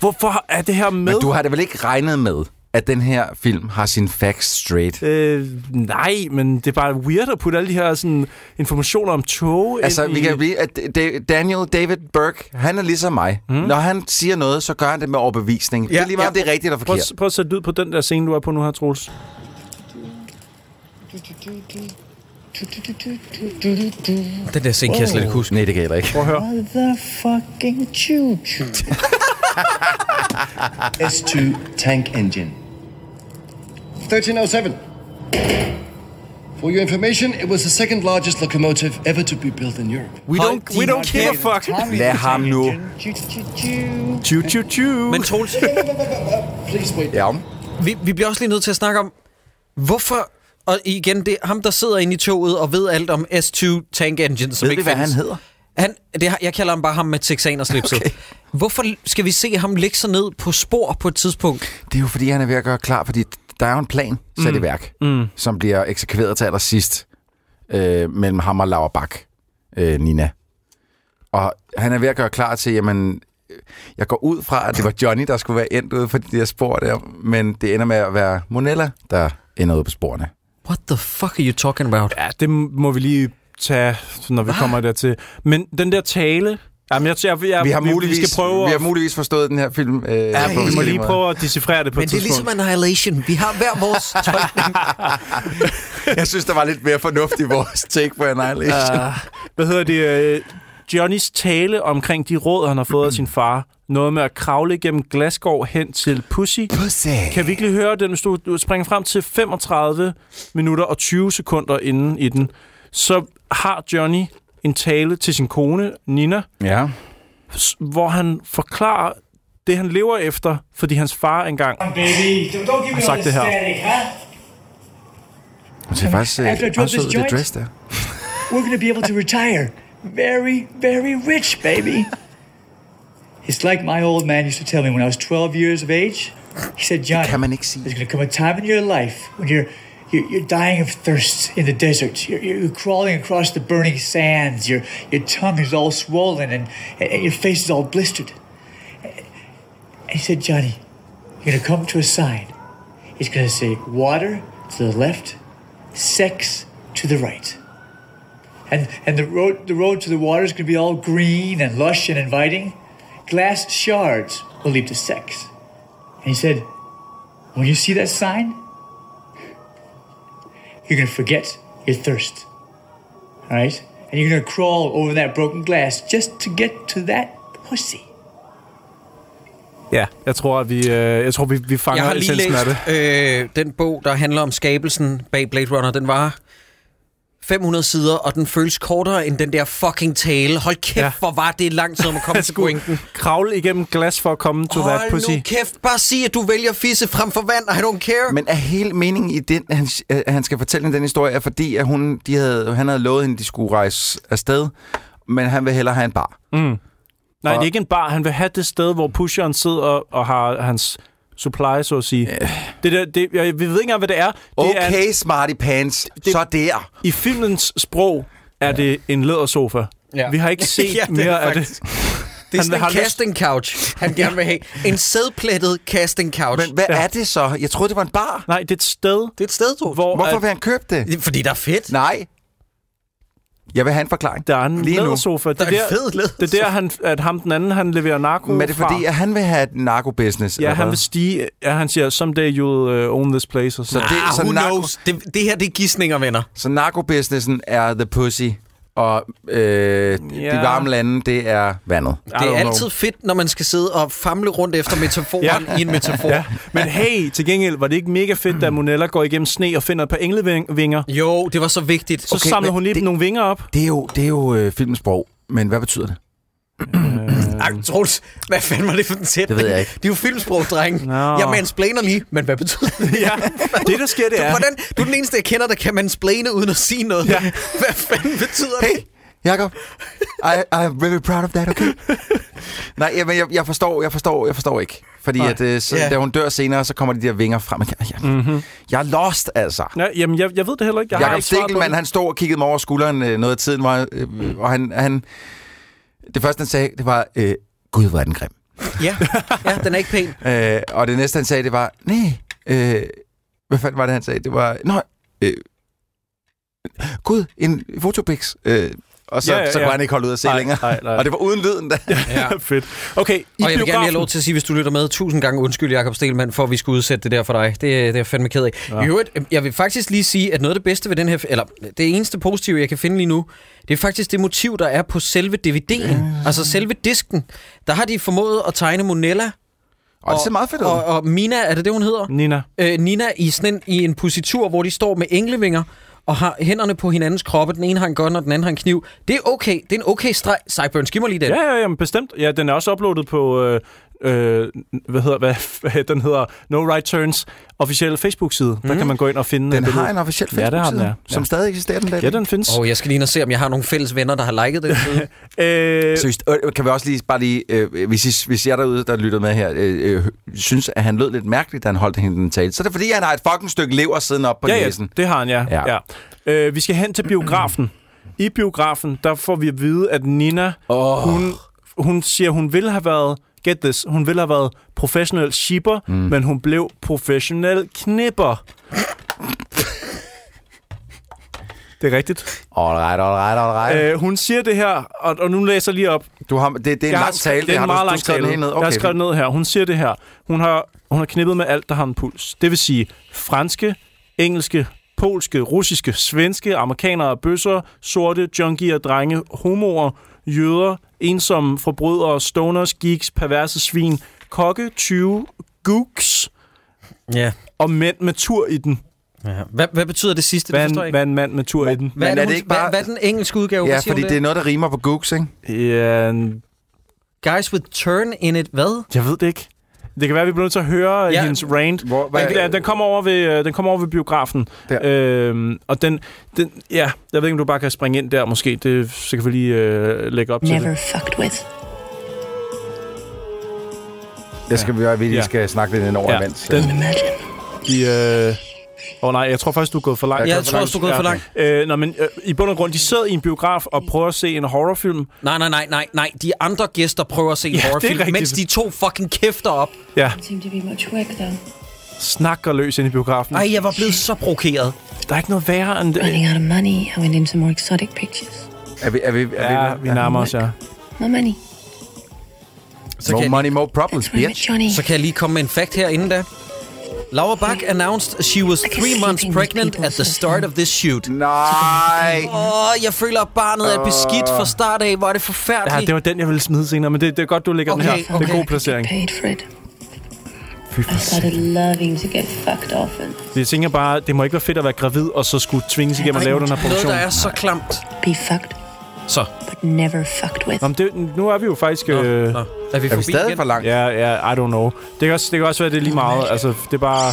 hvorfor er det her med?
Men du har da vel ikke regnet med, at den her film har sin facts straight?
Øh, nej, men det er bare weird at putte alle de her sådan, informationer om tog
Altså,
ind
vi
i...
kan blive, at Da- Daniel David Burke, han er ligesom mig. Mm. Når han siger noget, så gør han det med overbevisning. Ja, det er lige meget, ja. om det er rigtigt eller
Prøv,
forkert.
at- prøv at sætte lyd på den der scene, du er på nu her, Troels.
Den der scene kan jeg slet ikke huske.
Nej, det kan jeg heller ikke.
Prøv at høre.
Motherfucking choo choo.
S2 tank engine. 1307. For your information, it was the second largest locomotive ever to be built in Europe.
We
Hold
don't, we
din
don't give a fuck.
Lad ham nu.
Choo, choo, choo.
Men Troels,
Please wait.
Ja, om.
vi, vi bliver også lige nødt til at snakke om, hvorfor... Og igen, det er ham, der sidder inde i toget og ved alt om S2 Tank Engine, som
Ved
ikke
vi, hvad
findes.
han hedder?
Han, det, har- jeg kalder ham bare ham med texanerslipset. Okay. Hvorfor skal vi se ham lægge sig ned på spor på et tidspunkt?
Det er jo, fordi han er ved at gøre klar, fordi der er jo en plan sat mm. i værk, mm. som bliver eksekveret til allersidst øh, mellem ham og Laura Bak, øh, Nina. Og han er ved at gøre klar til, jamen, øh, jeg går ud fra, at det var Johnny, der skulle være endt ude på de der spor der, men det ender med at være Monella, der ender ude på sporene.
What the fuck are you talking about?
Ja, det må vi lige tage, når vi kommer dertil. Men den der tale... Jamen, jeg, jeg, jeg,
Vi har muligvis,
vi skal prøve
vi har
at,
muligvis forstået den her film. Øh, ja,
ja, vi må lige prøve at decifrere det på
Men
et
det er
tidspunkt.
ligesom Annihilation. Vi har hver vores tolkning.
Jeg synes, der var lidt mere fornuft i vores take på Annihilation. Uh,
Hvad hedder det? øh, Johnnys tale omkring de råd, han har fået af sin far. Noget med at kravle gennem glasgård hen til Pussy.
Pussy.
Kan vi ikke lige høre den, hvis du, du springer frem til 35 minutter og 20 sekunder inden i den? Så har Johnny en tale til sin kone, Nina,
Ja.
s- hvor han forklarer det, han lever efter, fordi hans far engang...
Baby, don't, don't give me
Sagt det
all this
her.
static, huh?
Hun ser faktisk øh,
After I drop
ret sød,
this
i det
joint?
dress der.
We're gonna be able to retire very, very rich, baby. It's like my old man used to tell me when I was 12 years of age. He said, Johnny,
kan man ikke sige.
there's gonna come a time in your life when you're you're, you're dying of thirst in the desert. You're, you're you're crawling across the burning sands. Your your tongue is all swollen and, and your face is all blistered. And he said, Johnny, you're gonna come to a sign. It's gonna say water to the left, sex to the right and and the road the road to the water is going to be all green and lush and inviting. Glass shards will lead to sex. And he said, when you see that sign, you're going to forget your thirst. All right, and you're going to crawl over that broken glass just to get to that pussy.
Ja, jeg tror, at vi, øh, jeg tror, vi, vi fanger
Jeg har lige
essensen af det.
læst øh, den bog, der handler om skabelsen bag Blade Runner. Den var 500 sider, og den føles kortere end den der fucking tale. Hold kæft, ja.
Ja.
hvor var det lang tid om at komme
Jeg
til
skulle
pointen.
kravle igennem glas for at komme to that
Hold
pussy.
nu kæft, bare sig, at du vælger fisse frem for vand. I don't care. Men
Men er hele meningen i den, at han, at han skal fortælle hende den historie, er fordi, at hun, de havde, han havde lovet hende, at de skulle rejse afsted, men han vil hellere have en bar.
Nej, det er ikke en bar. Han vil have det sted, hvor pusheren sidder og har hans supply, så at sige. Det der, det, jeg, vi ved ikke engang, hvad det er. Det er
Okay, smarty pants.
det-
Så der.
I filmens sprog er det en lædersofa.
Ja.
Vi har ikke set
Ja,
ja,
det er
mere af det.
faktisk- Det er
Han
sådan
har
en
lyst-
casting couch, han gerne vil have. En sædplettet casting couch.
Men hvad er det så? Jeg troede, det var en bar.
Nej, det er et sted,
det er et sted, Troels.
hvor
Hvorfor
at,
vil han købe det?
Fordi der er fedt.
Nej. Jeg vil have en forklaring.
der er en
Lige nu.
lædersofa. Det
Der er en
der,
fed lædersofa.
det er der, han, at ham den anden, han leverer narko
Men er det
fra.
fordi, at han vil have et narkobusiness?
Ja,
eller
han
hvad?
vil stige. Ja, han siger, someday you'll uh, own this place. Og sådan.
det-
Ah,
så
who
narko-
knows? Det, det her, det er gissninger, venner.
Så narkobusinessen er the pussy, og øh,
Ja.
de varme lande, det er vandet.
Det er
don't know.
altid fedt, når man skal sidde og famle rundt efter metaforen
Ja.
i en metafor.
Ja. Men hey, til gengæld, var det ikke mega fedt, da Monella går igennem sne og finder et par englevinger?
Jo, det var så vigtigt.
Så okay, samler
men
hun lige
det-
det... nogle vinger op.
Det er jo, det er jo øh, filmens sprog, men hvad betyder det?
Mm.
Ak, Troels, hvad fanden var det for en sætning?
Det ved jeg ikke.
Det er jo filmsprog, dreng.
Nå.
Jeg mansplaner lige, men hvad betyder det?
ja, det der sker, det
Du,
er...
hvordan, du er den eneste, jeg kender, der kan mansplane uden at sige noget.
Ja.
Hvad fanden betyder det?
Hey, Jacob, I, I'm very proud of that, okay? Nej, jamen, jeg, jeg forstår, jeg forstår, jeg forstår ikke. Fordi at, øh, så,
Ja.
da hun dør senere, så kommer de der vinger frem. Jeg, jeg, mm-hmm. jeg er lost, altså.
Mhm. Ja, jamen, jeg, jeg ved det heller ikke. Mm. Jeg har
Jakob
ikke svaret på
Stikkelmann,
det.
han stod og kiggede mig over skulderen øh, noget af tiden, hvor, øh, og han, han, det første, han sagde, det var, øh, Gud, hvor er den grim.
Ja. ja, den er ikke pæn.
Øh, og det næste, han sagde, det var, nej, øh, hvad fanden var det, han sagde? Det var, nej, øh, gud, en fotopix. Øh, og så, ja, ja, så kunne ja. han ikke holde ud at se
Nej,
længere.
nej, nej.
Og det var uden lyden, da.
Ja.
Fedt. Okay, i
Og jeg vil gerne lige
biografen.
have lov til at sige, hvis du lytter med, tusind gange undskyld, Jakob Stelmann, for at vi skulle udsætte det der for dig. Det, det er jeg fandme ked af. Ja. I øvrigt, øh, jeg vil faktisk lige sige, at noget af det bedste ved den her, f- eller det eneste positive, jeg kan finde lige nu, det er faktisk det motiv, der er på selve DVD'en, altså selve disken. Der har de formået at tegne Monella
Og det ser meget fedt ud.
og, og Mina, er det det, hun hedder?
Nina.
øh, Nina i, sådan en, i en positur, hvor de står med englevinger og har hænderne på hinandens kroppe. Den ene har en gun, og den anden har en kniv. Det er okay. Det er en okay streg. Cyburns, giv mig lige den.
Ja, ja, ja, men bestemt. Ja, den er også uploadet på, øh, øh, hvad hedder, hvad, den hedder No Right Turns officielle Facebook-side. Mm. Der kan man gå ind og finde
Mhm. Den
billedet.
har en officiel
Ja, det har den,
Facebook-side,
ja.
som
Ja.
stadig eksisterer den dag.
Ja, den findes.
Og oh, jeg skal lige ind og se, om jeg har nogle fælles venner, der har liket det.
Øh,
Seriøst, øh, kan vi også lige, bare lige, øh, hvis, I, hvis jeg derude, der lytter med her, øh, øh, synes, at han lød lidt mærkeligt, da han holdt hende den tale, så er det fordi, han har et fucking stykke lever siden op på
ja, ja,
næsen.
det har han, ja.
Ja.
ja. ja. Øh, vi skal hen til biografen. I biografen, der får vi at vide, at Nina, oh. hun, hun siger, hun ville have været, get this, hun ville have været professionel shipper, mm. men hun blev professionel knipper. det er rigtigt.
All right, all right, all right.
Øh, hun siger det her, og, og nu læser jeg lige op.
du har, det, det er en
Jeg har
lang
sk-
tale,
Det er en
har
meget
du, du
lang
skrev den
tale.
helt ned.
Jeg har skrevet
Okay.
ned her. Hun siger det her. Hun har, hun har knippet med alt, der har en puls. Det vil sige franske, engelske, polske, russiske, svenske, amerikanere, bøsser, sorte, junkier, drenge, homoer, jøder, ensomme, forbrydere, stoners, geeks, perverse svin, kokke, 20, gooks
ja.
og mænd med tur i den.
ja. Hvad, hvad betyder det sidste?
Hvad
det forstår
er
jeg
en-
ikke.
hvad er en mand med tur i den?
Hvad,
Men
det,
er det
hun-
ikke bare-
hvad, hvad er den engelske udgave? Hvad
Ja,
siger
fordi
hun
det er noget, der rimer på gooks, ikke?
Ja, en-
Guys with turn in it, hvad?
jeg ved det ikke. Det kan være, at vi bliver nødt til at høre
Ja.
ja. hendes rant.
Hvor,
Hvad, ja, den kommer over ved øh, den kommer over ved biografen.
Der.
Øhm, og den, den ja, jeg ved ikke om du bare kan springe ind der måske. Det så kan vi lige øh, lægge op til
Never
det.
fucked with.
Jeg skal, vi, vi lige
Ja.
skal snakke lidt ind over
Ja,
imens.
den,
Imagine.
de, øh, Åh oh, nej, jeg tror faktisk, du er gået for langt.
Ja, jeg tror også, du er gået for langt.
Øh, nå, men øh, i bund og grund, de sidder i en biograf og prøver at se en horrorfilm.
Nej, nej, nej, nej, nej. De andre gæster prøver at se en
Ja, det er
horrorfilm,
rigtigt.
mens de to fucking kæfter op.
Ja,
Seem to be much work though.
snakker løs ind i biografen.
Ej, jeg var blevet så provokeret.
Der er ikke noget værre end det.
Running out of money, I went into more exotic pictures.
Er vi, er vi, er
Ja, vi nærmer os, ja.
More money.
Så
More
kan, jeg,
money, more problems,
That's where I met
bitch.
Johnny.
så kan jeg lige komme med en fact her inden da. Laura Bach announced she was three months pregnant at the start of this shoot.
Nej.
Åh, jeg føler, at barnet er beskidt fra start af. Hvor er det forfærdeligt.
Ja, det var den, jeg ville smide senere, men det, det er godt, du lægger
Okay,
den her. Det
okay.
er god placering.
Paid for it.
I started loving to get fucked often.
Jeg tænker bare, det må ikke være fedt at være gravid, og så skulle tvinges igennem at lave den her
Noget,
produktion.
der er så klamt.
Be fucked,
Så.
but never fucked with.
Nå, men det, nu er vi jo faktisk...
Nå,
øh,
nå. Er vi
Er vi
forbi
stadig
igen?
for langt?
Ja, ja, I don't know. Det kan også, det kan også være, det er lige meget. Altså, det er bare...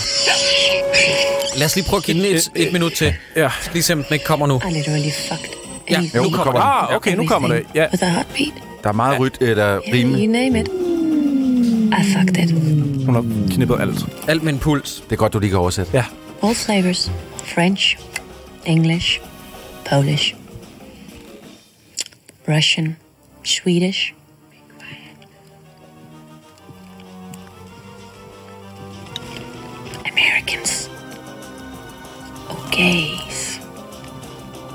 Lad os lige prøve at give den et, et minut til.
Ja.
Så lige se, om den ikke kommer nu.
I literally fucked.
Ja,
anything,
nu kommer den.
Ah, okay, nu kommer det.
everything,
Ja,
With a heartbeat.
øh, Der er meget ryt, eller
You
rime.
name it. I fucked it.
Hun har knippet alt.
Alt med en puls.
Det er godt, du lige kan oversætte.
Ja.
All flavors French, English, Polish, Russian, Swedish. Americans. Okays.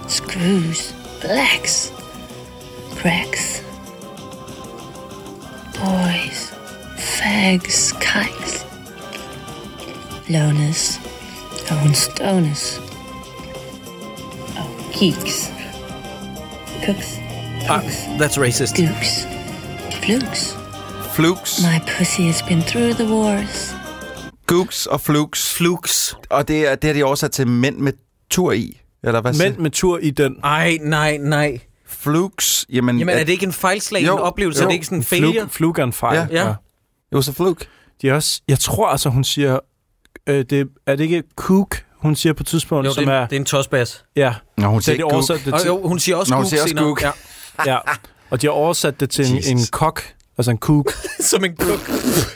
Screws. Blacks. Cracks. Boys. Fags. Kikes. Loners. Own stoners. Oh, geeks. Cooks.
Ah, that's racist.
Gooks. Flukes.
Flukes,
My pussy has been through the wars.
gooks og flukes.
Flukes.
Og det, er, det har de oversat til mænd med tur i. Eller hvad
Mænd
siger-
med tur i den.
Ej, nej, nej.
Flukes, jamen...
Jamen, er
at-
det ikke en fejlslag,
Mm, Jo,
en oplevelse?
jo.
Er det ikke sådan en failure?
Flug, flugeren fejl.
Ja.
Ja.
Det var så fluke.
De er også, jeg tror altså, hun siger, øh, det, er det ikke kook, hun siger på et tidspunkt,
Jo,
som
det, er,
er,
det er en tosbas.
ja,
Nå, hun
så
siger
er de
ikke kook.
oversat det
Og
til,
jo, hun siger også
Nå, hun
cook
siger også
senere.
cook.
Ja.
ja, og de har oversat det til en, en
Jesus.
kok, altså en kook,
Som en cook.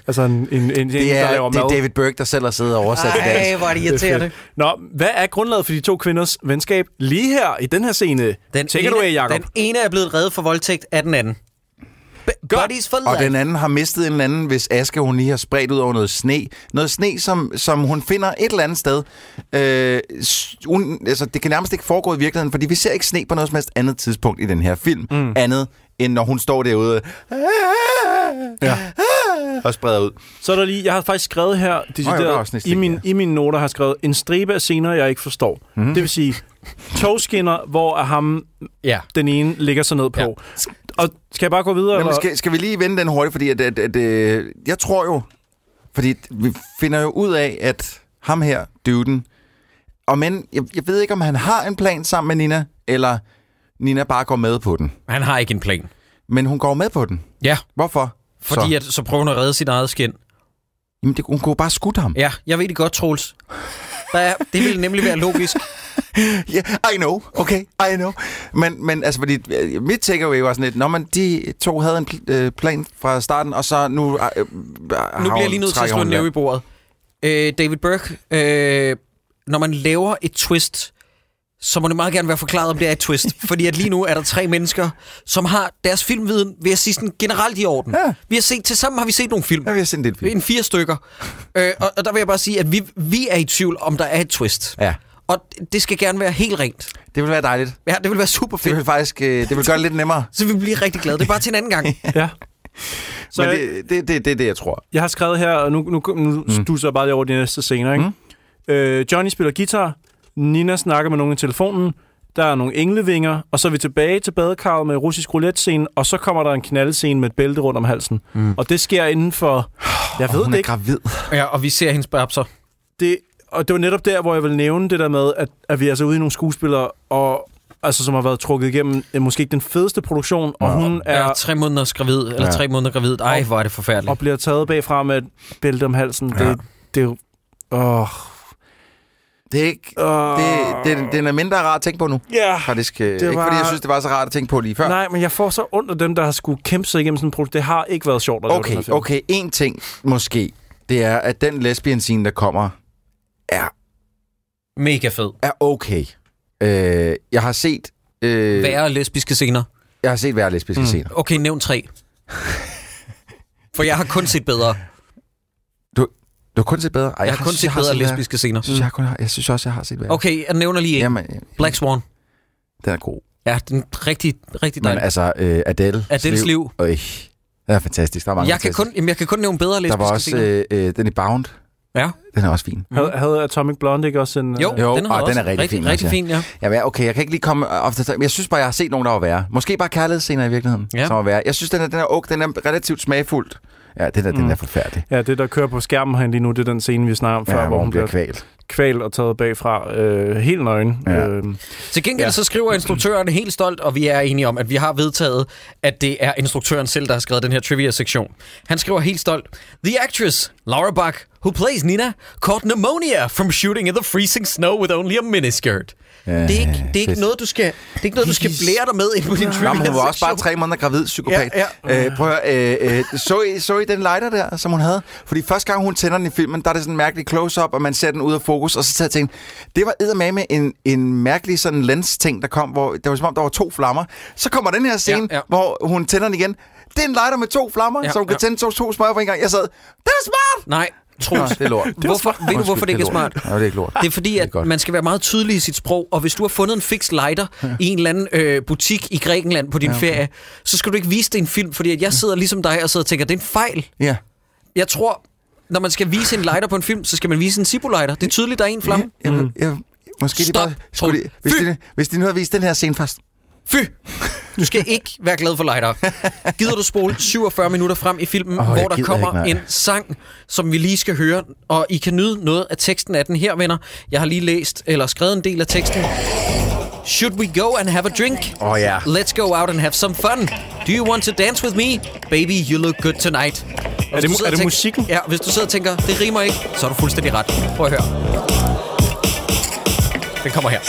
altså en, en, en, en
Det
der
er,
laver
det er
mad.
David Burke, der selv har siddet og oversat det dansk.
Ej, hvor er det
Det er
irriterende.
fedt. Nå, hvad er grundlaget for de to kvinders venskab lige her i den her scene? Den Take it away, Jacob.
den ene er blevet reddet for voldtægt af den anden. B- Buddies for
Og
life.
den anden har mistet en eller anden, hvis Aske hun lige har spredt ud over noget sne. Noget sne, som, som hun finder et eller andet sted. Øh, s- un, altså, det kan nærmest ikke foregå i virkeligheden, fordi vi ser ikke sne på noget som helst andet tidspunkt i den her film. Mm. Andet end når hun står derude
Ja.
og spreder ud.
Så er der lige, jeg har faktisk skrevet her, decideret,
der er også en
i,
stik,
min, i mine noter har jeg skrevet, en stribe af scener, jeg ikke forstår.
Mhm.
Mm. Det vil sige, togskinner, hvor er ham,
Ja.
den ene ligger sig ned på. Ja. Og skal jeg bare gå videre?
Jamen,
eller?
skal, skal vi lige vende den hurtigt, fordi at, at, at, øh, jeg tror jo, fordi vi finder jo ud af, at ham her, duden, og men, jeg, jeg ved ikke, om han har en plan sammen med Nina, eller Nina bare går med på den.
Han har ikke en plan.
Men hun går med på den.
Ja,
Hvorfor?
fordi
så.
så. At, så prøver hun at redde sit eget skin.
Jamen, det, hun kunne jo bare skudt ham.
Ja, jeg ved det godt, Troels. Der er, det ville nemlig være logisk.
Yeah, I know, okay, I know. Men, men altså, fordi øh, mit takeaway var sådan lidt, når man de to havde en pl- øh, plan fra starten, og så nu... Øh, nu
Nu bliver jeg lige nødt til at slå en næve i bordet. Øh, David Burke, øh, når man laver et twist, så må det meget gerne være forklaret, om det er et twist. Fordi at lige nu er der tre mennesker, som har deres filmviden, vil jeg sige sådan generelt i orden.
Ja.
Vi har set, til sammen har vi set nogle film.
Jeg vil sende det
En fire stykker. Øh, og, og der vil jeg bare sige, at vi, vi er i tvivl, om der er et twist.
Ja,
Og det skal gerne være helt rent.
det ville være dejligt.
Ja, det vil være super
Det
fedt.
vil faktisk øh, det vil gøre det lidt nemmere.
Så vi bliver rigtig glade. Det er bare til en anden gang.
Ja.
Så
Så
Men
jeg,
det er det, det, det, det, jeg tror.
jeg har skrevet her, og nu, nu, nu mm. stusser jeg bare lige over de næste scener. Ikke? Mm. Øh, Johnny spiller guitar, Nina snakker med nogen i telefonen, der er nogle englevinger, og så er vi tilbage til badekarret med russisk roulette-scene, og så kommer der en knaldscene med et bælte rundt om halsen. Mm. Og det sker inden for... Jeg ved
Hun
det
er
ikke.
gravid.
Ja, og vi ser hendes babser.
Det, og det var netop der, hvor jeg vil nævne det der med, at, at vi er altså ude i nogle skuespillere, og, altså, som har været trukket igennem øh, måske ikke den fedeste produktion, og hun
Ja,
er
tre måneder gravid. Eller ja. tre måneder gravid. Ej, hvor er det forfærdeligt.
og bliver taget bagfra med et bælte om halsen. Ja.
Ja.
Det, det er jo... Åh,
Det er ikke... Det, det, den er mindre rar at tænke på nu.
Ja,
Faktisk, øh,
det
ikke fordi
var-
jeg synes, det var så rart at tænke på lige før.
nej, men jeg får så ondt af dem, der har skulle kæmpe sig igennem sådan en produkt. Det har ikke været sjovt at lave den her
Okay,
film.
okay. En ting måske, det er, at den lesbian scene, der kommer, er,
Mega fed.
er okay. Øh, jeg har set... Øh,
Værre lesbiske scener.
jeg har set hver lesbiske mm. scener.
Okay, nævn tre. For jeg har kun set bedre.
Du har kun set bedre. Ej,
Jeg har kun
synes,
set bedre
set værre.
lesbiske scener.
Jeg synes, jeg, kun har, jeg synes også, jeg har set værre.
Okay, jeg nævner lige en.
Jamen, øh,
Black Swan.
den er god.
Ja, den er rigtig, rigtig
Men
dejlig.
altså, øh, Adele.
Adels liv.
Øh, den er fantastisk. Der er mange
Jeg kan,
fantastiske.
kun, jamen, jeg kan kun nævne bedre
Der var
lesbiske
også
scener.
øh, øh, den i Bound.
Ja.
Den er også fin.
Havde, havde Atomic Blonde ikke også en...
Jo,
øh,
Jo,
den,
og
også
den er rigtig fin også,
Rigtig
ja.
fin, ja.
Jamen, okay, jeg kan ikke lige komme off the top. Jeg synes bare, jeg har set nogen, der var værre. Måske bare kærlighedsscener i virkeligheden,
Ja.
ja. som var værre. Jeg synes, den er, den er ok, den er relativt smagfuldt. Ja, den er, mm. den er forfærdelig.
Ja, det der kører på skærmen herinde lige nu, det er den scene, vi snakker om før,
Ja,
hvor hun bliver
kvalt.
kvalt og taget bagfra øh, helt nøgen.
Ja.
Øh,
Til gengæld ja. så skriver instruktøren helt stolt, og vi er enige om, at vi har vedtaget, at det er instruktøren selv, der har skrevet den her trivia-sektion. Han skriver helt stolt, The actress, Laura Buck, who plays Nina, caught pneumonia from shooting in the freezing snow with only a miniskirt. det er ikke, det er
fedt.
ikke noget, du skal, det er ikke noget, du skal blære dig med ind på din
Nå, men hun var
Trivial
også bare
Show.
tre måneder gravid psykopat.
Ja,
ja. Øh, prøv at, høre, øh, øh, så, I, så I den lighter der, som hun havde? Fordi første gang, hun tænder den i filmen, der er det sådan en mærkelig close-up, og man ser den ud af fokus, og så tager jeg tænkt, det var eddermame en, en mærkelig sådan lens-ting, der kom, hvor det var som om, der var to flammer. Så kommer den her scene, ja,
Ja,
ja.
ja.
hvor hun tænder den igen. Det er en lighter med to flammer, ja,
Ja,
så hun kan
ja.
tænde to, to smøger på en gang. Jeg sad, det er smart!
Nej,
Nå,
Troels.
det er lort.
Hvorfor, ved du, hvorfor det ikke er smart?
Ja, det er ikke lort.
Det er fordi, at
godt.
man skal være meget tydelig i sit sprog, og hvis du har fundet en fix lighter i en eller anden øh, butik i Grækenland på din ja, okay. ferie, så skal du ikke vise det i en film, fordi at jeg sidder ligesom dig og sidder og tænker, det er en fejl.
Ja.
Jeg tror, når man skal vise en lighter på en film, så skal man vise en Zippo-lighter. Det er tydeligt, der er en flamme.
Jeg, jeg, jeg, måske
Stop,
de bare... Skulle de,
Troels.
hvis,
Fy!
de, hvis de nu havde vist den her scene først.
Fy! Du skal ikke være glad for lighter. Gider du spole 47 minutter frem i filmen, oh,
jeg
hvor der
gider
kommer
ikke,
en
nej.
sang, som vi lige skal høre, og I kan nyde noget af teksten af den her, venner. Jeg har lige læst eller skrevet en del af teksten. Should we go and have a drink?
Åh, ja.
Let's go out and have some fun. Do you want to dance with me? Baby, you look good tonight. Er
det mu- er det musikken?
Ja, hvis du sidder og tænker, det rimer ikke, så er du fuldstændig ret. Prøv at høre. Den kommer her.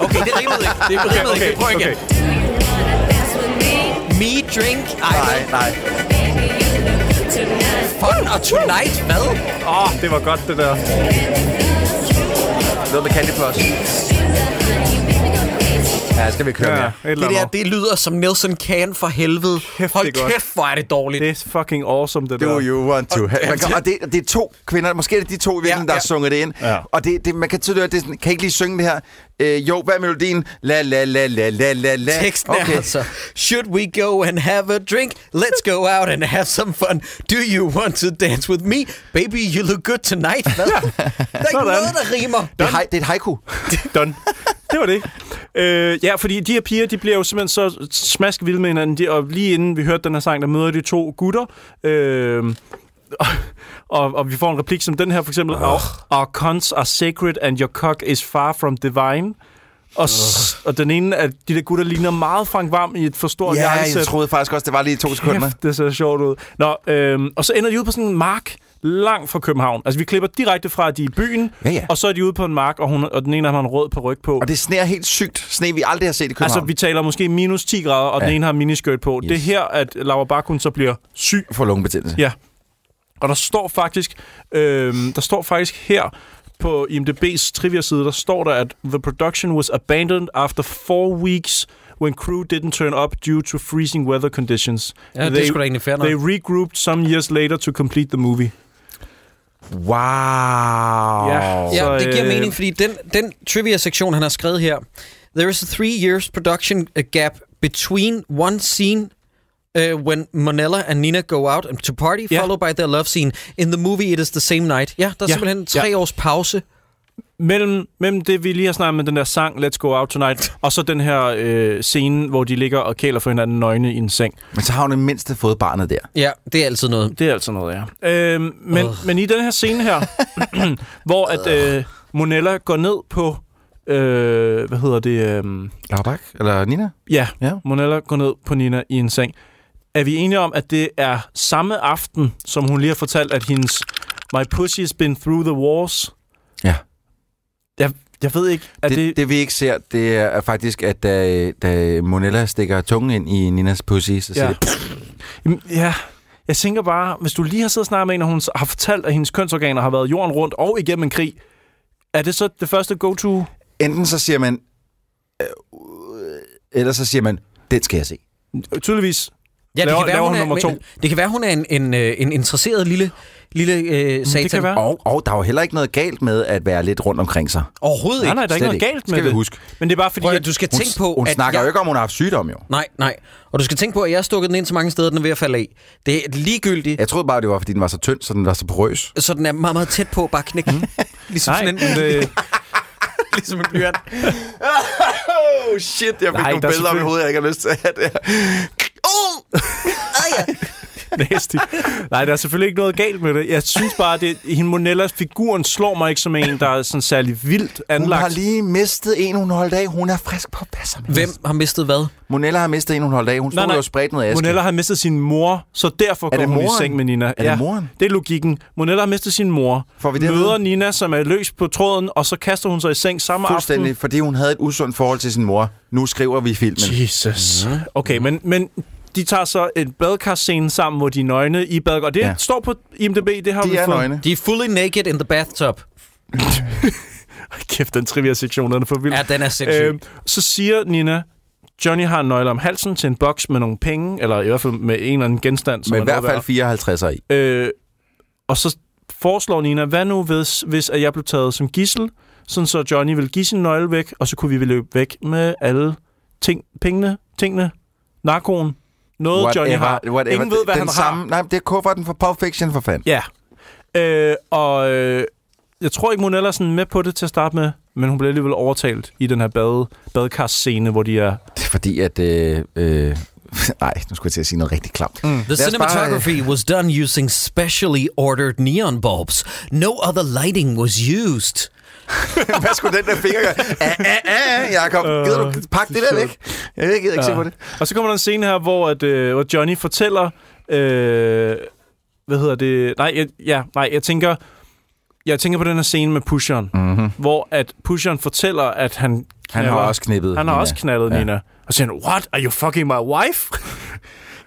Okay, det rimede ikke. Det
okay,
rimede
okay,
ikke. Prøv igen.
okay.
Me, drink, I
Nej, nej.
fun og tonight, hvad?
Åh, oh, det var godt, det der.
Noget med Candy Plus. Ja, skal vi køre
Ja,
ja.
et
mere.
eller
Det der,
andet.
det lyder som Nelson Can for helvede.
Kæft,
Hold
det er godt.
kæft, hvor er det dårligt.
Det er fucking awesome, det der.
Do you want to have... Man kan, og det, det er to kvinder, måske er det de to i virkeligheden, ja,
Ja,
der har
ja.
sunget det ind. Ja. Og det, det, man kan tydeligt høre, det er sådan, kan I ikke lige synge det her? Øh, jo, hvad er melodien? La la la la la la la.
Teksten okay. er altså, Should we go and have a drink? Let's go out and have some fun. Do you want to dance with me? Baby, you look good tonight. Hvad? Der er ikke
Sådan.
noget, der rimer.
Det er, hej- det er et haiku.
Done. Det var det. Øh, ja, fordi de her piger, de bliver jo simpelthen så smask vilde med hinanden. De, og lige inden vi hørte den her sang, der møder de to gutter. Øh, og, og vi får en replik som den her, for eksempel. Oh. Our cons are sacred, and your cock is far from divine. Og, s- og den ene af de der gutter ligner meget Frank Vam i et for stort
Ja, jeg
jakkesæt.
troede faktisk også, det var lige to sekunder.
Kæft, det ser sjovt ud. Nå, øhm, og så ender de ude på sådan en mark langt fra København. Altså, vi klipper direkte fra, at de er i byen,
Ja, ja.
og så er de ude på en mark, og, hun, og den ene af dem har en rød paryk på.
Og det sneer helt sygt. Sne, vi aldrig har set i København.
Altså, vi taler måske minus 10 grader, og ja.
Ja.
den ene har miniskørt på.
Yes.
Yes. Det er her, at Laura Bakun så bliver syg.
får lungebetændelse.
Ja. Og der står faktisk, øhm, der står faktisk her på IMDb's trivia-side, der står der, at the production was abandoned after four weeks when crew didn't turn up due to freezing weather conditions.
Ja, det er sgu da egentlig fair nok.
They regrouped some years later to complete the movie.
Wow.
Ja.
Ja,
Så,
det giver
øh,
mening, fordi den, den trivia-sektion, han har skrevet her. There is a three years production uh, gap between one scene uh, when Monella and Nina go out and to party,
Ja.
followed by their love scene. In the movie, it is the same night. Ja, der er
Ja.
ja. simpelthen tre
Ja.
års pause.
Mellem, mellem det, vi lige har snakket med den der sang, Let's Go Out Tonight, og så den her øh, scene, hvor de ligger og kæler for hinanden nøgne i en seng.
Men så har hun i mindste fået barnet der.
Ja, det er altid noget.
Det er altså noget, ja. Øhm, men, men i den her scene her, hvor at øh, Monella går ned på, øh, hvad hedder det, øh,
Laura Eller Nina?
ja,
Ja.
ja, Monella går ned på Nina i en seng. Er vi enige om, at det er samme aften, som hun lige har fortalt, at hendes My Pussy has been through the wars?
Ja.
Jeg, jeg ved ikke, er
det, det, det vi ikke ser, det er faktisk, at da, da Monella stikker tungen ind i Ninas pussy, så siger
Ja.
ja. det,
Jamen, ja. Jeg tænker bare, hvis du lige har siddet og snakket med en, og hun har fortalt, at hendes kønsorganer har været jorden rundt og igennem en krig, er det så det første go-to?
enten så siger man, øh, eller så siger man, den skal jeg se.
Øh, Tydeligvis.
Ja, det
Laver-
kan være,
laver
hun
hun
er,
nummer to?
men- Det kan være, hun er en, en, øh, en interesseret lille, lille øh, satan.
kan være. Ja.
Og, og der er jo heller ikke noget galt med at være lidt rundt omkring sig.
Overhovedet
Nej,
ikke.
nej, der er ikke
Slet
noget
ikke.
galt med
Skal vi
det.
huske.
Men det er bare fordi,
Prøv, at-
at
du skal
Hun,
tænke på,
hun
at
snakker
jeg...
jo ikke om, hun har haft sygdom, jo.
Nej, nej. Og du skal tænke på, at jeg har stukket den ind så mange steder, den er ved at falde af. Det er ligegyldigt.
Jeg troede bare, det var, fordi den var så tynd, så den var så porøs.
Så den er meget, meget tæt på bare at knække. ligesom
Mhm. Nej,
sådan en,
men, øh,
ligesom en blyant.
Oh shit, jeg fik
Nej, nogle der er billeder op i selvfølgelig-
Oh! hovedet, jeg ikke har lyst til at have det
Oh! Ah, ja.
nasty. Nej, der er selvfølgelig ikke noget galt med det. Jeg synes bare, at hende Monellas figuren slår mig ikke som en, der er sådan særlig vildt
Hun har
anlagt.
lige mistet en, hun holdt af. Hun er frisk på passer.
Hvem har mistet hvad?
Monella har mistet en, hun holdt af. Hun stod jo og spredte noget aske.
Monella har mistet sin mor, så derfor går
det
hun i
moren?
seng med Nina.
det moren?
Det er logikken. Monella har mistet sin mor,
Får vi det at
møder
vide?
Nina, som er løs på tråden, og så kaster hun sig i seng samme aften.
Fuldstændig, fordi hun havde et usundt forhold til sin mor. Nu skriver vi filmen.
Jesus.
Mhm.
Okay, men, men de tager så en badkarscene sammen, hvor de er nøgne i badkar. Og det
Ja.
ja. står på IMDb, det har vi
De er
fået.
nøgne.
De er fully naked in the bathtub.
Hold Kæft, den trivia-sektion den er for vild.
Ja, den er sindssyg.
Øhm, så siger Nina, Johnny har en nøgle om halsen til en boks med nogle penge, eller i hvert fald med en eller anden genstand. Som
Men i
er
hvert
noget
fald 54 er i.
værd. Øh, og så foreslår Nina, hvad nu hvis, hvis at jeg blev taget som gissel, sådan så Johnny ville give sin nøgle væk, og så kunne vi vel løbe væk med alle ting, pengene, tingene, narkoen, noget Johnny har.
whatever.
Ingen ved, hvad
den
han
samme,
har.
Nej, det er kufferten for Pulp Fiction for fanden.
Ja. Øh, og øh, jeg tror ikke, Monella er sådan med på det til at starte med, men hun bliver alligevel overtalt i den her bade, badekarscene, hvor de er...
Det er fordi, at... Øh, øh, nej, nu skulle jeg til at sige noget rigtig klamt. Mm.
The cinematography
øh,
was done using specially ordered neon bulbs. No other lighting was used.
Hvad skulle den der finger gøre? Ah, ah, ah, Jacob,
Øh,
gider du pakke det der væk? Jeg gider ikke se på det.
Og så kommer der en scene her, hvor, at, øh, hvor Johnny fortæller... Øh, hvad hedder det? Nej, jeg, ja, nej, jeg tænker... Jeg tænker på den her scene med pusheren, mm-hmm. hvor at pusheren fortæller, at han
Mhm. har
knalder-
også knippet
Han har
Nina.
også knaldet
Ja.
ja. Nina. Og så siger han, what, are you fucking my wife?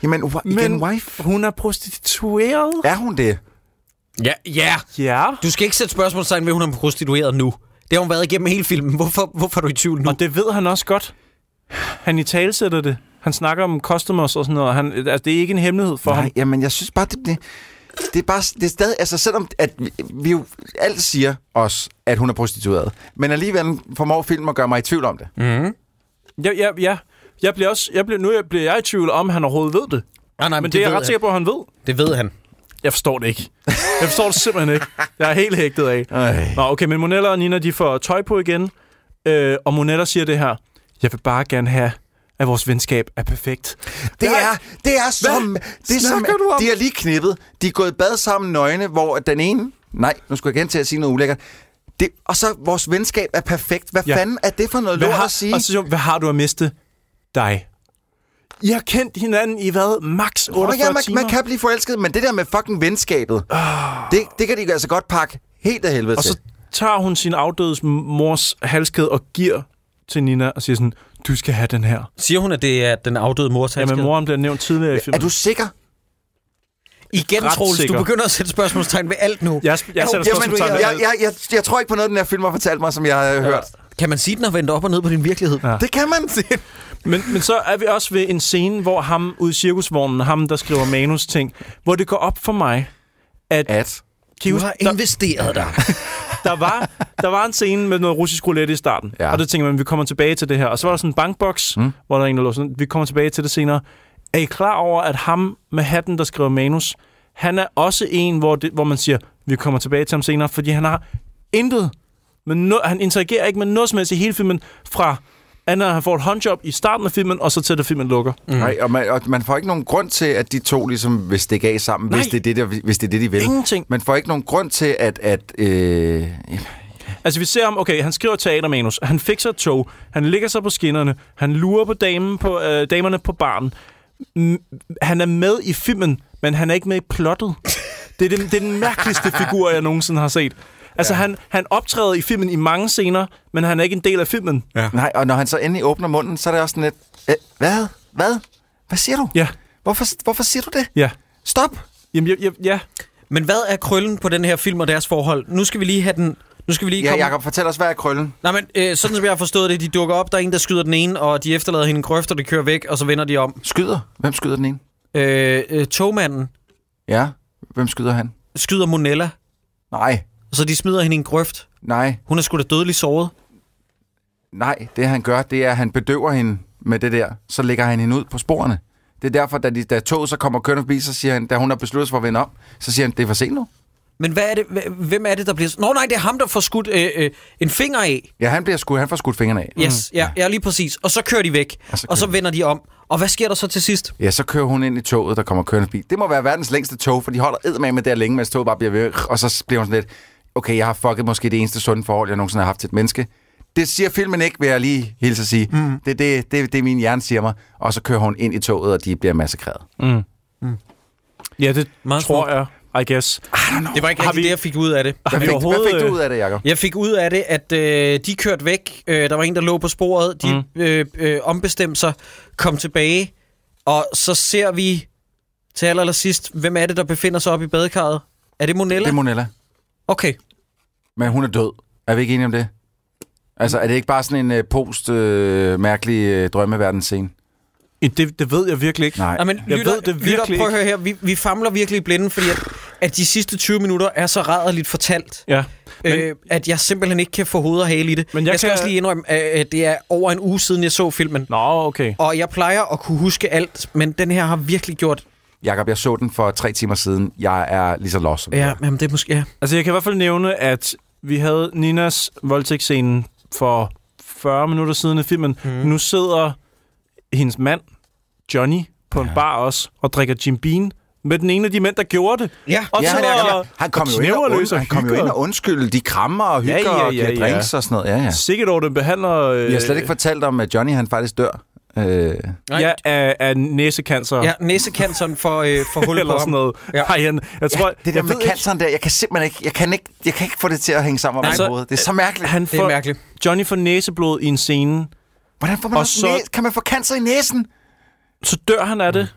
Jamen, wa- igen,
Men
wife.
hun er prostitueret.
Er hun det?
Ja, ja.
Ja.
Du skal ikke sætte spørgsmålstegn ved, at hun er prostitueret nu. Det har hun været igennem hele filmen. Hvorfor, hvorfor er du i tvivl nu?
Og det ved han også godt. Han i talsætter det. Han snakker om customers og sådan noget. Han, altså, det er ikke en hemmelighed for
Nej,
ham.
jamen, jeg synes bare, det, det, det er bare, det er stadig, altså selvom at vi, vi jo alt siger os, at hun er prostitueret, men alligevel formår filmen at gøre mig i tvivl om det. Mm.
Ja, ja, ja. Jeg bliver også, jeg bliver, nu er- bliver jeg i tvivl om, han overhovedet ved det.
nej, nej,
Men det, det er jeg
ved
ret sikker på, at han ved.
Det ved han.
Jeg forstår det ikke. Jeg forstår det simpelthen ikke. Jeg er helt hægtet af.
Ej.
Nå, okay, men Monella og Nina, de får tøj på igen. Øh, og Monella siger det her. Jeg vil bare gerne have, at vores venskab er perfekt.
Det
Nej.
er, det er som... Det er som
snakker du om?
de har lige knippet. De er gået i bad sammen nøgne, hvor den ene... Nej, nu skulle jeg igen til at sige noget ulækkert. Det, og så, vores venskab er perfekt. Hvad ja.
Ja.
fanden er det for noget lort
har,
at sige?
Og så siger hun, hvad har du at miste? Dig. I har kendt hinanden i hvad? Max 48
Og ja, man,
timer? Ah.
man kan blive forelsket, men det der med fucking venskabet, det, det kan de altså godt pakke helt af helvede
Og
til.
så tager hun sin afdødes mors halskæde og giver til Nina og siger sådan, du skal have den her.
Siger hun, at det er den afdøde mors
Ja, men
handskade?
moren bliver nævnt tidligere i
Er
filmen.
du sikker?
Igen,
Ret
Troels, du
sikker.
begynder at sætte spørgsmålstegn ved alt nu.
Jeg, jeg sætter
Jamen, jeg,
spørgsmålstegn ved
jeg, jeg, jeg, jeg tror ikke på noget, den her film har fortalt mig, som jeg har hørt.
Kan man sige, den har vendt op og ned på din virkelighed? Ja.
Det kan man se.
alt. men, men så er vi også ved en scene, hvor ham ude i cirkusvognen, ham der skriver manus-ting, hvor det går op for mig, at,
At.
kan I
Du
huske,
har
der,
investeret dig.
der, var, der var en scene med noget russisk roulette i starten,
Ja.
ja. og det tænker man, vi kommer tilbage til det her. Og så var der sådan en bankboks, mm. hvor der er en, der lå sådan, vi kommer tilbage til det senere. Er I klar over, at ham med hatten, der skriver manus, han er også en, hvor, det, hvor man siger, vi kommer tilbage til ham senere, fordi han har intet, men no, han interagerer ikke med noget som helst i hele filmen, fra andet, at han får et håndjob i starten af filmen, og så til, at filmen lukker.
Mm. Nej, og man, og man får ikke nogen grund til, at de to ligesom vil stikke af sammen, hvis
Nej.
det, er det, der, hvis det er det, de vil.
Ingenting.
Man får ikke nogen grund til, at... at øh,
Altså, vi ser ham, okay, han skriver teatermanus, han fikser et tog, han ligger sig på skinnerne, han lurer på, damen på øh, damerne på baren. M- han er med i filmen, men han er ikke med i plottet. Det er den, det er den mærkeligste figur, jeg nogensinde har set. Altså, ja. han, han optræder i filmen i mange scener, men han er ikke en del af filmen. Ja.
nej, og når han så endelig åbner munden, så er det også sådan lidt... Øh, hvad? Hvad? Hvad siger du?
Ja.
Hvorfor, hvorfor siger du det?
ja.
Stop!
Jamen, jeg, jeg, ja.
Men hvad er krøllen på den her film og deres forhold? Nu skal vi lige have den... Nu skal vi lige
Ja,
komme...
Jacob, fortæl os, hvad er krøllen?
Nej, men øh, sådan som jeg har forstået det, de dukker op, der er en, der skyder den ene, og de efterlader hende en grøft, og det kører væk, og så vender de om.
Skyder. Hvem skyder den ene?
Øh, øh, togmanden
Ja. Hvem skyder han?
skyder Monella,
Nej.
så de smider hende i en grøft.
Nej.
Hun er sgu da dødeligt såret.
Nej, det han gør, det er, at han bedøver hende med det der. Så lægger han hende ud på sporene. Det er derfor, da, de, da toget så kommer kørende forbi, så siger han, da hun har besluttet sig for at vende om, så siger han, det er for sent nu.
Men hvad er det, hv- hvem er det, der bliver... Nå nej, det er ham, der får skudt øh, øh, en finger af.
Ja, han, bliver skudt, han får skudt fingrene af.
Yes, mm. ja, ja, lige præcis. Og så kører de væk, og så,
så
og så
kører de.
vender de om. Og hvad sker der så til sidst?
Ja, så kører hun ind i toget, der kommer kørende forbi. Det må være verdens længste tog, for de holder eddermame med der længe, mens toget bare bliver ved. Og så bliver hun sådan lidt, okay, jeg har fucket måske det eneste sunde forhold, jeg nogensinde har haft til et menneske. Det siger filmen ikke, vil jeg lige hilse at sige. Mm. Det er det, det, det, min hjerne siger mig. Og så kører hun ind i toget, og de bliver massakreret.
Ja, det
Meget
tror
smukt.
jeg, I guess.
Det var ikke
Har
rigtig
vi-
det, jeg fik ud af det.
Hvad
vi
fik, hvad fik
overhovedet,
du ud af det, Jacob?
Jeg fik ud af det, at øh, de kørte væk. Øh, der var en, der lå på sporet. De mm. øh, øh, ombestemte sig, kom tilbage. Og så ser vi til aller, aller sidst, hvem er det, der befinder sig oppe i badekarret? Er det Monella?
Det er Monella.
Okay.
Men hun er død. Er vi ikke enige om det? Altså, er det ikke bare sådan en øh, post-mærkelig øh, drømmeverdensscene?
I- Det, det ved jeg virkelig ikke.
Nej.
Ej, men
Jeg
lytter,
ved det virkelig
lytter, prøv at
ikke.
høre her. Vi, vi famler virkelig i blinde, fordi at, at de sidste 20 minutter er så rædderligt fortalt,
Ja. Men,
øh, at jeg simpelthen ikke kan få hoved og hale i det.
Men
Men
jeg
jeg, jeg skal
kan-
også lige indrømme, at øh, det er over en uge siden, jeg så filmen.
Nå, okay.
Og jeg plejer at kunne huske alt, men den her har virkelig gjort...
Jakob, jeg så den for tre timer siden. Jeg er lige så lost. som
Ja,
dig.
jamen det er måske... Ja.
Altså, jeg kan i hvert fald nævne, at vi havde Ninas voldtægtsscene for 40 minutter siden i filmen.
Mhm.
Mm. Nu sidder hendes mand, Johnny, på en bar også og drikker Jim Bean med den ene af de mænd, der gjorde det.
Ja.
og
Ja, han,
sidder
er,
og-
han kom
og
jo ind og,
knæver løs
und,
og
han kom jo
hygger.
ind og undskylde. De krammer og hygger ja, ja, ja, og giver
ja.
drinks og sådan noget. Ja, ja.
Sikkert over det behandler... Øh,
Jeg har slet ikke fortalt om, at Johnny han faktisk dør. Øh,
Ja, af, af næsekancer.
Ja, næsekanceren for, øh, for hul på
Eller
ham.
sådan noget.
Ja.
Ja. Ej, jeg, jeg tror,
det der
jeg
med
ved ikke-
canceren der, jeg kan simpelthen ikke, jeg kan ikke, jeg kan ikke få det til at hænge sammen altså,
Altså,
med hovedet. Det er så mærkeligt. Han,
Han
Det er
får,
mærkeligt.
Johnny får næseblod i en scene.
Hvordan får man
og
også
så-
næ- kan man få cancer i næsen?
Så dør han af det.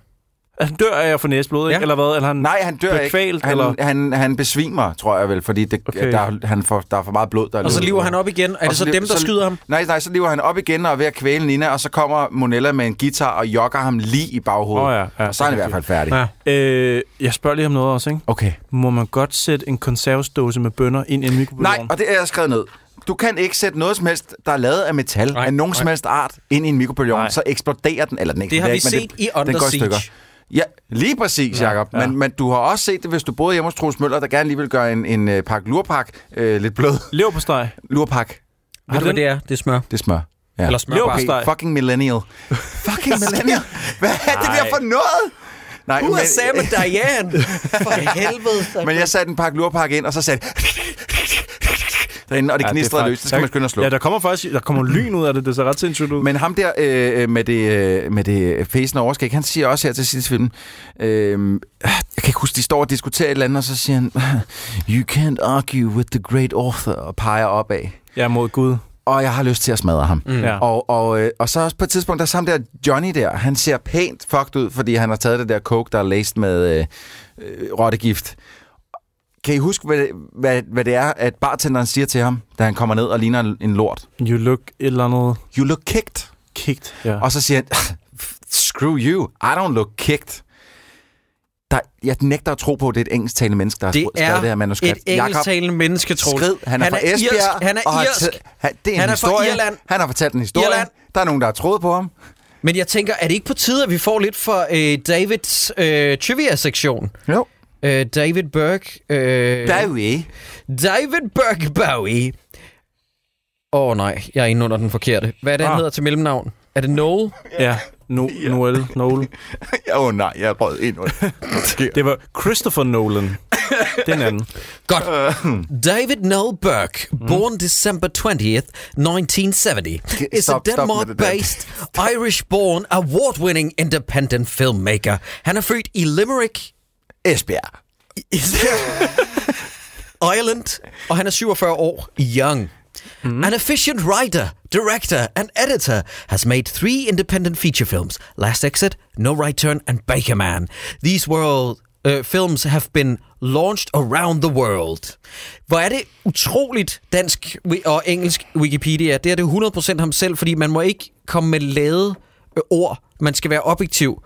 Han dør af at få næseblod, ikke?
Mm. Ja.
Eller hvad? Eller han
Nej, han dør
bliver
ikke.
kvalt,
han,
eller?
han, han besvimer, tror jeg vel, fordi det,
Okay.
okay. der, er- han får, der er for meget blod, der er
Og så
løbet
lever
ud.
han op igen. Er
Og
det så
lever-
dem, der skyder ham?
Nej, nej, så lever han op igen og er ved at kvæle Nina, og så kommer Monella med en guitar og jokker ham lige i baghovedet.
Åh, ja, ja,
og så er han i
det er
hvert fald færdig.
Ja.
Øh, jeg spørger lige om noget også, ikke?
Okay.
Må man godt sætte en konservesdåse med bønner ind i en mikrobølgeovn?
Nej, og det er jeg skrevet ned. Du kan ikke sætte noget som helst, der er lavet af metal, nej, af nogen nej. som helst art, ind i en mikrobølgeovn,
Nej.
så eksploderer den. Eller den
Det har
eksploderer
vi
ikke, men
set i Under
den går i
Siege.
stykker. Ja, lige præcis, Jacob. Ja. Men, men du har også set det, hvis du boede hjemme hos Troels Møller, der gerne lige vil gøre en, en øh, pakke lurpak, øh, lidt blød
Lever på steg.
lurpak.
Ved du, hvad
den-
det er? Det er smør.
Det er smør. Ja.
Eller smør
Leverpostej.
bare.
Okay, fucking millennial. fucking millennial. Hvad er det der for noget? Nej,
USA med Diane! For helvede.
men jeg satte en pakke lurpakke ind, og så sagde jeg- derinde, og det gnistrede løs. Det skal man skynde at slukke.
Ja, der kommer faktisk der kommer lyn ud af det. Det ser ret sindssygt ud.
Men ham der øh, med det, øh, med det fæsende overskæg, han siger også her til sidst i filmen, øh, jeg kan ikke huske, de står og diskuterer et eller andet, og så siger han, you can't argue with the great author, og peger opad.
Ja, mod Gud.
Og jeg har lyst til at smadre ham. Mm.
Ja.
Og, og, øh, og så også på et tidspunkt, der er sammen der Johnny der, han ser pænt fucked ud, fordi han har taget det der coke, der er laced med øh, øh, rottegift. Kan I huske, hvad, hvad, hvad det er, at bartenderen siger til ham, da han kommer ned og ligner en- en lort?
You look et eller andet
You look kicked.
kicked. Ja.
Og så siger han, screw you, I don't look kicked. Der, jeg nægter at tro på, at det er et engelsktalende menneske, der har
Det
skrevet det her
er
manuskript.
et engelsktalende menneske,
Jakob
Troels.
Skrid, han er, han er fra Esbjerg.
irsk. Han
og
er
har
irsk.
taget- han, det er en
Han er fra
historie.
Irland.
Han har fortalt en historie.
Irland.
Der er nogen, der har troet på ham.
Men jeg tænker, er det ikke på tide, at vi får lidt fra øh, Davids øh, trivia-sektion?
Jo.
Øh, David Burke. Øh,
Bowie.
David Burke Bowie. Åh oh, nej, jeg er inde under den forkerte. Hvad er det, han
Ah.
hedder til mellemnavn? Er det Noel?
ja. No, Noel. Noel.
Åh oh, nej, jeg har prøvet endnu.
Det var Christopher Nolan. Den anden.
Godt. David Noel Burke, born December 20th, 1970, is a
stop- stop med det der.
Denmark-based, Irish-born, award-winning independent filmmaker. Han er født i Limerick,
Esbjerg.
Ireland, og han er 47 år, young. An efficient writer, director and editor has made three independent feature films, Last Exit, No Right Turn and Baker Man. These world, uh, films have been launched around the world. Hvor er det utroligt dansk wi- og engelsk Wikipedia. Det er det 100% ham selv, fordi man må ikke komme med lade øh, ord. Man skal være objektiv.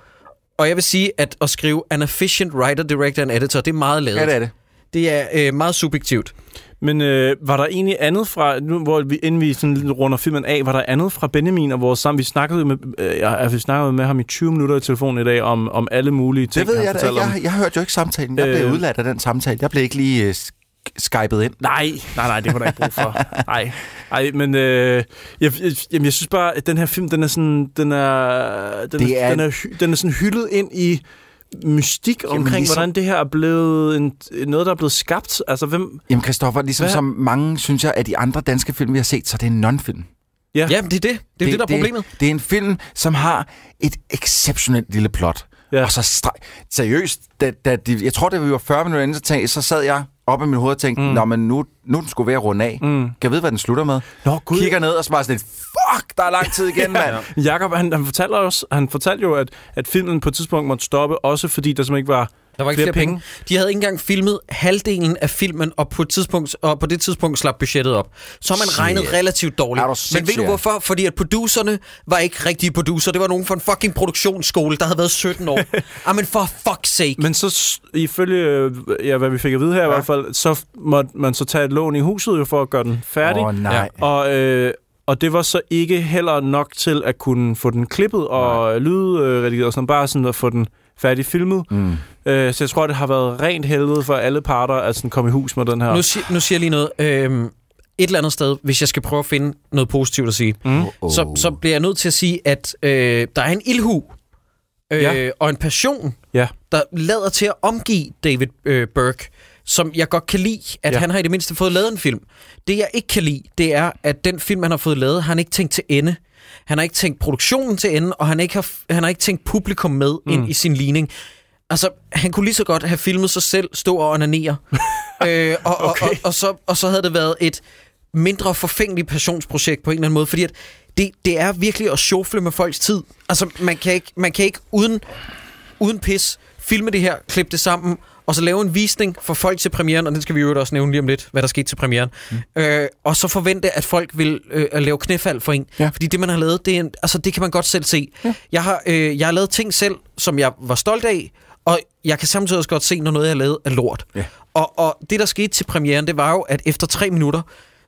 Og jeg vil sige, at at skrive an efficient writer, director and editor, det er meget lavet.
Ja, det er det.
Det er øh, meget subjektivt.
Men øh, var der egentlig andet fra, nu, hvor vi, inden vi sådan runder filmen af, var der andet fra Benjamin og vores sammen? Vi snakkede med, øh, ja, vi snakkede med ham i 20 minutter i telefonen i dag om, om alle mulige ting,
Det ved
han
jeg da.
fortalte om.
Jeg, jeg hørte jo ikke samtalen. Jeg blev
Øh.
udladt af den samtale. Jeg blev ikke lige øh, sk- skypet ind.
Nej, nej, nej, det var der ikke brug for. Nej, nej men øh, jeg, jeg, jamen, jeg synes bare, at den her film, den er sådan, den er, den,
Det
er,
er-
den, er, hy, den er sådan hyldet ind i mystik jamen, omkring, ligesom...
ligesom-
hvordan det her er blevet en, noget, der er blevet skabt. Altså, hvem...
Jamen, Christoffer, ligesom
Hvad?
Hvad? som mange, synes jeg, af de andre danske film, vi har set, så er det en non-film.
Ja, men det er det. Det er det, det der er problemet.
Det, det er en film, som har et exceptionelt lille plot.
Ja.
Ja. Og så streg... Seriøst, da, da de, jeg tror, det var 40 minutter inden, så, tænkte, så sad jeg op i mit hoved og tænkte, mm. Nå, men nu, nu er den skulle være runde af. Mm. Kan jeg vide, hvad den slutter med?
Nå, gud.
Kigger ned og så bare sådan lidt, fuck, der er lang tid igen, mand.
Jakob, han, han, fortalte os, han fortalte jo, at, at filmen på et tidspunkt måtte stoppe, også fordi der simpelthen ikke var,
Der var ikke flere, flere penge. De havde ikke engang filmet halvdelen af filmen, og på, et tidspunkt, og på det tidspunkt slap budgettet op. Så har man
Shit.
regnet relativt dårligt.
Er du
Men ved
sindssyg,
du
ja.
hvorfor? Fordi at producerne var ikke rigtige producer. Det var nogen fra en fucking produktionsskole, der havde været 17 år. ah, men for fuck's sake.
Men så, s- ifølge øh, ja, hvad vi fik at vide her ja. i hvert fald, så f- måtte man så tage et lån i huset jo for at gøre den færdig.
Åh, nej.
Ja. Og, øh, og det var så ikke heller nok til at kunne få den klippet og lydredigeret og sådan bare sådan at få den færdig filmet. Mm. Øh, så jeg tror, det har været rent helvede for alle parter at sådan komme i hus med den her.
Nu, si- nu siger jeg lige noget. Øhm, et eller andet sted, hvis jeg skal prøve at finde noget positivt at sige, mm. så, så bliver jeg nødt til at sige, at øh, der er en ilhu øh,
Ja.
ja. og en passion,
ja.
der lader til at omgive David øh, Burke, som jeg godt kan lide, at
Ja.
ja. han har i det mindste fået lavet en film. Det jeg ikke kan lide, det er, at den film, han har fået lavet, har han ikke tænkt til ende. Han har ikke tænkt produktionen til ende, og han, har ikke har, han har ikke tænkt publikum med mm. ind i sin ligning. Altså, han kunne lige så godt have filmet sig selv stå og onanere. øh, og, okay. og, og, og, så, og så havde det været et mindre forfængeligt passionsprojekt på en eller anden måde, fordi at det, det er virkelig at sjofle med folks tid. Altså, man kan ikke, man kan ikke uden uden pis, filme det her, klippe det sammen, og så lave en visning for folk til premieren, og den skal vi jo også nævne lige om lidt, hvad der skete til premieren. Mm. Øh, og så forvente, at folk vil øh, at lave knæfald for en. Ja. Fordi det, man har lavet, det, er en, altså, det kan man godt selv se. Ja. Jeg, har, øh, jeg har lavet ting selv, som jeg var stolt af, og jeg kan samtidig også godt se, når noget, jeg har lavet, er lort. Ja. Og, og det, der skete til premieren, det var jo, at efter tre minutter,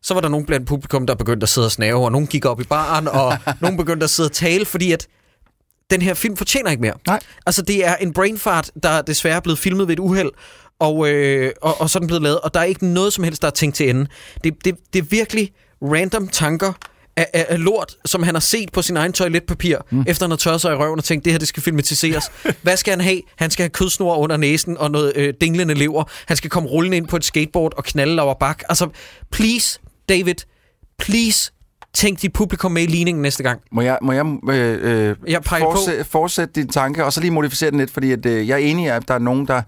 så var der nogen blandt publikum, der begyndte at sidde og snave, og nogen gik op i baren, og nogen begyndte at sidde og tale, fordi at den her film fortjener ikke mere.
Nej.
Altså, det er en brainfart, der desværre er blevet filmet ved et uheld, og, øh, og, og så er den blevet lavet, og der er ikke noget som helst, der er tænkt til ende. Det, det, det er virkelig random tanker af, af, af lort, som han har set på sin egen toiletpapir, mm. efter han har tørret sig i røven og tænkt, det her, det skal filmatiseres. Hvad skal han have? Han skal have kødsnor under næsen og noget øh, dinglende lever. Han skal komme rullende ind på et skateboard og knalde over bak. Altså, please, David, please, tænk dit publikum med i ligningen næste gang.
Må jeg, må jeg, øh, øh,
Jeg peger på.
fortsæt, fortsætte din tanke, og så lige modificere den lidt, fordi at, øh, jeg er enig i, at der er nogen, der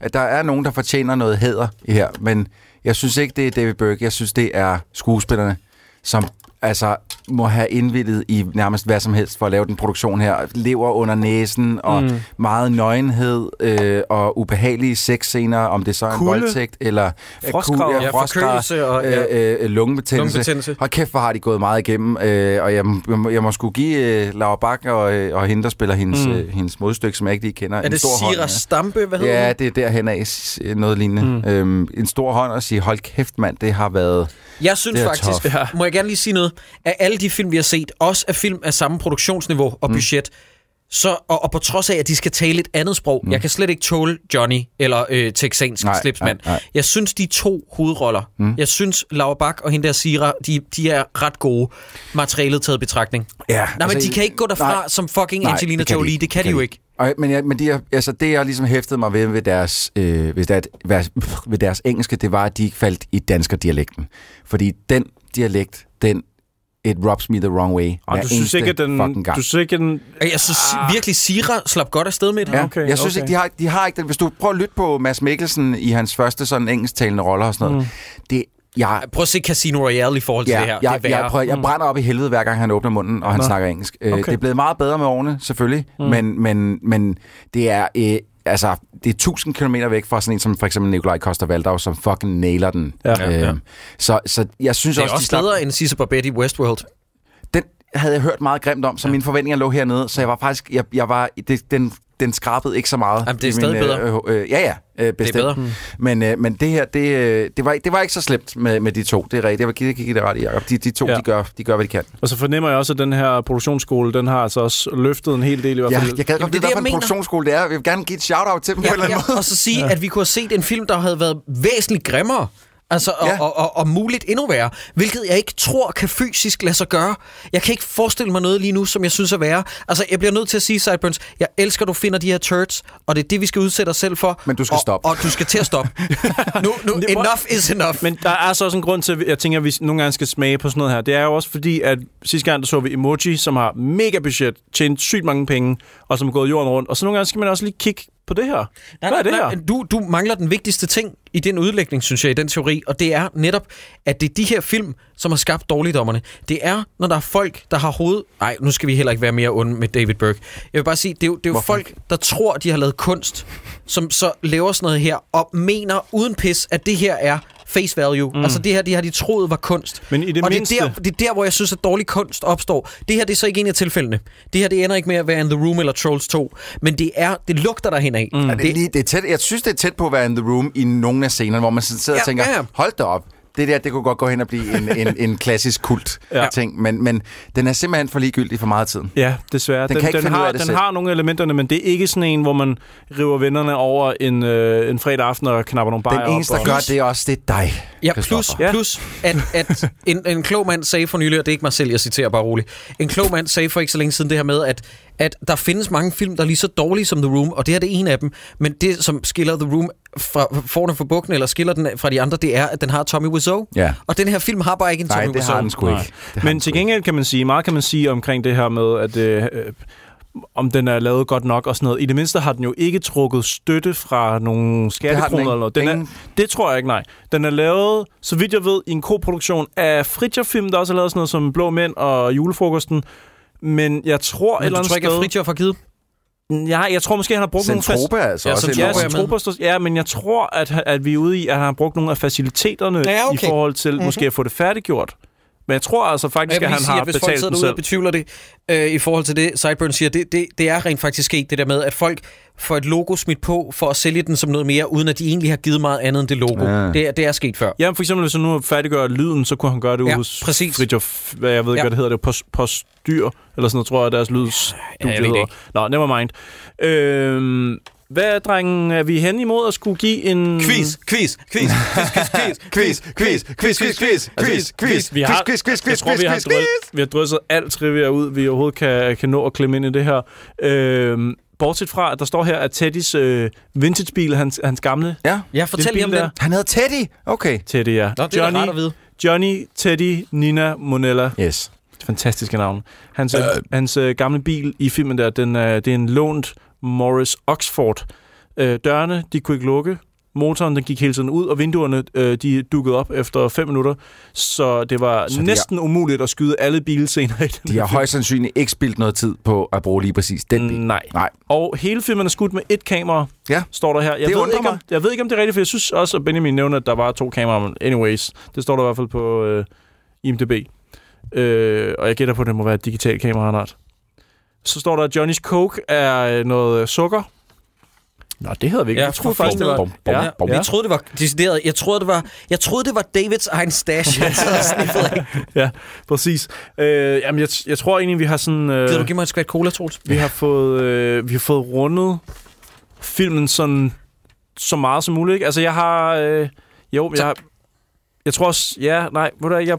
at der er nogen, der fortjener noget hæder her, men jeg synes ikke, det er David Burke. Jeg synes, det er skuespillerne, som altså må have indvildet i nærmest hvad som helst for at lave den produktion her. Lever under næsen, og mm. meget nøgenhed, øh, og ubehagelige sexscener, om det så er en
Kulde.
voldtægt, eller
Frostgrav. Ja,
forkølelse og- ja.
øh, øh, lungebetændelse.
Lungebetændelse.
Hold kæft, hvor har de gået meget igennem. Øh, og jeg, må- jeg, må- jeg må skulle give øh, Laura Bak og, øh, og hende, der spiller hendes, mm. øh, hendes modstykke, som jeg ikke lige kender.
Er det Sira Stampe? Hvad hedder
ja.
hun?
ja, det er derhen af noget lignende. Mm. Øhm, en stor hånd og sige, hold kæft mand, det har været...
Jeg synes
Det er
faktisk,
tough.
må jeg gerne lige sige noget, at alle de film, vi har set, også er film af samme produktionsniveau
Mm.
og budget, så, og, og på trods af, at de skal tale et andet sprog, mm. jeg kan slet ikke tåle Johnny eller øh, texansk
Nej,
slipsmand.
nej, nej.
Jeg synes, de to hovedroller, mm. jeg synes, Laura Bak og hende der Sira, de, de er ret gode materialet taget i betragtning.
Ja, altså,
nej, men de kan ikke gå derfra
nej.
som fucking Angelina
det kan de
Jolie,
ikke.
det kan de jo ikke.
Og, men jeg, men de, er- altså, det, jeg ligesom hæftede mig ved ved deres, øh, ved, deres, vers- ved deres engelske, det var, at de ikke faldt i danskerdialekten. Fordi den dialekt, den it rubs me the wrong way.
Og du synes ikke, at den... Du synes ikke, at den...
Og Jeg synes virkelig, Sira slap godt afsted med det.
Ah. Ja,
Okay,
okay, jeg synes
okay.
okay. ikke, de har, de har ikke den. Hvis du prøver at lytte på Mads Mikkelsen i hans første sådan engelsktalende roller og sådan noget, mm. det jeg,
Prøv at se Casino Royale i forhold til
ja,
det her.
jeg,
det er værre.
jeg, prøver, jeg brænder op i helvede, hver gang han åbner munden, og han
Nå.
snakker engelsk. Mm. Okay.
Okay.
Det er blevet meget bedre med årene, selvfølgelig, mm. men, men, men det er... Øh, Altså, det er 1000 km væk fra sådan en som for eksempel Nikolaj koster Valdau, som fucking nailer den. Øhm,
Ja, ja.
Så, så jeg synes
det er
også, de
også
slap-
bedre end Cisse Barbetti i Westworld.
den havde jeg hørt meget grimt om, så ja. mine forventninger lå hernede, så jeg var faktisk, jeg, jeg var, det, den den skrabede ikke så meget.
Jamen, det er
i
stadig bedre.
Øh, øh, ja, ja, øh, bestemt.
bedre.
Mm. Men, øh, men det her, det, øh, det, var, ikke- det var ikke så slemt med, med de to. Det er rigtigt. Jeg vil give, give det ret i, Jacob. De, de to,
Ja.
ja. de, gør, de gør, hvad de kan.
Og så fornemmer jeg også, at den her produktionsskole, den har altså også løftet en hel del i hvert
Ja,
fald.
jeg gad
Jamen,
godt vide,
det er det, jeg
hvilken
mener.
produktionsskole det er. Jeg vil gerne give et shout-out til dem ja, på en eller anden
ja,
måde.
og så sige, ja. at vi kunne have set en film, der havde været væsentligt grimmere. Altså, og, ja.
Ja.
og, og, og muligt endnu værre. Hvilket jeg ikke tror kan fysisk lade sig gøre. Jeg kan ikke forestille mig noget lige nu, som jeg synes er værre. Altså, jeg bliver nødt til at sige, Sideburns, jeg elsker, at du finder de her turds, og det er det, vi skal udsætte os selv for.
Men du skal
og,
stoppe.
Og du skal til at stoppe. nu, nu,
Men det-
enough is enough.
Men der er så også en grund til, at jeg tænker, at vi nogle gange skal smage på sådan noget her. Det er jo også fordi, at sidste gang, der så vi Emoji, som har mega budget, tjent sygt mange penge, og som er gået jorden rundt. Og så nogle gange skal man også lige kigge på det her. Hvad er det her?
Du, du mangler den vigtigste ting i den udlægning, synes jeg, i den teori, og det er netop, at det er de her film, som har skabt dårligdommerne. Det er, når der er folk, der har hoved... Nej, nu skal vi heller ikke være mere onde med David Burke. Jeg vil bare sige, det er jo, det er jo
Hvorfor
folk, der tror, de har lavet kunst, som så laver sådan noget her, og mener uden pis, at det her er face value. Mm. Altså det her, de har de troet var kunst.
Men i det
og
mindste-
det, er der, det er der, hvor jeg synes, at dårlig kunst opstår. Det her, det er så ikke en af tilfældene. Det her, det ender ikke med at være In The Room eller Trolls 2, men det er, det lugter der af. Mm.
Ja, det, er lige, det er tæt, jeg synes, det er tæt på at være in the room i nogle af scenerne, hvor man sådan sidder
Ja,
og tænker,
ja,
ja,
ja.
ja. hold da op. Det der, det kunne godt gå hen og blive en, en, en klassisk kult ja. ting, men, men den er simpelthen for ligegyldig for meget af tiden.
Ja, desværre. Den,
kan ikke
den,
finde ud
har,
af det
den
selv.
har nogle af elementerne, men det er ikke sådan en, hvor man river vennerne over en, øh, en fredag aften og knapper nogle bajer
Den eneste,
op.
der
og-
gør det er også, det er dig,
Ja, plus,
Christoffer.
ja. plus at, at en, en klog mand sagde for nylig, og det er ikke mig selv, jeg citerer bare roligt. En klog mand sagde for ikke så længe siden det her med, at, at der findes mange film, der er lige så dårlige som The Room, og det her det er en af dem. Men det, som skiller The Room fra forne for bukken, eller skiller den fra de andre, det er, at den har Tommy Wiseau.
Ja.
Og den her film har bare ikke en
Nej,
Tommy
det har
Wiseau.
den sgu ikke. Det har
Men
den
til gengæld kan man sige, meget kan man sige omkring det her med, at øh, øh, om den er lavet godt nok og sådan noget. I det mindste har den jo ikke trukket støtte fra nogle skattekroner
ikke.
eller noget. Den er,
Ingen.
det tror jeg ikke, nej. Den er lavet, så vidt jeg ved, i en koproduktion af Fritjofilm, der også har lavet sådan noget som Blå Mænd og Julefrokosten. Men jeg tror et
Men
eller
du
andet
tror ikke, at
sted...
Fritjof har givet?
Ja, jeg tror måske, han har brugt nogle... fas-
Zentropa er altså
Ja,
også
Zentropa
Ja,
Tror
så
jeg med.
Trooper står, ja, men jeg tror, at, han- at vi er ude i, at han har brugt nogle af faciliteterne
Ja,
ja,
okay. Mhm.
okay. i forhold til mm-hmm. måske at få det færdiggjort. Men jeg tror altså faktisk,
Jeg vil
at
lige
han
sige,
har
at hvis folk
betalt
sidder
den
derude og
selv.
betvivler det øh, i forhold til det, Sideburn siger, det, det, det er rent faktisk sket, det der med, at folk får et logo smidt på for at sælge den som noget mere, uden at de egentlig har givet meget andet end det logo. Ja. Det, er- det er sket før.
Jamen for eksempel, hvis han nu færdiggør lyden, så kunne han gøre det ude
Ja,
hos
præcis.
Fridtjof, hvad jeg ved ikke,
Ja.
ja. hvad det hedder, det er post, postdyr, eller sådan noget, tror jeg, deres lyds
ved det ikke.
Nå, never mind. Øhm, hvad, drengen, er vi hen imod at skulle give en...
Quiz, quiz, quiz, quiz, quiz, quiz.
Quiz, quiz, quiz, quiz, quiz, quiz, quiz,
Altså, Vi har, jeg tror, vi har, drø- vi har drysset alt trivia ud, vi overhovedet kan, kan nå at klemme ind i det her. Øhm, bortset fra, at der står her, at Teddys øh, vintagebil, hans, hans gamle
Ja,
Ja, fortæl
bil
lige om
der.
den.
han hedder Teddy. Okay.
Teddy, ja.
Nå, det er da rart at vide.
Johnny, Teddy, Nina, Monella.
Yes.
Fantastiske navn. Hans, øh. hans øh, gamle bil i filmen der, den, øh, det er en lånt Morris Oxford. Øh, dørene, de kunne ikke lukke. Motoren, den gik hele tiden ud, og vinduerne, øh, de dukkede op efter 5 minutter. Så det var
Så
så
de
næsten umuligt at skyde alle bilscener i den.
De har højst sandsynligt ikke spildt noget tid på at bruge lige præcis den bil.
Nej.
Nej.
Og hele filmen er skudt med et kamera,
Ja.
står der her. Jeg,
Det
ved,
undrer
ikke, om,
mig.
jeg ved ikke, om det er rigtigt, for jeg synes også, at Benjamin nævner, at der var to kameraer. Men anyways, det står der i hvert fald på øh, IMDb. Øh, og jeg gætter på, at det må være et digitalt kamera, han har ret. Så står der, at Johnny's Coke er øh, noget øh, sukker. Nå, det hedder vi ikke.
Ja,
jeg troede faktisk, det var...
bum, bum,
ja,
bum.
Ja.
ja,
Jeg troede, det var decideret. Jeg troede, det var, jeg troede, det var Davids egen stash. han sad og sniffede af.
ja, præcis. Øh, jamen, jeg, jeg tror egentlig, vi har sådan... Øh,
Gider du give mig et skvat cola, Troels?
Vi har fået, øh, vi har fået rundet filmen sådan, så meget som muligt. Ikke? Altså, jeg har... Øh, jo, jeg, jeg tror også... Ja, nej, ved du hvad, jeg,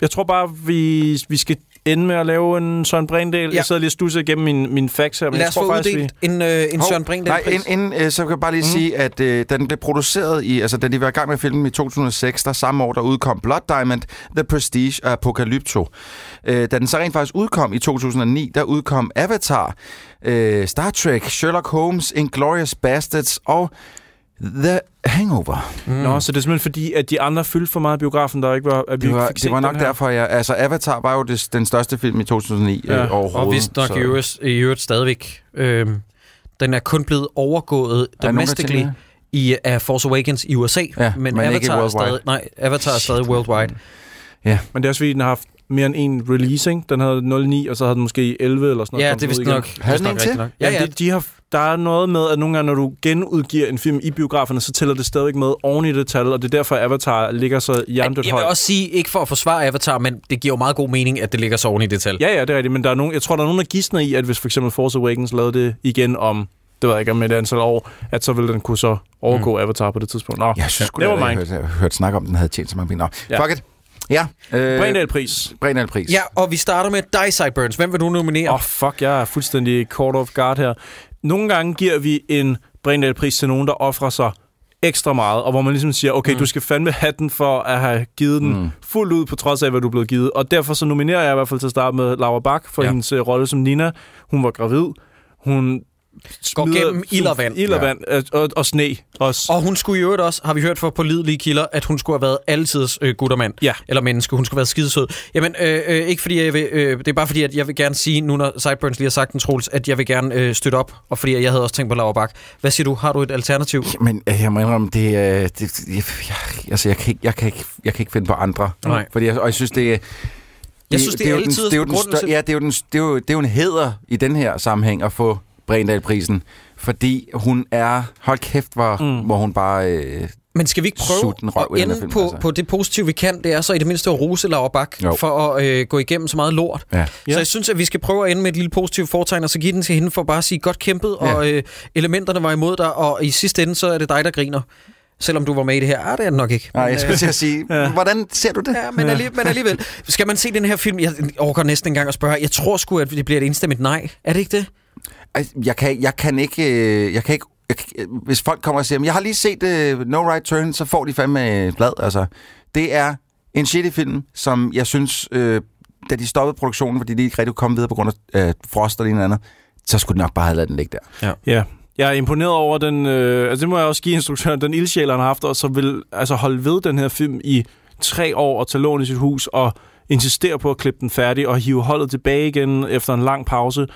jeg tror bare, vi, vi skal ende med at lave en Søren Brindel.
Ja.
Ja. Jeg sidder lige og stusser igennem min, min facts her, men
Lad
jeg
os
tror
få
faktisk,
uddelt en, øh, en Søren Brink.
Nej, inden, inden, øh, så kan jeg bare
Mhm.
lige mm. sige, at øh, da den blev produceret i, altså da de var i gang med filmen i 2006, der samme år, der udkom Blood Diamond, The Prestige og Apocalypto. Øh, da den så rent faktisk udkom i 2009, der udkom Avatar, øh, Star Trek, Sherlock Holmes, Inglourious Bastards og The Hangover.
vi... Mm. Nå, så det er simpelthen fordi, at de andre fyldte for meget i biografen, der ikke var... At vi
Det
ikke
var,
fik
det var
set
nok
den her.
derfor, jeg... Altså, Avatar var jo det, den største film i 2009 ja.
Ja,
øh, overhovedet.
Og vist nok
så-
i øvrigt, i øvrigt stadigvæk. Øhm, den er kun blevet overgået
nogen, der
domestically
tænker
i af Force Awakens i USA,
Ja,
men
men ikke
Avatar er
worldwide.
stadig, nej, Avatar er stadig worldwide.
Men det er også fordi, den har haft mere end en release, ikke? Den havde 09, og så havde den måske 11 eller sådan noget.
Ja,
kommet
det er
ud
vist
igen.
nok.
Havde den en til?
Ja, ja.
De, de har, der er noget med, at nogle gange, når du genudgiver en film i biograferne, så tæller det stadigvæk med oven i det tal, og det er derfor, Avatar ligger så
Jeg
jerndødt
vil
højt.
også sige, ikke for at forsvare Avatar, men det giver jo meget god mening, at det ligger så oven i det tal.
Ja, ja, det er rigtigt, men der er nogen, jeg tror, der er nogen, der gisner i, at hvis for eksempel Force Awakens lavede det igen om, det ved jeg ikke, om et antal år, at så ville den kunne så overgå mm. Avatar på det tidspunkt. Nå,
Jeg synes sgu,
det
da,
var
jeg
mig.
hørte, jeg hørte snak om, at den havde tjent så mange penge. Nå,
Ja.
fuck it. Ja. Øh,
Brændal-pris.
Brændalpris.
Ja, og vi starter med dig, Sideburns. Hvem vil du nominere?
Åh, oh, fuck, jeg er fuldstændig caught off guard her. Nogle gange giver vi en Brændal-pris til nogen, der offrer sig ekstra meget, og hvor man ligesom siger, okay, mm. du skal fandme have den for at have givet den mm. fuldt ud, på trods af, hvad du er blevet givet. Og derfor så nominerer jeg i hvert fald til at starte med Laura Bak for
Ja.
ja. hendes øh, rolle som Nina. Hun var gravid. Hun
Går
smider-
gennem ild og vand.
Ild og, vand øh, og, og sne også.
Og hun skulle i øvrigt også, har vi hørt fra pålidelige kilder, at hun skulle have været altidens øh, guttermand.
Ja.
Eller menneske. Hun skulle have været skidesød. Jamen, øh, øh, ikke fordi jeg vil... Øh, det er bare fordi, at jeg vil gerne sige, nu når Sideburns lige har sagt den, Troels, at jeg vil gerne øh, støtte op. Og fordi jeg havde også tænkt på Laura Bak. Hvad siger du? Har du et alternativ?
Men øh, jeg må indrømme, det, øh, det jeg, jeg, altså, jeg, kan ikke, jeg, kan ikke, jeg kan ikke finde på andre.
Nej.
Fordi jeg, og jeg synes, det,
Jeg synes, det er
jo den-
altid
det er jo den
grunden
stør-
til...
Ja, det er, jo den, det, er jo, det er jo en heder i den her sammenhæng at få Brændalprisen, fordi hun er... Hold kæft, hvor, mm. hvor hun bare... Øh,
Men skal vi ikke prøve
Sut den røv i
at
den her
ende
film,
på,
altså.
på det positive, vi kan? Det er så i det mindste at rose Laura Bak
Jo.
for at øh, gå igennem så meget lort.
ja.
Ja.
Ja.
Så jeg synes, at vi skal prøve at ende med et lille positivt foretegn, og så give den til hende for bare at sige, godt kæmpet, ja.
Ja.
og øh, elementerne var imod dig, og i sidste ende, så er det dig, der griner. Selvom du var med i det her. Ah, det er det nok ikke.
Nej,
Men,
jeg skulle til at sige, hvordan ser du det?
Ja, men, alligevel, men alligevel. Skal man se den her film? Jeg overgår næsten engang at spørge. Jeg tror sgu, at det bliver et enstemmigt nej. Er det ikke det?
Ej, Altså, Jeg kan, jeg kan ikke... øh, Jeg kan ikke jeg kan- øh, hvis folk kommer og siger, "Men jeg har lige set uh, No Right Turn, så får de fandme et blad. Altså. Det er en shitty film, som jeg synes, øh, da de stoppede produktionen, fordi de ikke rigtig kunne komme videre på grund af øh, frost og det ene eller andet, så skulle de nok bare have ladet den ligge der.
Ja. Jeg er imponeret over den, øh, altså det må jeg også give instruktøren, den ildsjæl, han har haft, og så vil altså holde ved den her film i tre år og tage lån i sit hus og insistere på at klippe den færdig og hive holdet tilbage igen efter en lang pause.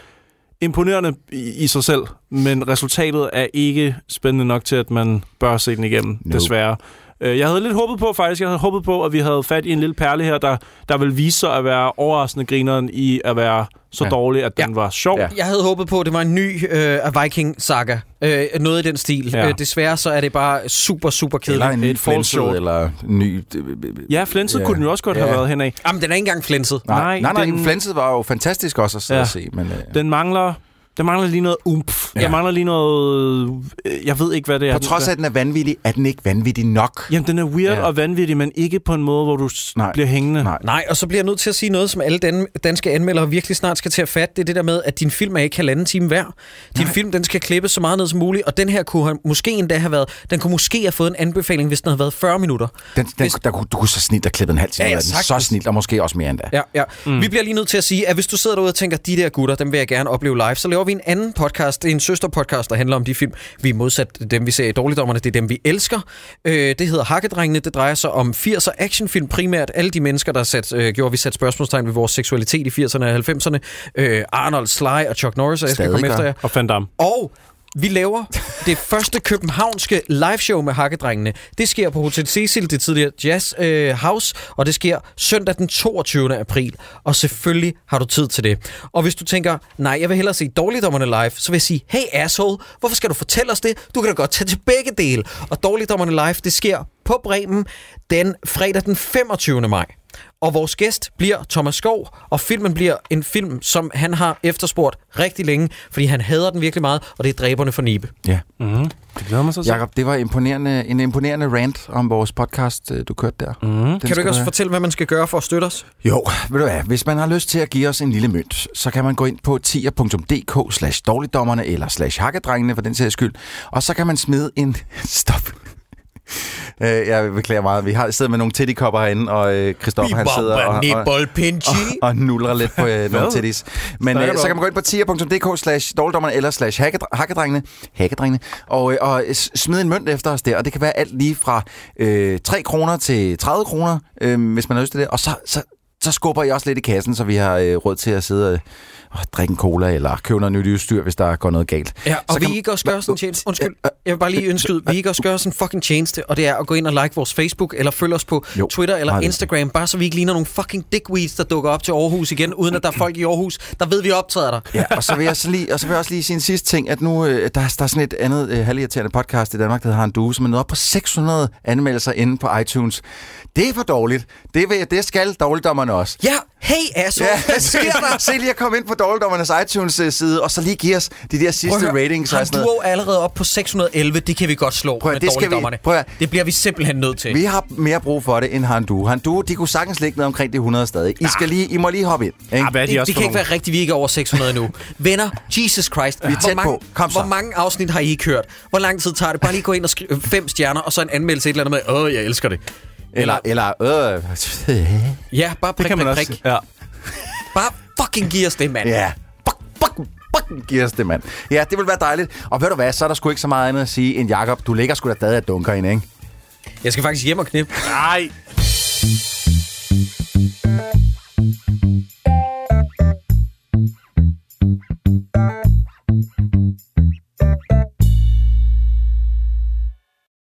Imponerende i, i sig selv, men resultatet er ikke spændende nok til, at man bør se den igennem,
No.
no. desværre. Øh, Jeg havde lidt håbet på faktisk, jeg havde håbet på, at vi havde fat i en lille perle her, der, der ville vise sig at være overraskende grineren i at være så
Ja.
ja. dårlig, at den
Ja.
var sjov.
Ja.
Ja.
Jeg havde håbet på, at det var en ny øh, Viking-saga. Øh, noget i den stil. Ja.
Ja.
Øh, desværre så er det bare super, super kedeligt.
Eller en ny
Et false
flænset,
short.
eller en ny... øh, øh, øh,
Ja, flænset
Ja.
kunne den jo også godt have
Ja.
været henad.
Jamen, den er ikke engang flænset.
Nej, nej, nej,
den,
den... flænset var jo fantastisk også at sidde
Ja.
og se, men... Øh,
den mangler... Den mangler lige noget umf. Ja.
Ja.
Jeg mangler lige noget... øh, Jeg ved ikke, hvad det er.
på trods af, at den er vanvittig, er den ikke vanvittig nok.
Jamen, den er weird
Ja.
ja. og vanvittig, men ikke på en måde, hvor du s-
Nej.
bliver hængende.
Nej.
Nej, og så bliver jeg nødt til at sige noget, som alle dan- danske anmeldere virkelig snart skal til at fatte. Det er det der med, at din film er ikke halvanden time hver. Din film, den skal klippes så meget ned som muligt, og den her kunne have, måske endda have været, den kunne måske have fået en anbefaling, hvis den havde været 40 minutter.
Den, den,
Hvis-
der, kunne- du kunne så snit og klippe en halv time
Ja,
ja,
ja,
ja, den. Så
sagtens.
snit, og måske også mere endda.
Ja, ja. Mm. Vi bliver lige nødt til at sige, at hvis du sidder derude og tænker, de der gutter, dem vil jeg gerne opleve live, så laver vi en anden podcast. Det er en søsterpodcast, der handler om de film, vi er modsat dem, vi ser i Dårligdommerne. Det er dem, vi elsker. Øh, det hedder Hakkedrengene. Det drejer sig om 80'er actionfilm primært. Alle de mennesker, der sat, øh, gjorde, vi sat spørgsmålstegn ved vores seksualitet i 80'erne og 90'erne. Øh, Arnold, Sly og Chuck Norris, og jeg skal
Stadig
komme
gør.
efter jer.
Og fandt ham.
Og vi laver det første københavnske liveshow med hakkedrengene. Det sker på Hotel Cecil, det tidligere Jazz øh, House, og det sker søndag den 22. april. Og selvfølgelig har du tid til det. Og hvis du tænker, nej, jeg vil hellere se Dårligdommerne live, så vil jeg sige, hey asshole, hvorfor skal du fortælle os det? Du kan da godt tage til begge dele. Og Dårligdommerne live, det sker på Bremen den fredag den 25. maj. Og vores gæst bliver Thomas Skov, og filmen bliver en film, som han har efterspurgt rigtig længe, fordi han hader den virkelig meget, og det er Dræberne for Nibe.
ja.
Det glæder mig så. Jeg...
Mhm. Jakob, det var imponerende, en imponerende rant om vores podcast, øh, du kørte der. Mm. Den
Kan du ikke også
have.
fortælle, hvad man skal gøre for at støtte os?
Jo, ved du hvad, hvis man har lyst til at give os en lille mønt, så kan man gå ind på tier.dk slash dårligdommerne eller slash hakkedrengene for den sags skyld, og så kan man smide en... Stop. Øh, jeg beklager meget. Vi har sidder med nogle teddykopper herinde, og øh, Christoffer han sidder og, og, og, og nulrer lidt på øh, nogle
Hvad?
titties. Men
Snakker
øh,
du
så
om?
kan man gå ind på tier.dk slash dårligdommerne eller slash hakkedr- hakkedrengene, hakkedrengene og, øh, og s- smide en mønt efter os der. Og det kan være alt lige fra øh, 3 kroner til 30 kroner, øhm, øh, hvis man har lyst til det. Og så, så, så skubber I også lidt i kassen, så vi har øh, råd til at sidde og, åh, drikke en cola eller købe noget nyt udstyr, hvis der går noget galt.
Ja, og
Så
vi
kan-
ikke også gøre sådan en tjeneste. Undskyld,
Øh, øh,
jeg vil bare lige ønske, vi ikke også gøre sådan en fucking tjeneste, og det er at gå ind og like vores Facebook, eller følge os på jo,
Jo,
Twitter eller
meget vigtigt.
Instagram, bare så vi ikke ligner nogle fucking dickweeds, der dukker op til Aarhus igen, uden at der er folk i Aarhus, der ved, vi optræder dig.
Ja, og så vil jeg, så lige, og så vil jeg også lige sige en sidste ting, at nu, øh, der, er- der er sådan et andet øh, halvirriterende podcast i Danmark, der hedder Har en Due, som er nået op på 600 anmeldelser inde på iTunes. Det er for dårligt. Det, vil, det skal dårligdommerne også.
Ja, hey Asso, ja. hvad sker der?
Se lige at komme ind på dårligdommernes iTunes-side, og så lige give os de der sidste
Prøv at høre,
ratings.
Har
og sådan noget.
du er allerede op på 611, det kan vi godt slå
Prøv at-
med
det skal vi-
dårligdommerne.
prøv at-
Det bliver vi simpelthen nødt til.
Vi har mere brug for det end Handu. Handu, de kunne sagtens ligge ned omkring de 100 stadig. I, skal lige, I må lige hoppe ind. Ikke?
Ah, hvad er de
Det,
også
det kan ikke være rigtigt, vi ikke er over 600 nu. Venner, Jesus Christ. Vi
er tæt
mange,
på. Kom så.
Hvor mange afsnit har I kørt? Hvor lang tid tager det? Bare lige gå ind og skrive fem stjerner, og så en anmeldelse et eller andet med, åh, jeg elsker det.
Eller, eller øh,
Ja, bare prik,
Det kan man
prik,
også.
prik.
Ja.
Bare fucking giv os det, mand.
ja. Bak, bak, bak, giv os det, mand. Ja, det vil være dejligt. Og ved du hvad, så er der sgu ikke så meget andet at sige end Jakob. Du ligger sgu da stadig og dunker ind, ikke?
Jeg skal faktisk hjem og knippe.
Nej.